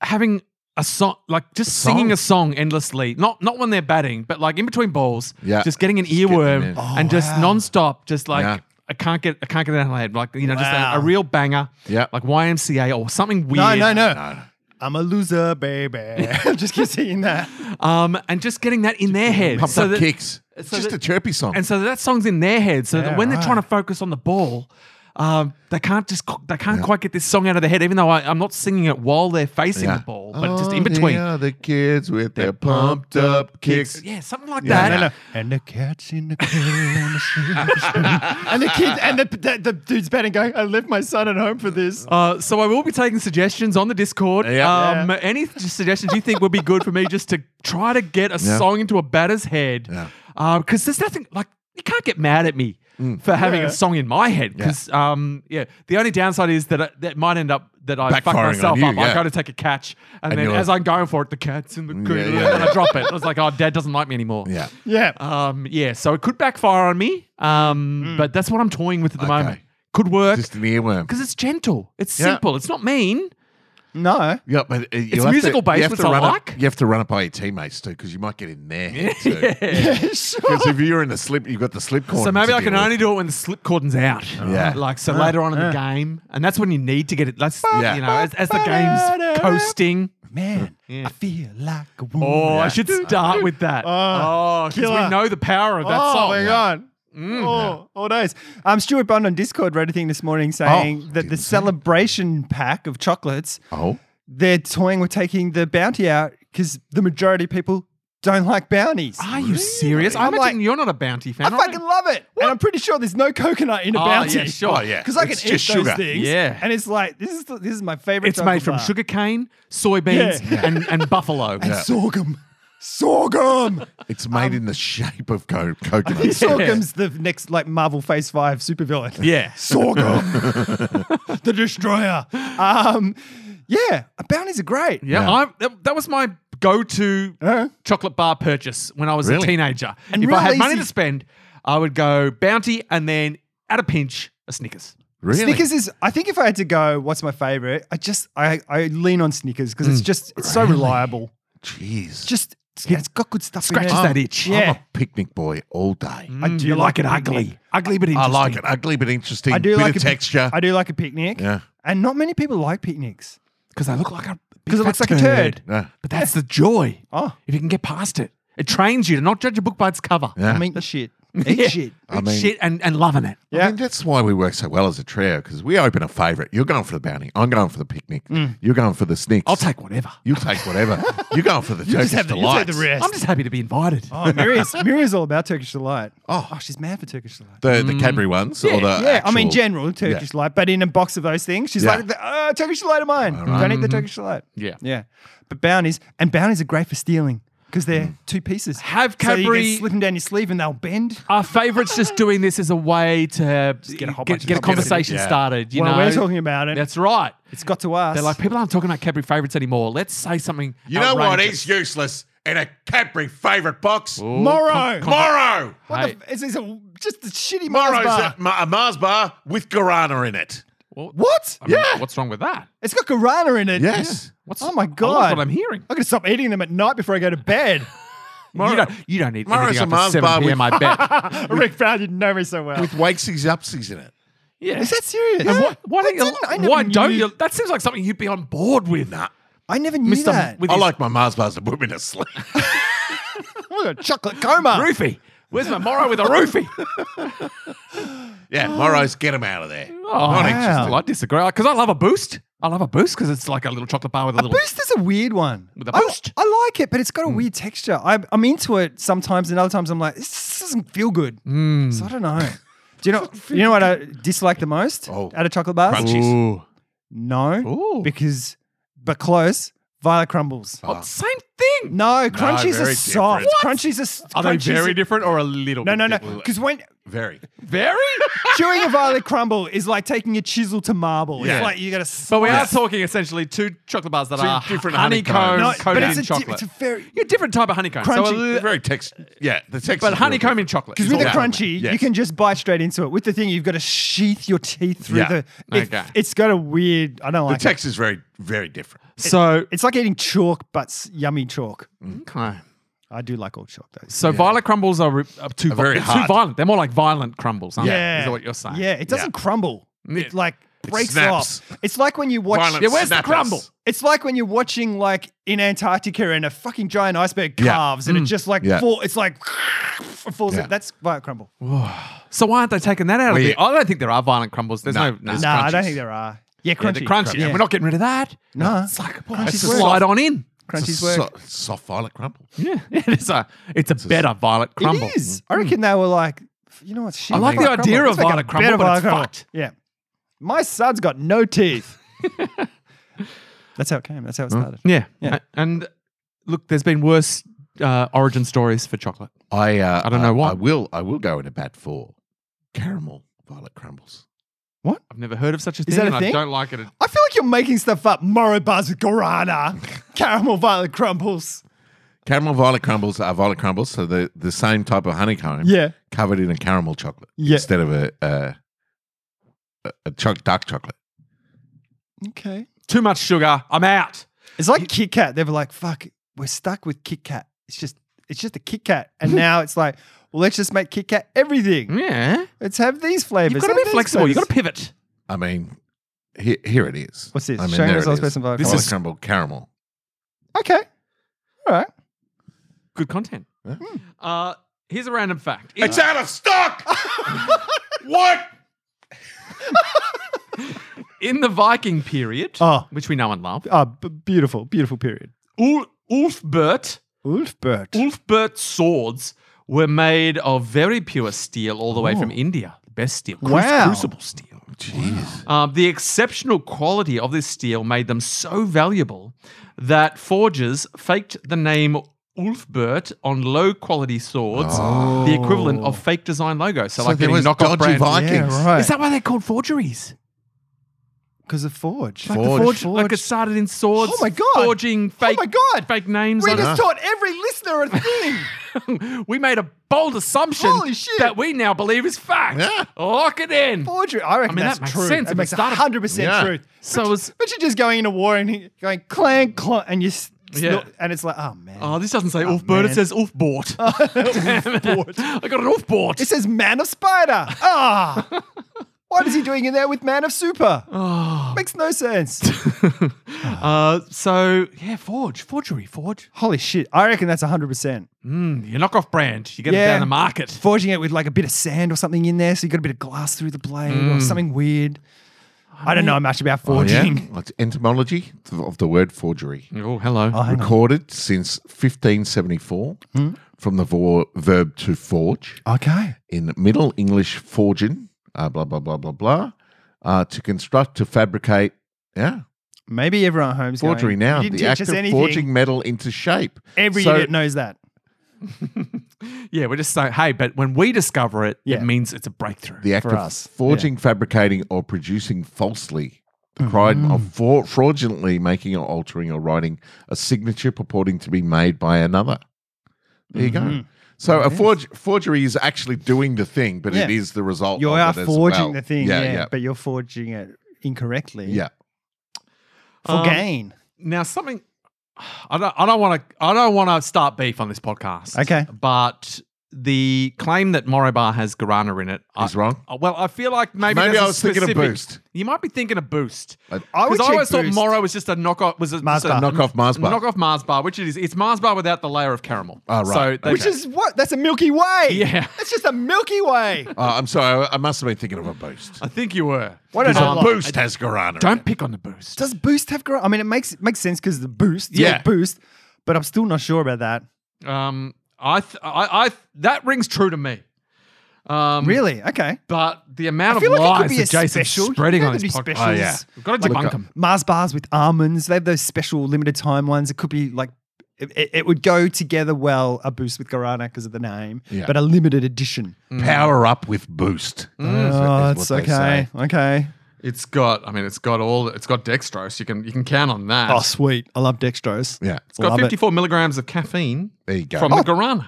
[SPEAKER 3] having a song like just singing a song endlessly. Not not when they're batting, but like in between balls.
[SPEAKER 1] Yeah.
[SPEAKER 3] Just getting an
[SPEAKER 1] getting them
[SPEAKER 3] earworm
[SPEAKER 1] in.
[SPEAKER 4] Oh,
[SPEAKER 3] and just nonstop, just like
[SPEAKER 1] Yeah.
[SPEAKER 3] I can't get I can't get it out of my head. Like, you know, just
[SPEAKER 4] Wow.
[SPEAKER 3] a, a real banger.
[SPEAKER 1] Yeah.
[SPEAKER 3] Like YMCA or something weird.
[SPEAKER 4] No, no, no, I'm a loser, baby. Just keep singing that.
[SPEAKER 3] Um and just getting that in their head.
[SPEAKER 1] Pump
[SPEAKER 3] so
[SPEAKER 1] up
[SPEAKER 3] that-
[SPEAKER 1] kicks. It's
[SPEAKER 3] so
[SPEAKER 1] just
[SPEAKER 3] that-
[SPEAKER 1] a chirpy song.
[SPEAKER 3] and so that song's in their head, so
[SPEAKER 4] Yeah,
[SPEAKER 3] that when they're
[SPEAKER 4] right.
[SPEAKER 3] trying to focus on the ball, um, they can't just they can't quite get this song out of their head. Even though I, I'm not singing it while they're facing
[SPEAKER 1] Yeah.
[SPEAKER 3] the ball, but just
[SPEAKER 1] Oh,
[SPEAKER 3] in between.
[SPEAKER 1] The other kids with their pumped up kicks.
[SPEAKER 3] Yeah, something like
[SPEAKER 1] Yeah,
[SPEAKER 3] that.
[SPEAKER 1] no, no.
[SPEAKER 4] And the cat's in the and the kid and the, the, the dude's betting going. I left my son at home for this.
[SPEAKER 3] Uh, so I will be taking suggestions on the Discord.
[SPEAKER 1] Yeah.
[SPEAKER 3] Um, Any suggestions you think would be good for me just to try to get a
[SPEAKER 1] Yeah.
[SPEAKER 3] song into a batter's head? Uh,
[SPEAKER 1] Yeah.
[SPEAKER 3] Because there's nothing like you can't get mad at me
[SPEAKER 1] Mm.
[SPEAKER 3] for having a song in my head because yeah. Um, yeah, the only downside is that I, that might end up that I fuck
[SPEAKER 1] Backfiring on
[SPEAKER 3] myself
[SPEAKER 1] you,
[SPEAKER 3] up. I
[SPEAKER 1] yeah.
[SPEAKER 3] go to take a catch, and,
[SPEAKER 1] And
[SPEAKER 3] then
[SPEAKER 1] you're
[SPEAKER 3] as
[SPEAKER 1] like-
[SPEAKER 3] I'm going for it, the cat's in the cooler,
[SPEAKER 1] yeah,
[SPEAKER 3] and then
[SPEAKER 1] yeah.
[SPEAKER 3] I drop it. I was like, oh, Dad doesn't like me anymore.
[SPEAKER 1] Yeah.
[SPEAKER 4] Yeah.
[SPEAKER 3] Um, yeah, so it could backfire on me, um, but that's what I'm toying with at the
[SPEAKER 1] Okay.
[SPEAKER 3] moment. Could work
[SPEAKER 1] Just an earworm.
[SPEAKER 3] because it's gentle, it's
[SPEAKER 1] Yeah.
[SPEAKER 3] simple, it's not mean.
[SPEAKER 4] no.
[SPEAKER 1] Yeah, but uh, you have to-
[SPEAKER 3] musical based,
[SPEAKER 1] you have
[SPEAKER 3] which
[SPEAKER 1] to
[SPEAKER 3] I
[SPEAKER 1] run it-
[SPEAKER 3] like.
[SPEAKER 1] you have to run it by your teammates too, because you might get in there too. Because if you're in the slip, you've got the slip corner.
[SPEAKER 3] So maybe
[SPEAKER 1] to
[SPEAKER 3] I can
[SPEAKER 1] deal with.
[SPEAKER 3] only do it when the slip cordon's out. Uh,
[SPEAKER 1] Yeah.
[SPEAKER 3] Like, so later on in the game. And that's when you need to get it. That's,
[SPEAKER 1] Yeah.
[SPEAKER 3] you know, as, as the game's coasting.
[SPEAKER 4] Man,
[SPEAKER 3] Yeah.
[SPEAKER 4] I feel like a woman.
[SPEAKER 3] Oh, I should start with that.
[SPEAKER 4] Oh,
[SPEAKER 3] Oh, because we
[SPEAKER 4] killer.
[SPEAKER 3] know the power of that
[SPEAKER 4] oh
[SPEAKER 3] song.
[SPEAKER 4] my god. Oh, all days. Um, Stuart Bond on Discord wrote a thing this morning saying that the
[SPEAKER 1] didn't see.
[SPEAKER 4] celebration pack of chocolates,
[SPEAKER 1] Oh,
[SPEAKER 4] they're toying with taking the bounty out because the majority of people don't like bounties.
[SPEAKER 3] Are you serious? I
[SPEAKER 4] I'm
[SPEAKER 3] imagine
[SPEAKER 4] like-
[SPEAKER 3] you're not a bounty fan.
[SPEAKER 4] I
[SPEAKER 3] right?
[SPEAKER 4] fucking love it. And I'm pretty sure there's no coconut in a
[SPEAKER 3] Oh,
[SPEAKER 4] bounty.
[SPEAKER 3] yeah, sure. Oh,
[SPEAKER 1] yeah.
[SPEAKER 4] Because I can
[SPEAKER 1] It's
[SPEAKER 4] eat those
[SPEAKER 1] just sugar.
[SPEAKER 4] things.
[SPEAKER 3] Yeah.
[SPEAKER 4] And it's like, this is, this is my favorite
[SPEAKER 3] It's made
[SPEAKER 4] chocolate
[SPEAKER 3] from
[SPEAKER 4] bar.
[SPEAKER 3] sugarcane, soybeans,
[SPEAKER 4] Yeah.
[SPEAKER 3] and, and buffalo.
[SPEAKER 4] And sorghum. Sorghum.
[SPEAKER 1] it's made
[SPEAKER 4] Um,
[SPEAKER 1] in the shape of co- coconuts.
[SPEAKER 4] Sorghum's the next like Marvel Phase Five supervillain.
[SPEAKER 3] Yeah.
[SPEAKER 4] Sorghum, the Destroyer. Um, yeah, uh, bounties are great.
[SPEAKER 3] Yeah,
[SPEAKER 1] Yeah.
[SPEAKER 3] I that, that was my go-to
[SPEAKER 4] Uh-huh.
[SPEAKER 3] chocolate bar purchase when I was
[SPEAKER 1] Really?
[SPEAKER 3] a teenager.
[SPEAKER 4] And
[SPEAKER 3] if
[SPEAKER 4] real
[SPEAKER 3] I had money
[SPEAKER 4] easy-
[SPEAKER 3] to spend, I would go Bounty and then at a pinch a Snickers.
[SPEAKER 1] really?
[SPEAKER 4] Snickers is. I think if I had to go, what's my favorite? I just I I lean on Snickers because
[SPEAKER 3] Mm.
[SPEAKER 4] it's just it's so reliable.
[SPEAKER 1] Jeez.
[SPEAKER 4] Just yeah, it's got good stuff.
[SPEAKER 3] Scratches
[SPEAKER 4] in it.
[SPEAKER 3] that itch. Oh.
[SPEAKER 4] Yeah. Mm,
[SPEAKER 1] I'm a picnic boy all day.
[SPEAKER 4] I do
[SPEAKER 3] you like it
[SPEAKER 4] a picnic.
[SPEAKER 3] ugly, ugly but
[SPEAKER 1] I
[SPEAKER 3] interesting.
[SPEAKER 1] like it ugly but interesting.
[SPEAKER 4] I
[SPEAKER 1] Bit
[SPEAKER 4] do
[SPEAKER 1] of
[SPEAKER 4] like a pic-
[SPEAKER 1] texture.
[SPEAKER 4] I do like a picnic.
[SPEAKER 1] Yeah.
[SPEAKER 4] And not many people like picnics.
[SPEAKER 3] because I look like a
[SPEAKER 4] 'Cause
[SPEAKER 3] because
[SPEAKER 4] it looks like a turd.
[SPEAKER 1] Yeah.
[SPEAKER 3] But that's the joy.
[SPEAKER 4] Oh.
[SPEAKER 3] if you can get past it, it trains you to not judge a book by its cover.
[SPEAKER 1] Yeah.
[SPEAKER 4] I mean, the shit. Eat
[SPEAKER 3] Yeah.
[SPEAKER 4] shit.
[SPEAKER 1] I mean-
[SPEAKER 3] shit and, and loving it.
[SPEAKER 1] I mean, that's why we work so well as a trio because we open a favorite. You're going for the bounty. I'm going for the picnic.
[SPEAKER 4] Mm.
[SPEAKER 1] You're going for the sneaks.
[SPEAKER 3] I'll take whatever.
[SPEAKER 1] You take whatever. You're going for the Turkish
[SPEAKER 4] have the- you
[SPEAKER 1] delights.
[SPEAKER 4] take the rest.
[SPEAKER 3] I'm just happy to be invited.
[SPEAKER 4] Oh, Miri's, Miri's all about Turkish delight. Oh. she's mad for Turkish delight.
[SPEAKER 1] The, the Cadbury ones or the
[SPEAKER 4] Mm. yeah, I mean
[SPEAKER 1] Uh, actual-
[SPEAKER 4] general Turkish delight, but in a box of those things, she's
[SPEAKER 1] Yeah.
[SPEAKER 4] like, uh, Turkish delight of mine. Don't eat the Turkish delight.
[SPEAKER 3] Yeah.
[SPEAKER 4] yeah. But bounties and bounties are great for stealing because they're
[SPEAKER 1] Mm.
[SPEAKER 4] two pieces.
[SPEAKER 3] Have
[SPEAKER 4] So you
[SPEAKER 3] Cadbury-
[SPEAKER 4] can slip them down your sleeve and they'll bend.
[SPEAKER 3] Our favourites just doing this as a way to
[SPEAKER 4] get
[SPEAKER 3] get
[SPEAKER 4] a
[SPEAKER 3] a,
[SPEAKER 4] whole bunch
[SPEAKER 3] get, a
[SPEAKER 4] of stuff in it.
[SPEAKER 3] conversation
[SPEAKER 1] Yeah.
[SPEAKER 3] started. You
[SPEAKER 4] well,
[SPEAKER 3] know,
[SPEAKER 4] we're talking about it.
[SPEAKER 3] That's right.
[SPEAKER 4] it's got to us.
[SPEAKER 3] They're like, people aren't talking about Cadbury favourites anymore. Let's say something.
[SPEAKER 1] You know what?
[SPEAKER 3] outrageous.
[SPEAKER 1] He's useless in a Cadbury favorite box.
[SPEAKER 4] Morrow.
[SPEAKER 1] Morrow.
[SPEAKER 4] What
[SPEAKER 3] Hey.
[SPEAKER 4] the f- it's, it's a, just a shitty Mars
[SPEAKER 1] Morrow's
[SPEAKER 4] bar.
[SPEAKER 1] a, ma- a Mars bar with guarana in it.
[SPEAKER 4] what?
[SPEAKER 3] I mean,
[SPEAKER 1] Yeah.
[SPEAKER 3] What's wrong with that?
[SPEAKER 4] It's got guarana in it.
[SPEAKER 1] Yes.
[SPEAKER 3] What's
[SPEAKER 4] Oh my
[SPEAKER 3] I like
[SPEAKER 4] God.
[SPEAKER 3] what I'm hearing.
[SPEAKER 4] I'm gonna stop eating them at night before I go to bed.
[SPEAKER 3] You don't, you don't need
[SPEAKER 1] Morrow's
[SPEAKER 3] anything
[SPEAKER 1] a
[SPEAKER 3] after
[SPEAKER 1] Mars bar
[SPEAKER 3] 7 p.m. I bet.
[SPEAKER 4] Rick Brown didn't know me so well.
[SPEAKER 1] With wakesies upsies in it.
[SPEAKER 3] Yeah.
[SPEAKER 4] Is that serious?
[SPEAKER 3] And why, why
[SPEAKER 4] I
[SPEAKER 3] don't you,
[SPEAKER 4] didn't- I never
[SPEAKER 3] why don't
[SPEAKER 4] knew-
[SPEAKER 3] you? That seems like something you'd be on board with. Nah.
[SPEAKER 4] I never knew
[SPEAKER 3] Mr.
[SPEAKER 4] that.
[SPEAKER 3] With
[SPEAKER 1] I
[SPEAKER 3] his-
[SPEAKER 1] like my Mars bars to put me to sleep.
[SPEAKER 4] Oh, a chocolate coma.
[SPEAKER 3] Roofie. Where's my Morrow with a roofie?
[SPEAKER 1] yeah, Morrow's, get them out of there.
[SPEAKER 3] Oh,
[SPEAKER 1] Not
[SPEAKER 4] wow.
[SPEAKER 1] interested.
[SPEAKER 3] I disagree. Because I love a boost. I love a boost because it's like a little chocolate bar with a, little.
[SPEAKER 4] Boost is a weird one.
[SPEAKER 3] With a
[SPEAKER 4] I-
[SPEAKER 3] boost. Hmm.
[SPEAKER 4] I, like it, but it's got a weird texture. I, I'm into it sometimes, and other times I'm like, this doesn't feel good.
[SPEAKER 3] Hmm.
[SPEAKER 4] So I don't know. Do you know? you know what I dislike the most
[SPEAKER 1] Oh.
[SPEAKER 4] out of chocolate bars?
[SPEAKER 1] Crunchies.
[SPEAKER 3] Ooh.
[SPEAKER 4] No,
[SPEAKER 3] Ooh.
[SPEAKER 4] because but close. Violet crumbles.
[SPEAKER 3] Oh, same thing.
[SPEAKER 4] No, crunchies are
[SPEAKER 1] very
[SPEAKER 4] soft.
[SPEAKER 1] different.
[SPEAKER 4] Crunchies are. s-
[SPEAKER 3] Are they
[SPEAKER 4] crunchies
[SPEAKER 3] very
[SPEAKER 4] are-
[SPEAKER 3] different or a little?
[SPEAKER 4] No,
[SPEAKER 3] bit
[SPEAKER 4] no, no.
[SPEAKER 3] different?
[SPEAKER 4] Because when
[SPEAKER 1] Very.
[SPEAKER 3] Very.
[SPEAKER 4] chewing a violet crumble is like taking a chisel to marble.
[SPEAKER 1] Yeah.
[SPEAKER 4] It's like you got
[SPEAKER 3] but
[SPEAKER 4] to.
[SPEAKER 3] we are talking essentially two chocolate bars that
[SPEAKER 1] Two
[SPEAKER 3] are
[SPEAKER 1] different
[SPEAKER 3] honeycomb
[SPEAKER 1] honeycombs.
[SPEAKER 4] No, but
[SPEAKER 3] coated
[SPEAKER 4] it's a
[SPEAKER 3] in
[SPEAKER 4] di-
[SPEAKER 3] chocolate.
[SPEAKER 4] it's a very-
[SPEAKER 3] You're a different type of honeycomb. So a
[SPEAKER 4] Crunchy.
[SPEAKER 3] li-
[SPEAKER 1] Very text. Yeah, the text.
[SPEAKER 3] but
[SPEAKER 1] is real
[SPEAKER 3] honeycomb in
[SPEAKER 1] different.
[SPEAKER 3] chocolate.
[SPEAKER 4] Because
[SPEAKER 3] It's
[SPEAKER 4] with the
[SPEAKER 3] all about-
[SPEAKER 4] crunchy,
[SPEAKER 1] Yes.
[SPEAKER 4] you can just bite straight into it. With the thing, you've got to sheath your teeth through
[SPEAKER 1] Yeah.
[SPEAKER 4] the. It,
[SPEAKER 3] Okay.
[SPEAKER 4] It's got a weird. I don't
[SPEAKER 1] The
[SPEAKER 4] like it.
[SPEAKER 1] text is very, very different.
[SPEAKER 3] So
[SPEAKER 4] It's like eating chalk, but s- yummy chalk.
[SPEAKER 3] okay.
[SPEAKER 4] I do like all chalk though.
[SPEAKER 3] So violet crumbles are, re- are too, vi-
[SPEAKER 1] very
[SPEAKER 3] they're too
[SPEAKER 1] hard.
[SPEAKER 3] violent. They're more like violent crumbles, aren't
[SPEAKER 4] yeah,
[SPEAKER 3] they? Is that what you're saying?
[SPEAKER 4] Yeah, it doesn't crumble. It
[SPEAKER 3] Yeah.
[SPEAKER 4] like breaks
[SPEAKER 1] snaps.
[SPEAKER 4] off. It's like when you watch.
[SPEAKER 1] Violent
[SPEAKER 3] Yeah, where's the
[SPEAKER 1] snappers.
[SPEAKER 3] crumble?
[SPEAKER 4] It's like when you're watching like in Antarctica and a fucking giant iceberg
[SPEAKER 1] Yeah.
[SPEAKER 4] calves
[SPEAKER 3] Mm.
[SPEAKER 4] and it just like
[SPEAKER 1] Yeah.
[SPEAKER 4] fall. It's like it falls.
[SPEAKER 1] Yeah.
[SPEAKER 4] In. That's violet crumble.
[SPEAKER 3] So why aren't they taking that out of
[SPEAKER 1] We-
[SPEAKER 3] the? I don't think there are violent crumbles. There's
[SPEAKER 1] No,
[SPEAKER 3] no, no,
[SPEAKER 1] there's
[SPEAKER 4] No, I
[SPEAKER 1] crunchies.
[SPEAKER 4] don't think there are. Yeah,
[SPEAKER 3] Yeah,
[SPEAKER 4] crunchy.
[SPEAKER 3] they're crunchy.
[SPEAKER 4] Yeah.
[SPEAKER 3] And we're not getting rid of that.
[SPEAKER 4] No,
[SPEAKER 3] It's like
[SPEAKER 4] Crunchies
[SPEAKER 3] it's a
[SPEAKER 4] work.
[SPEAKER 3] slide on in.
[SPEAKER 1] It's
[SPEAKER 4] crunchies
[SPEAKER 1] a
[SPEAKER 4] work.
[SPEAKER 1] so- soft violet crumble.
[SPEAKER 3] Yeah, it's a it's a better violet crumble. Mm.
[SPEAKER 4] It is. I reckon they were like, "F- you know what? Shit,
[SPEAKER 3] I like
[SPEAKER 4] Violet
[SPEAKER 3] the idea
[SPEAKER 4] Crumble.
[SPEAKER 3] of
[SPEAKER 4] Let's make
[SPEAKER 3] Violet
[SPEAKER 4] a
[SPEAKER 3] Crumble,
[SPEAKER 4] better
[SPEAKER 3] but it's
[SPEAKER 4] Violet Crumble."
[SPEAKER 3] fucked.
[SPEAKER 4] Yeah. My son's got no teeth. That's how it came. That's how it started.
[SPEAKER 3] Yeah,
[SPEAKER 4] Yeah.
[SPEAKER 3] yeah. And look, there's been worse uh, origin stories for chocolate.
[SPEAKER 1] I uh,
[SPEAKER 3] I don't know
[SPEAKER 1] I
[SPEAKER 3] why.
[SPEAKER 1] will. I will go in a bat four. caramel violet crumbles.
[SPEAKER 3] I've never heard of such a thing.
[SPEAKER 4] Is that a
[SPEAKER 3] and
[SPEAKER 4] thing?
[SPEAKER 3] I don't like it. at-
[SPEAKER 4] I feel like you're making stuff up. Moro Gorana, caramel violet crumbles.
[SPEAKER 1] Caramel violet crumbles are violet crumbles, so the the same type of honeycomb,
[SPEAKER 4] Yeah.
[SPEAKER 1] covered in a caramel chocolate
[SPEAKER 4] Yeah.
[SPEAKER 1] instead of a a, a, a cho- dark chocolate.
[SPEAKER 4] Okay.
[SPEAKER 3] Too much sugar. I'm out.
[SPEAKER 4] It's like Kit Kat. They were like, "Fuck, we're stuck with Kit Kat. It's just, it's just a Kit Kat." And now it's like, "Well, let's just make Kit Kat everything.
[SPEAKER 3] Yeah.
[SPEAKER 4] Let's have these flavors."
[SPEAKER 3] Hmm? You've got to be flexible. You've got to pivot.
[SPEAKER 1] I mean, he, here it is.
[SPEAKER 4] What's this?
[SPEAKER 1] I mean,
[SPEAKER 4] Showing
[SPEAKER 1] there it
[SPEAKER 4] results
[SPEAKER 1] is.
[SPEAKER 4] based on violet
[SPEAKER 1] This
[SPEAKER 4] crumbles.
[SPEAKER 1] is crumble caramel.
[SPEAKER 4] Okay. All right.
[SPEAKER 3] Good content.
[SPEAKER 1] Yeah.
[SPEAKER 3] Uh, here's a random fact. In,
[SPEAKER 1] out of stock. what?
[SPEAKER 3] in the Viking period,
[SPEAKER 4] Oh.
[SPEAKER 3] which we know and love,
[SPEAKER 4] Ah, b- beautiful, beautiful period.
[SPEAKER 3] Ul- Ulfbert,
[SPEAKER 4] Ulfbert.
[SPEAKER 3] Ulfbert swords were made of very pure steel all the way from India. The best steel. Cru-
[SPEAKER 4] Oh. Wow.
[SPEAKER 3] Crucible steel. Jeez. Um, the exceptional quality of this steel made them so valuable that forgers faked the name Ulfbert on low quality swords, the equivalent
[SPEAKER 4] Oh.
[SPEAKER 3] of fake design logo.
[SPEAKER 1] So
[SPEAKER 3] So, like
[SPEAKER 1] there was
[SPEAKER 3] getting knockoff
[SPEAKER 1] dodgy
[SPEAKER 3] brand.
[SPEAKER 1] Vikings.
[SPEAKER 4] Yeah, right.
[SPEAKER 3] Is that why they're called forgeries?
[SPEAKER 4] because of Forge?
[SPEAKER 1] Like the Forge. Forge-
[SPEAKER 3] Like it started in swords.
[SPEAKER 4] Oh my God.
[SPEAKER 3] Forging
[SPEAKER 4] Oh
[SPEAKER 3] fake,
[SPEAKER 4] my God.
[SPEAKER 3] fake names.
[SPEAKER 4] we
[SPEAKER 3] on
[SPEAKER 4] just taught every listener a thing.
[SPEAKER 3] we made a bold assumption
[SPEAKER 4] Holy shit. Oh,
[SPEAKER 3] that we now believe is fact.
[SPEAKER 1] Yeah.
[SPEAKER 3] Lock it in.
[SPEAKER 4] Forgery. I reckon
[SPEAKER 3] I mean,
[SPEAKER 4] that's
[SPEAKER 3] that makes
[SPEAKER 4] true.
[SPEAKER 3] sense. If
[SPEAKER 4] That
[SPEAKER 3] it
[SPEAKER 4] makes
[SPEAKER 3] started-
[SPEAKER 4] hundred percent
[SPEAKER 1] Yeah.
[SPEAKER 4] truth.
[SPEAKER 3] So is
[SPEAKER 4] But you're just going into war and he- going clang clang, and you s-
[SPEAKER 3] Yeah.
[SPEAKER 4] snort- and it's like, oh man.
[SPEAKER 3] oh, this doesn't say off bird. It
[SPEAKER 4] man.
[SPEAKER 3] says off bought. I got an off bought.
[SPEAKER 4] It says Man of Spider. Ah, what is he doing in there with Man of Super? Makes no sense.
[SPEAKER 3] Uh, so yeah, forge, forgery, forge.
[SPEAKER 4] Holy shit! I reckon that's hundred percent.
[SPEAKER 3] Mm, your knockoff brand. You get it
[SPEAKER 4] Yeah.
[SPEAKER 3] down the market.
[SPEAKER 4] Forging it with like a bit of sand or something in there, so you got a bit of glass through the blade or something weird. Mm. I, don't know much about
[SPEAKER 1] Oh, yeah.
[SPEAKER 4] forging.
[SPEAKER 1] What's etymology of the word forgery?
[SPEAKER 3] Oh, hello.
[SPEAKER 4] hang on.
[SPEAKER 1] Recorded since 1574
[SPEAKER 4] Hmm?
[SPEAKER 1] from the vor- verb to forge
[SPEAKER 4] Okay.
[SPEAKER 1] in Middle English forging, uh, blah, blah, blah, blah, blah, uh, to construct, to fabricate. Yeah.
[SPEAKER 4] Maybe everyone at home's going,
[SPEAKER 1] Forgery now,
[SPEAKER 4] You didn't
[SPEAKER 1] the
[SPEAKER 4] teach
[SPEAKER 1] act
[SPEAKER 4] us
[SPEAKER 1] of
[SPEAKER 4] anything.
[SPEAKER 1] forging metal into shape.
[SPEAKER 4] Every
[SPEAKER 1] So-
[SPEAKER 4] idiot knows that.
[SPEAKER 3] Yeah, we're just saying, hey, but when we discover it,
[SPEAKER 4] Yeah.
[SPEAKER 3] it means it's a breakthrough.
[SPEAKER 1] the act
[SPEAKER 4] for
[SPEAKER 1] of
[SPEAKER 4] us.
[SPEAKER 1] forging, fabricating, or producing falsely.
[SPEAKER 4] Mm-hmm.
[SPEAKER 1] The crime of for- fraudulently making or altering or writing a signature purporting to be made by another. There you
[SPEAKER 4] Mm-hmm.
[SPEAKER 1] go. So a forge- forgery is actually doing the thing, but it
[SPEAKER 4] Yeah.
[SPEAKER 1] Oh, is the result.
[SPEAKER 4] You
[SPEAKER 1] of
[SPEAKER 4] are
[SPEAKER 1] it as
[SPEAKER 4] forging
[SPEAKER 1] well.
[SPEAKER 4] the thing, yeah,
[SPEAKER 1] Yeah, yeah,
[SPEAKER 4] but you're forging it incorrectly.
[SPEAKER 1] yeah.
[SPEAKER 4] For
[SPEAKER 3] Um,
[SPEAKER 4] gain.
[SPEAKER 3] now something I don't I don't want to I don't want to start beef on this podcast.
[SPEAKER 4] Okay.
[SPEAKER 3] But the claim that Moribar has guarana in it
[SPEAKER 1] Is
[SPEAKER 3] I-
[SPEAKER 1] wrong.
[SPEAKER 3] uh, Well, I feel like maybe
[SPEAKER 1] Maybe
[SPEAKER 3] there's
[SPEAKER 1] I
[SPEAKER 3] a
[SPEAKER 1] was thinking of
[SPEAKER 3] specific-
[SPEAKER 1] Boost.
[SPEAKER 3] You might be thinking of boost.
[SPEAKER 4] I would
[SPEAKER 3] Because I,
[SPEAKER 4] check
[SPEAKER 3] always
[SPEAKER 4] Boost.
[SPEAKER 3] thought Moro was just a knockoff was a,
[SPEAKER 4] Mars
[SPEAKER 3] just a
[SPEAKER 4] bar.
[SPEAKER 1] Knockoff Mars bar.
[SPEAKER 3] knockoff Mars bar, which it is. It's Mars bar without the layer of caramel.
[SPEAKER 1] Oh, right.
[SPEAKER 3] So they-
[SPEAKER 4] Which is what? That's a Milky Way.
[SPEAKER 3] Yeah.
[SPEAKER 4] That's just a Milky Way.
[SPEAKER 1] Oh, I'm sorry. I I must have been thinking of a boost.
[SPEAKER 3] I think you were.
[SPEAKER 4] What did I
[SPEAKER 1] Because
[SPEAKER 4] like?
[SPEAKER 1] boost has guarana. in
[SPEAKER 3] Don't
[SPEAKER 1] it.
[SPEAKER 3] pick on the boost.
[SPEAKER 4] Does Boost have garage? I mean, it makes it makes sense because the Boost. Yeah.
[SPEAKER 1] Yeah.
[SPEAKER 4] Boost. But I'm still not sure about that.
[SPEAKER 3] Um, I, th- I I that rings true to me. Um,
[SPEAKER 4] Really? Okay.
[SPEAKER 3] But the amount
[SPEAKER 4] I feel
[SPEAKER 3] of
[SPEAKER 4] like it could
[SPEAKER 3] lies
[SPEAKER 4] be a
[SPEAKER 3] that Jason's
[SPEAKER 4] special.
[SPEAKER 3] spreading
[SPEAKER 4] You know
[SPEAKER 3] on his
[SPEAKER 4] there'd be
[SPEAKER 3] podcast.
[SPEAKER 4] specials.
[SPEAKER 1] Oh, yeah.
[SPEAKER 3] We've got to debunk
[SPEAKER 1] Look,
[SPEAKER 3] him.
[SPEAKER 4] uh, Mars bars with almonds. They have those special limited time ones. It could be like it, it- it would go together well a boost with Guarana because of the name,
[SPEAKER 1] Yeah.
[SPEAKER 4] but a limited edition.
[SPEAKER 1] Power up with boost. Mm.
[SPEAKER 3] Mm.
[SPEAKER 1] is- is
[SPEAKER 4] Oh,
[SPEAKER 1] what
[SPEAKER 4] that's
[SPEAKER 1] they
[SPEAKER 4] okay.
[SPEAKER 1] say.
[SPEAKER 4] Okay.
[SPEAKER 3] It's got. I mean, it's got all. It's got dextrose. You can you can count on that.
[SPEAKER 4] Oh, sweet. I love dextrose.
[SPEAKER 1] Yeah.
[SPEAKER 3] it's got
[SPEAKER 4] love it.
[SPEAKER 3] 54 milligrams of caffeine
[SPEAKER 1] There you go.
[SPEAKER 3] from the guarana.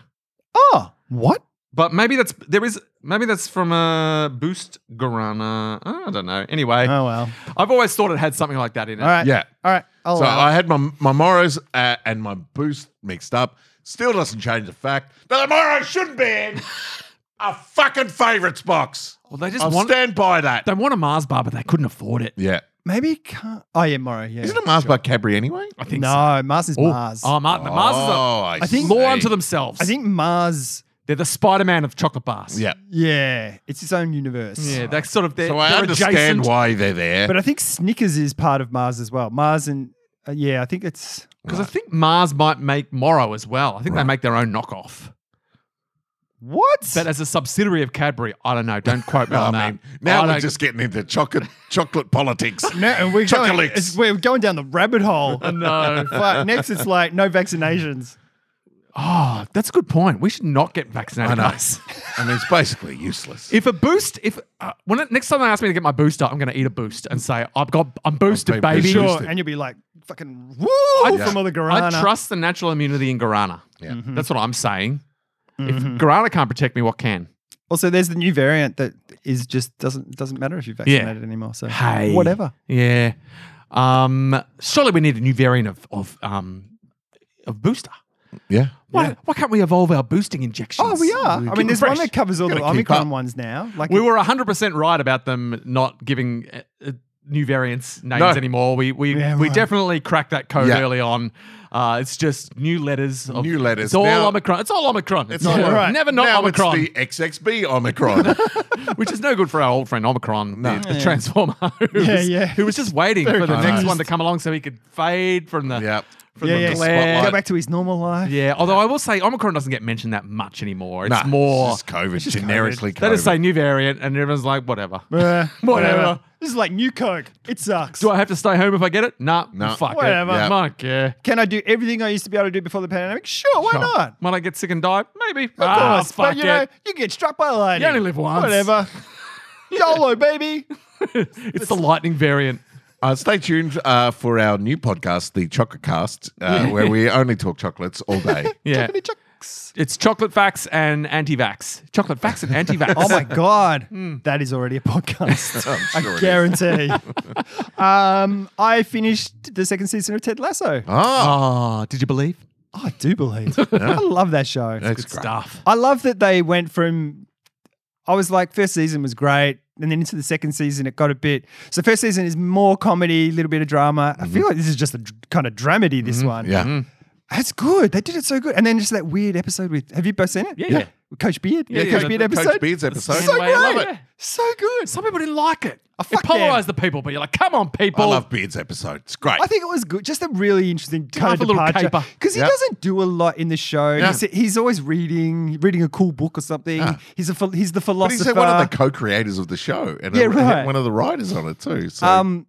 [SPEAKER 4] Oh, what?
[SPEAKER 3] But maybe that's there is maybe that's from a boost guarana. I don't know. Anyway,
[SPEAKER 4] Oh, well.
[SPEAKER 3] I've always thought it had something like that in it.
[SPEAKER 4] All right.
[SPEAKER 1] Oh, Yeah.
[SPEAKER 4] All right. I'll
[SPEAKER 3] Oh,
[SPEAKER 4] uh,
[SPEAKER 1] so
[SPEAKER 4] allow it.
[SPEAKER 1] I had my my Moros uh, and my Boost mixed up. Still doesn't change the fact that the Moros shouldn't be in a fucking favourites box.
[SPEAKER 3] Well, they just
[SPEAKER 1] I'll
[SPEAKER 3] want
[SPEAKER 1] stand by that.
[SPEAKER 3] they want a Mars bar, but they couldn't afford it.
[SPEAKER 1] Yeah.
[SPEAKER 4] Maybe it can't. Oh, yeah, Morrow. Yeah.
[SPEAKER 1] Isn't a Mars bar Cadbury anyway?
[SPEAKER 3] I think so.
[SPEAKER 4] no, Mars is
[SPEAKER 3] Oh,
[SPEAKER 4] Mars.
[SPEAKER 3] Oh, Mar- the Mars is a,
[SPEAKER 1] Oh, I,
[SPEAKER 4] think-
[SPEAKER 3] law
[SPEAKER 1] see.
[SPEAKER 3] unto themselves.
[SPEAKER 4] I think Mars.
[SPEAKER 3] they're the Spider Man of chocolate bars.
[SPEAKER 1] Yeah.
[SPEAKER 4] Yeah, it's its own universe.
[SPEAKER 3] yeah. That's sort of their.
[SPEAKER 1] So I
[SPEAKER 3] they're
[SPEAKER 1] understand
[SPEAKER 3] adjacent.
[SPEAKER 1] why they're there.
[SPEAKER 4] But I think Snickers is part of Mars as well. Mars and uh, yeah, I think it's
[SPEAKER 3] Because I think Mars might make Morrow as well. I think they make their own knockoff.
[SPEAKER 4] what?
[SPEAKER 3] But as a subsidiary of Cadbury, I don't know. Don't quote me
[SPEAKER 1] I
[SPEAKER 3] on that.
[SPEAKER 1] mean, now
[SPEAKER 3] I
[SPEAKER 1] we're
[SPEAKER 3] don't-
[SPEAKER 1] just getting into chocolate chocolate politics.
[SPEAKER 4] No, and we're going,
[SPEAKER 1] Chocolates.
[SPEAKER 4] it's- we're going down the rabbit hole.
[SPEAKER 3] no.
[SPEAKER 4] Fuck, next it's like no vaccinations.
[SPEAKER 3] Oh, that's a good point. We should not get
[SPEAKER 1] I
[SPEAKER 3] vaccinated.
[SPEAKER 1] know.
[SPEAKER 3] guys.
[SPEAKER 1] I mean, it's basically useless.
[SPEAKER 3] If a boost, if uh, when it, next time they ask me to get my booster, I'm going to eat a boost and say I've got I'm boosted,
[SPEAKER 1] been
[SPEAKER 3] baby.
[SPEAKER 1] boosted.
[SPEAKER 4] Sure,
[SPEAKER 1] Interesting.
[SPEAKER 4] and you'll be like fucking woo from all the
[SPEAKER 3] I
[SPEAKER 4] guarana.
[SPEAKER 3] trust the natural immunity in guarana.
[SPEAKER 1] Yeah.
[SPEAKER 4] Mm-hmm.
[SPEAKER 3] That's what I'm saying. If guarana can't protect me, what can?
[SPEAKER 4] Also, there's the new variant that is just doesn't doesn't matter if you're vaccinated anymore. So
[SPEAKER 3] Hey,
[SPEAKER 4] whatever.
[SPEAKER 3] Yeah. Um, surely we need a new variant of of um, of booster.
[SPEAKER 1] yeah.
[SPEAKER 3] Why, why can't we evolve our boosting injections?
[SPEAKER 4] Oh, we are. I
[SPEAKER 3] Keep
[SPEAKER 4] mean,
[SPEAKER 3] them
[SPEAKER 4] there's
[SPEAKER 3] fresh.
[SPEAKER 4] one that covers all the
[SPEAKER 1] Gotta keep
[SPEAKER 4] Omicron
[SPEAKER 1] up.
[SPEAKER 4] ones now. Like
[SPEAKER 3] We were 100% right about them not giving uh, uh, new variants names
[SPEAKER 1] No.
[SPEAKER 3] anymore. We we,
[SPEAKER 4] Yeah,
[SPEAKER 3] we
[SPEAKER 4] right.
[SPEAKER 3] definitely cracked that code
[SPEAKER 1] Yeah.
[SPEAKER 3] early on. Uh, it's just new letters. Of,
[SPEAKER 1] New letters.
[SPEAKER 3] It's all
[SPEAKER 1] Now-
[SPEAKER 3] Omicron. It's all Omicron. It's
[SPEAKER 1] all
[SPEAKER 3] never,
[SPEAKER 1] right.
[SPEAKER 3] never not
[SPEAKER 1] now
[SPEAKER 3] Omicron,
[SPEAKER 1] It's the XXB Omicron.
[SPEAKER 3] which is no good for our old friend Omicron,
[SPEAKER 1] No.
[SPEAKER 3] the, the Transformer, who,
[SPEAKER 4] Yeah,
[SPEAKER 3] was,
[SPEAKER 4] yeah.
[SPEAKER 3] who was just waiting for the
[SPEAKER 1] I
[SPEAKER 3] next
[SPEAKER 1] know.
[SPEAKER 3] one to come along so he could fade from the,
[SPEAKER 1] Yep.
[SPEAKER 3] from
[SPEAKER 4] yeah,
[SPEAKER 3] the
[SPEAKER 4] yeah.
[SPEAKER 3] glare.
[SPEAKER 4] Go back to his normal life.
[SPEAKER 3] Yeah, although I will say Omicron doesn't get mentioned that much anymore. It's
[SPEAKER 1] Nah,
[SPEAKER 3] more.
[SPEAKER 1] It's just COVID. generically COVID.
[SPEAKER 3] they just say new variant, and everyone's like, whatever.
[SPEAKER 4] Uh,
[SPEAKER 3] Whatever.
[SPEAKER 4] This is like new Coke. It sucks.
[SPEAKER 3] Do I have to stay home if I get it? Nah,
[SPEAKER 1] No.
[SPEAKER 3] fuck
[SPEAKER 4] Whatever.
[SPEAKER 3] it.
[SPEAKER 1] Yeah.
[SPEAKER 3] Fuck yeah.
[SPEAKER 4] Can I do everything I used to be able to do before the pandemic? Sure, why not?
[SPEAKER 3] Might I get sick and die? Maybe. Of
[SPEAKER 4] Of course,
[SPEAKER 3] Ah, fuck
[SPEAKER 4] but you know, you get struck by lightning.
[SPEAKER 3] You only live once.
[SPEAKER 4] Whatever. YOLO, baby.
[SPEAKER 3] it. it's the lightning variant.
[SPEAKER 1] Uh, stay tuned uh, for our new podcast, the Chococast, uh, where we only talk chocolates all day.
[SPEAKER 3] Yeah.
[SPEAKER 4] Chocolatey chocks.
[SPEAKER 3] It's chocolate facts and anti-vax. Chocolate facts and anti-vax.
[SPEAKER 4] Oh my god, Hmm. that is already a podcast.
[SPEAKER 1] I'm sure it
[SPEAKER 4] I
[SPEAKER 1] is.
[SPEAKER 4] guarantee. um, I finished the second season of Ted Lasso.
[SPEAKER 1] Oh,
[SPEAKER 3] Oh, did you believe?
[SPEAKER 4] I do believe. I love that show.
[SPEAKER 1] that's
[SPEAKER 3] Good
[SPEAKER 1] great.
[SPEAKER 3] stuff.
[SPEAKER 4] I love that they went from. I was like, first season was great, and then into the second season, it got a bit. So first season is more comedy, a little bit of drama. I feel like this is just a dr- kind of dramedy. This one,
[SPEAKER 1] Yeah.
[SPEAKER 4] that's good. They did it so good, and then just that weird episode with. Have you both seen it?
[SPEAKER 3] Yeah, yeah.
[SPEAKER 4] With Coach Beard. Yeah,
[SPEAKER 3] yeah,
[SPEAKER 4] Coach
[SPEAKER 3] the-
[SPEAKER 4] Beard
[SPEAKER 3] the
[SPEAKER 4] episode.
[SPEAKER 1] Coach Beard's episode.
[SPEAKER 3] So
[SPEAKER 1] I love
[SPEAKER 3] great.
[SPEAKER 1] it.
[SPEAKER 4] So good.
[SPEAKER 3] Some people didn't like it. it
[SPEAKER 4] fuck them.
[SPEAKER 3] polarized the people, but you're like, come on, people.
[SPEAKER 1] I love Beard's episode. It's great.
[SPEAKER 4] I think it was good. Just a really interesting kind
[SPEAKER 3] have
[SPEAKER 4] of
[SPEAKER 3] a little
[SPEAKER 4] departure
[SPEAKER 3] caper.
[SPEAKER 4] because he
[SPEAKER 1] Yeah.
[SPEAKER 4] doesn't do a lot in the show. He's, he's always reading, reading a cool book or something. He's a phil- he's the
[SPEAKER 1] but
[SPEAKER 4] philosopher.
[SPEAKER 1] he's one of the co-creators of the show, and
[SPEAKER 4] Yeah,
[SPEAKER 1] a-
[SPEAKER 4] right.
[SPEAKER 1] one of the writers on it too. So
[SPEAKER 4] um,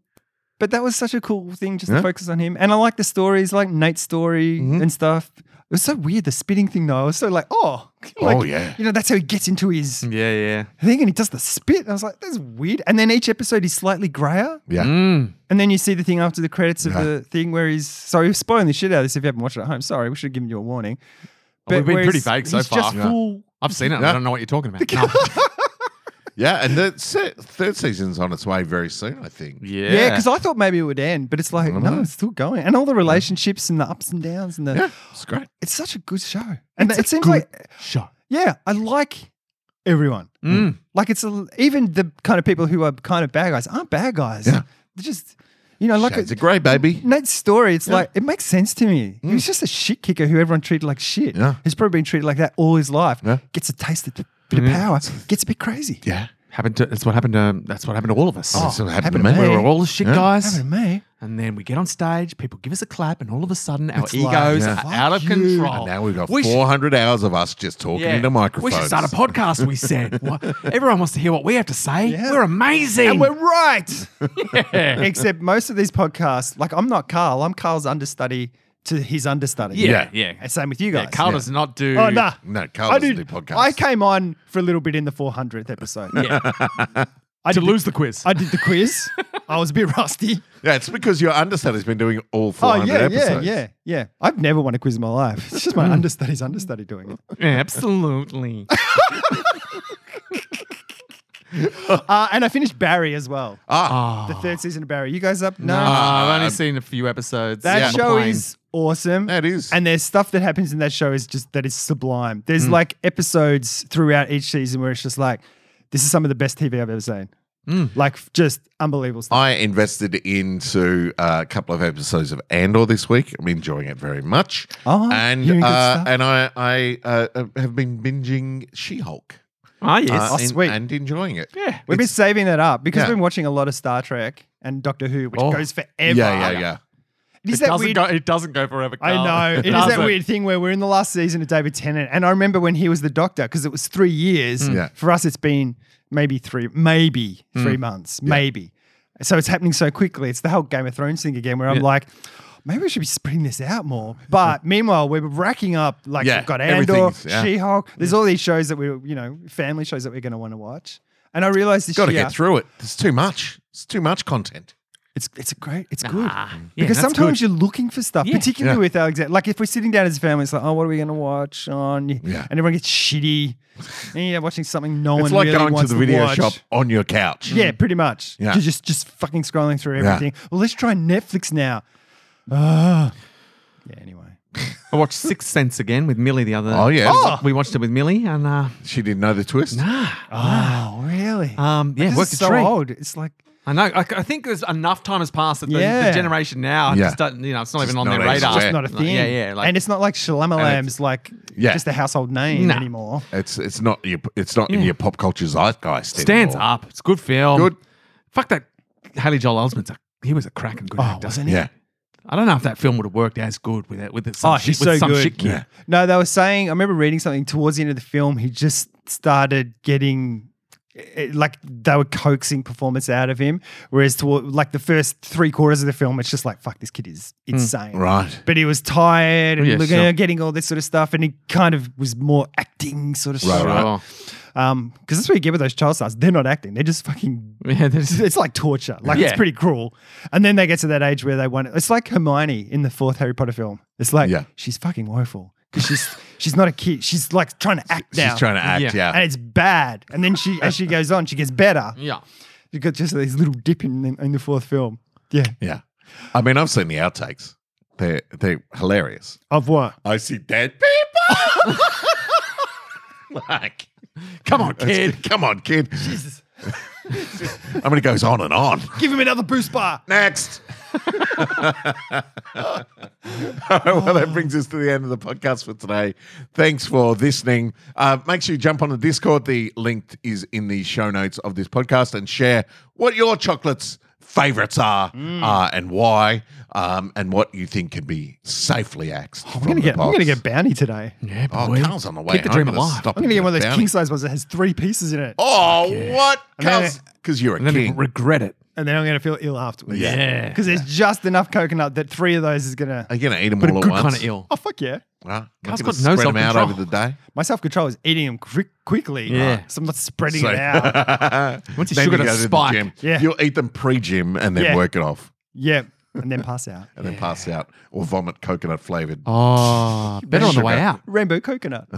[SPEAKER 4] but that was such a cool thing just to
[SPEAKER 1] Yeah.
[SPEAKER 4] focus on him. And I like the stories, like Nate's story
[SPEAKER 3] Mm-hmm.
[SPEAKER 4] and stuff. It was so weird the spitting thing though. I was so like, oh, like,
[SPEAKER 1] Oh, yeah.
[SPEAKER 4] you know that's how he gets into his
[SPEAKER 3] Yeah, yeah.
[SPEAKER 4] thing, and he does the spit. And I was like, that's weird. And then each episode is slightly grayer.
[SPEAKER 1] yeah,
[SPEAKER 3] Mm.
[SPEAKER 4] And then you see the thing after the credits of
[SPEAKER 1] Yeah.
[SPEAKER 4] the thing where he's sorry, we're spoiling the shit out of this if you haven't watched it at home. Sorry, we should have given you a warning.
[SPEAKER 3] Oh, We've been
[SPEAKER 4] where
[SPEAKER 3] pretty
[SPEAKER 4] he's-
[SPEAKER 3] vague so
[SPEAKER 4] he's
[SPEAKER 3] far.
[SPEAKER 4] Just
[SPEAKER 3] Yeah.
[SPEAKER 4] full,
[SPEAKER 3] I've seen it. I
[SPEAKER 1] Yeah.
[SPEAKER 3] don't know what you're talking about. No.
[SPEAKER 1] yeah. And the se- third season's on its way very soon, I think.
[SPEAKER 3] yeah. Mm-hmm.
[SPEAKER 4] yeah, because I thought maybe it would end, but it's like
[SPEAKER 1] Mhm.
[SPEAKER 4] no, it's still going, and all the relationships and the ups and downs and the
[SPEAKER 1] yeah, it's great.
[SPEAKER 4] it's such a good show, and it seems
[SPEAKER 3] good-
[SPEAKER 4] like
[SPEAKER 3] Sure.
[SPEAKER 4] yeah, I like everyone.
[SPEAKER 3] Mm.
[SPEAKER 4] Like it's a, even the kind of people who are kind of bad guys aren't bad guys.
[SPEAKER 1] Yeah.
[SPEAKER 4] They're just you know like
[SPEAKER 1] Shades
[SPEAKER 4] a,
[SPEAKER 1] of Grey, baby.
[SPEAKER 3] Oh,
[SPEAKER 4] Nate's story, it's like it makes sense to me. He was just a shit kicker who everyone treated like shit.
[SPEAKER 1] Mm. Yeah.
[SPEAKER 4] He's probably been treated like that all his life.
[SPEAKER 1] Yeah. Mm.
[SPEAKER 4] Gets a taste of a bit of power, gets a bit crazy.
[SPEAKER 1] Yeah,
[SPEAKER 3] Happened to, that's what happened to that's what happened to all of us.
[SPEAKER 1] that's what happened,
[SPEAKER 4] happened
[SPEAKER 1] to
[SPEAKER 4] to
[SPEAKER 1] me.
[SPEAKER 4] me.
[SPEAKER 3] We're all the shit
[SPEAKER 1] Yeah.
[SPEAKER 3] guys.
[SPEAKER 4] Happened to me.
[SPEAKER 3] And then we get on stage, people give us a clap, and all of a sudden our
[SPEAKER 4] It's
[SPEAKER 1] Oh,
[SPEAKER 4] like,
[SPEAKER 3] egos
[SPEAKER 4] yeah.
[SPEAKER 3] are out of
[SPEAKER 4] Fuck you.
[SPEAKER 3] control.
[SPEAKER 1] And now we've got
[SPEAKER 3] We should-
[SPEAKER 1] 400 hours of us just talking
[SPEAKER 3] yeah.
[SPEAKER 1] into microphones.
[SPEAKER 3] We should start a podcast, we said. What- Everyone wants to hear what we have to say.
[SPEAKER 4] Yeah.
[SPEAKER 3] We're amazing.
[SPEAKER 4] And we're right. Except most of these podcasts, like I'm not Carl, I'm Carl's understudy to his understudy.
[SPEAKER 3] yeah,
[SPEAKER 1] Yeah.
[SPEAKER 3] yeah.
[SPEAKER 4] And same with you
[SPEAKER 3] Yeah,
[SPEAKER 4] guys.
[SPEAKER 3] Carl does not do.
[SPEAKER 4] Oh, nah.
[SPEAKER 1] No, Carl
[SPEAKER 4] I,
[SPEAKER 1] doesn't
[SPEAKER 4] did-
[SPEAKER 1] do podcasts.
[SPEAKER 4] I came on for a little bit in the 400th episode.
[SPEAKER 3] Yeah.
[SPEAKER 4] I
[SPEAKER 3] to
[SPEAKER 4] did
[SPEAKER 3] lose the quiz.
[SPEAKER 4] I did the quiz. I was a bit rusty.
[SPEAKER 1] Yeah, it's because your understudy's been doing all
[SPEAKER 4] Oh
[SPEAKER 1] 400
[SPEAKER 4] yeah,
[SPEAKER 1] episodes. Hmm.
[SPEAKER 4] yeah, yeah, yeah. I've never won a quiz in my life. It's just my understudy's understudy doing it.
[SPEAKER 3] Absolutely.
[SPEAKER 4] Uh, and I finished Barry as well.
[SPEAKER 1] Ah,
[SPEAKER 4] the third season of Barry. You guys up? No.
[SPEAKER 3] No, Uh, I've only
[SPEAKER 1] I'm-
[SPEAKER 3] seen a few episodes.
[SPEAKER 4] Uh, That
[SPEAKER 3] Yeah.
[SPEAKER 4] show
[SPEAKER 3] Complain.
[SPEAKER 4] is awesome.
[SPEAKER 1] that is.
[SPEAKER 4] And there's stuff that happens in that show is just that is sublime.
[SPEAKER 1] Hmm.
[SPEAKER 4] There's like episodes throughout each season where it's just like, this is some of the best TV I've ever seen.
[SPEAKER 1] Hmm.
[SPEAKER 4] Like f- just unbelievable stuff.
[SPEAKER 1] I invested into uh, a couple of episodes of Andor this week. I'm enjoying it very much.
[SPEAKER 4] Oh, hearing
[SPEAKER 1] and
[SPEAKER 4] good
[SPEAKER 1] uh,
[SPEAKER 4] stuff.
[SPEAKER 1] and I I uh, have been binging She-Hulk.
[SPEAKER 3] Ah, yes.
[SPEAKER 1] uh,
[SPEAKER 4] Oh,
[SPEAKER 1] and,
[SPEAKER 4] sweet.
[SPEAKER 1] and enjoying it.
[SPEAKER 3] yeah.
[SPEAKER 4] We've been saving that up because
[SPEAKER 1] Yeah.
[SPEAKER 4] we've been watching a lot of Star Trek and Doctor Who, which
[SPEAKER 3] Oh.
[SPEAKER 4] goes forever.
[SPEAKER 1] Yeah, yeah, yeah.
[SPEAKER 4] It is
[SPEAKER 3] it,
[SPEAKER 4] that
[SPEAKER 3] doesn't
[SPEAKER 4] weird.
[SPEAKER 3] go, it doesn't go forever.
[SPEAKER 1] Oh.
[SPEAKER 3] Carl.
[SPEAKER 4] I know. It is that
[SPEAKER 3] doesn't.
[SPEAKER 4] weird thing where we're in the last season of David Tennant. And I remember when he was the doctor, because it was three years.
[SPEAKER 1] Mm. Yeah. Mm.
[SPEAKER 4] For us, it's been maybe three, maybe three months, maybe. So it's happening so quickly. It's the whole Game of Thrones thing again, where I'm like, maybe we should be spreading this out more. But meanwhile, we're racking up like
[SPEAKER 1] Yeah,
[SPEAKER 4] we've got Andor,
[SPEAKER 1] everything's- yeah.
[SPEAKER 4] She-Hulk. There's all these shows that we, you know, family shows that we're going to want to watch. And I realized this
[SPEAKER 1] Got to
[SPEAKER 4] year,
[SPEAKER 1] get through it. There's too much. It's too much content.
[SPEAKER 4] it's it's a great, it's good
[SPEAKER 3] Ah, yeah,
[SPEAKER 4] because
[SPEAKER 3] that's
[SPEAKER 4] sometimes
[SPEAKER 3] good.
[SPEAKER 4] you're looking for stuff, particularly
[SPEAKER 1] Yeah.
[SPEAKER 4] with Alexander. Like if we're sitting down as a family, it's like, oh, what are we going to watch on?
[SPEAKER 1] Yeah.
[SPEAKER 4] And everyone gets shitty, and you're watching something no
[SPEAKER 1] it's
[SPEAKER 4] one
[SPEAKER 1] like
[SPEAKER 4] really
[SPEAKER 1] going to
[SPEAKER 4] wants
[SPEAKER 1] the video
[SPEAKER 4] watch.
[SPEAKER 1] shop on your couch.
[SPEAKER 4] Yeah, pretty much.
[SPEAKER 1] Yeah.
[SPEAKER 4] You're just just fucking scrolling through
[SPEAKER 1] Yeah.
[SPEAKER 4] everything. Well, let's try Netflix now. Ah. yeah. Anyway,
[SPEAKER 3] I watched Sixth Sense again with Millie the other.
[SPEAKER 1] Oh, yeah. Oh.
[SPEAKER 3] we watched it with Millie, and uh,
[SPEAKER 1] She didn't know the twist.
[SPEAKER 4] oh really?
[SPEAKER 3] um, yeah,
[SPEAKER 4] this
[SPEAKER 3] worked
[SPEAKER 4] is
[SPEAKER 3] a
[SPEAKER 4] so
[SPEAKER 3] treat.
[SPEAKER 4] old. It's like
[SPEAKER 3] I know. I, I think there's enough time has passed that the,
[SPEAKER 4] Yeah.
[SPEAKER 3] the generation now
[SPEAKER 1] Yeah.
[SPEAKER 3] just don't, you know, it's not
[SPEAKER 1] Just
[SPEAKER 3] even on
[SPEAKER 1] not
[SPEAKER 3] their
[SPEAKER 1] even
[SPEAKER 3] radar.
[SPEAKER 1] aware.
[SPEAKER 4] it's not a
[SPEAKER 3] Like,
[SPEAKER 4] thing.
[SPEAKER 3] yeah, yeah. Like,
[SPEAKER 4] and it's not like Shalamalam's like
[SPEAKER 1] Yeah.
[SPEAKER 4] just a household name
[SPEAKER 3] Nah.
[SPEAKER 4] anymore.
[SPEAKER 1] It's it's not your it's not in
[SPEAKER 3] Yeah.
[SPEAKER 1] your pop culture zeitgeist.
[SPEAKER 3] stands
[SPEAKER 1] anymore.
[SPEAKER 3] up. It's a good film.
[SPEAKER 1] Good.
[SPEAKER 3] Fuck that. Haley Joel Osment's a he was a cracking good
[SPEAKER 4] Oh,
[SPEAKER 3] actor.
[SPEAKER 4] wasn't it?
[SPEAKER 1] Yeah.
[SPEAKER 3] I don't know if that film would have worked as good with it with it, some
[SPEAKER 4] Oh,
[SPEAKER 3] shit
[SPEAKER 4] he's
[SPEAKER 3] with
[SPEAKER 4] so
[SPEAKER 3] some
[SPEAKER 4] good.
[SPEAKER 3] shit kid.
[SPEAKER 1] Yeah.
[SPEAKER 4] No, they were saying. I remember reading something towards the end of the film. He just started getting. eh, Like they were coaxing performance out of him, whereas toward, like the first three quarters of the film, it's just like fuck, this kid is insane,
[SPEAKER 1] Right.
[SPEAKER 4] But he was tired and
[SPEAKER 3] Yeah,
[SPEAKER 4] looking,
[SPEAKER 3] Hmm. sure.
[SPEAKER 4] getting all this sort of stuff, and he kind of was more acting sort of
[SPEAKER 1] Right,
[SPEAKER 4] stuff.
[SPEAKER 1] right.
[SPEAKER 3] Oh.
[SPEAKER 4] Um, because that's what you get with those child stars. They're not acting; they're just fucking.
[SPEAKER 3] Yeah, there's-
[SPEAKER 4] It's like torture. Like it's
[SPEAKER 3] Yeah.
[SPEAKER 4] pretty cruel. And then they get to that age where they want. It's like Hermione in the fourth Harry Potter film. It's like
[SPEAKER 1] Yeah.
[SPEAKER 4] she's fucking woeful because she's she's not a kid. She's like trying to act now.
[SPEAKER 1] She's trying to act.
[SPEAKER 3] Yeah.
[SPEAKER 1] Yeah.
[SPEAKER 4] and it's bad. And then she, as she goes on, she gets better.
[SPEAKER 3] yeah.
[SPEAKER 4] You got just this little dip in the, in the fourth film. Yeah,
[SPEAKER 1] Yeah. I mean, I've seen the outtakes. They're they're hilarious.
[SPEAKER 4] of what?
[SPEAKER 1] I see dead people. like,
[SPEAKER 3] Come on,
[SPEAKER 1] kid,
[SPEAKER 3] kid.
[SPEAKER 1] come on, kid. Jesus. I mean, it goes on and on.
[SPEAKER 4] Give him another boost bar.
[SPEAKER 1] Next. well, that brings us to the end of the podcast for today. Thanks for listening. Uh, make sure you jump on the Discord. The link is in the show notes of this podcast and share what your chocolates favorites are
[SPEAKER 4] Mm.
[SPEAKER 1] uh, and why um, and what you think can be safely axed.
[SPEAKER 4] I'm Oh, gonna get. I'm gonna get
[SPEAKER 1] back.
[SPEAKER 4] bounty today.
[SPEAKER 3] Yeah,
[SPEAKER 1] Oh,
[SPEAKER 3] boy.
[SPEAKER 1] Carl's on the way.
[SPEAKER 3] Keep the
[SPEAKER 1] home.
[SPEAKER 3] dream
[SPEAKER 1] I'm gonna
[SPEAKER 3] alive.
[SPEAKER 1] stop
[SPEAKER 4] I'm gonna
[SPEAKER 1] and
[SPEAKER 4] get one of
[SPEAKER 1] a
[SPEAKER 4] those
[SPEAKER 1] brownie.
[SPEAKER 4] king size ones that has three pieces in it.
[SPEAKER 1] Oh, what?
[SPEAKER 4] And then-
[SPEAKER 1] Carl's because you're a
[SPEAKER 3] And
[SPEAKER 1] king.
[SPEAKER 3] then regret it.
[SPEAKER 4] and then I'm going to feel ill afterwards.
[SPEAKER 1] Yeah.
[SPEAKER 4] Because there's just enough coconut that three of those is going to.
[SPEAKER 1] Are you gonna eat them
[SPEAKER 3] But a
[SPEAKER 1] all
[SPEAKER 3] good
[SPEAKER 1] at
[SPEAKER 3] kind
[SPEAKER 1] once?
[SPEAKER 3] of ill.
[SPEAKER 4] Oh, fuck yeah.
[SPEAKER 1] Huh?
[SPEAKER 3] Carl's
[SPEAKER 1] You're gonna
[SPEAKER 3] got no
[SPEAKER 1] spread 'em out over
[SPEAKER 3] self-control.
[SPEAKER 1] the day.
[SPEAKER 4] My self control is eating them quick, quickly.
[SPEAKER 3] Yeah.
[SPEAKER 4] So I'm not spreading
[SPEAKER 1] So-
[SPEAKER 4] it out.
[SPEAKER 3] Once
[SPEAKER 1] Then
[SPEAKER 3] your
[SPEAKER 1] you
[SPEAKER 3] sugar
[SPEAKER 1] go
[SPEAKER 3] does
[SPEAKER 1] to the
[SPEAKER 3] spike.
[SPEAKER 1] gym.
[SPEAKER 4] Yeah.
[SPEAKER 1] You'll eat them pre gym and then
[SPEAKER 4] Yeah.
[SPEAKER 1] work it off
[SPEAKER 4] yeah. And then pass out.
[SPEAKER 1] and then pass out or vomit coconut flavored.
[SPEAKER 3] Oh, better on the way out.
[SPEAKER 4] Rainbow coconut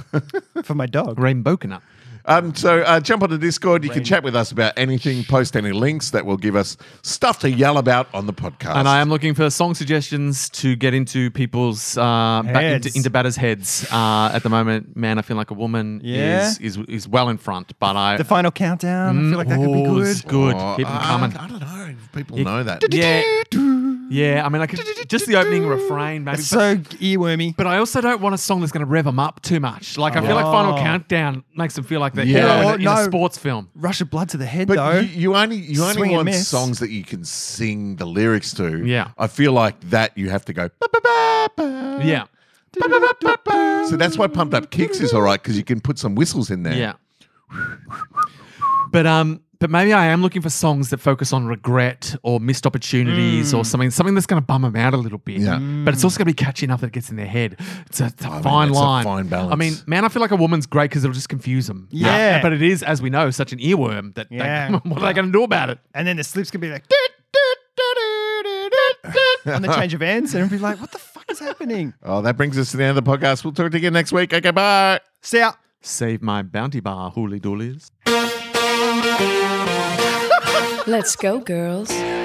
[SPEAKER 4] for my dog.
[SPEAKER 3] Rainbow coconut.
[SPEAKER 1] Um, so uh, jump onto Discord. You can chat with us about anything, post any links that will give us stuff to yell about on the podcast.
[SPEAKER 3] And I am looking for song suggestions to get into people's uh, ba-
[SPEAKER 4] Heads.
[SPEAKER 3] into, into batters' heads. Uh, at the moment, man, I feel like a woman
[SPEAKER 4] Yeah.
[SPEAKER 3] is, is is well in front, but I
[SPEAKER 4] The final countdown. I feel like that could be
[SPEAKER 3] Oh,
[SPEAKER 4] good.
[SPEAKER 3] it's good.
[SPEAKER 1] Oh,
[SPEAKER 3] Keep them
[SPEAKER 1] I-
[SPEAKER 3] coming.
[SPEAKER 1] I don't know if people know that.
[SPEAKER 3] Yeah, yeah. I mean, I could just the opening refrain, maybe.
[SPEAKER 4] It's
[SPEAKER 3] but-
[SPEAKER 4] so earwormy.
[SPEAKER 3] But I also don't want a song that's going to rev them up too much. Like I feel like Final
[SPEAKER 4] Oh. Countdown
[SPEAKER 3] Countdown makes them feel like they're
[SPEAKER 1] Yeah. hero
[SPEAKER 4] in a-
[SPEAKER 3] in,
[SPEAKER 4] in a
[SPEAKER 3] a
[SPEAKER 4] No.
[SPEAKER 3] sports film.
[SPEAKER 4] Rush of blood to the head,
[SPEAKER 1] But
[SPEAKER 4] though.
[SPEAKER 1] you, you only you only
[SPEAKER 4] Swing and
[SPEAKER 1] want
[SPEAKER 4] miss.
[SPEAKER 1] songs that you can sing the lyrics to.
[SPEAKER 3] Yeah.
[SPEAKER 1] I feel like that you have to go. "Ba, ba, ba, ba."
[SPEAKER 3] Yeah,
[SPEAKER 1] So that's why pumped up kicks is all right because you can put some whistles in there.
[SPEAKER 3] yeah. but um, but maybe I am looking for songs that focus on regret or missed opportunities or something, something that's going to bum them out a little bit.
[SPEAKER 1] Mm. Yeah.
[SPEAKER 3] But it's also going to be catchy enough that it gets in their head. It's a, it's a
[SPEAKER 1] I mean,
[SPEAKER 3] fine
[SPEAKER 1] it's a
[SPEAKER 3] line,
[SPEAKER 1] fine balance.
[SPEAKER 3] I mean, man, I feel like a woman's great because it'll just confuse them.
[SPEAKER 4] Yeah.
[SPEAKER 3] But it is, as we know, such an earworm that they-
[SPEAKER 4] Yeah.
[SPEAKER 3] what are they going to do about it?
[SPEAKER 4] and then the slips could be like. on the change of ends, and everybody's like, what the fuck is happening?
[SPEAKER 1] Oh, that brings us to the end of the podcast. We'll talk to you again next week. Okay, bye.
[SPEAKER 4] See ya.
[SPEAKER 3] Save my bounty bar, hooly doolies.
[SPEAKER 7] Let's go, girls.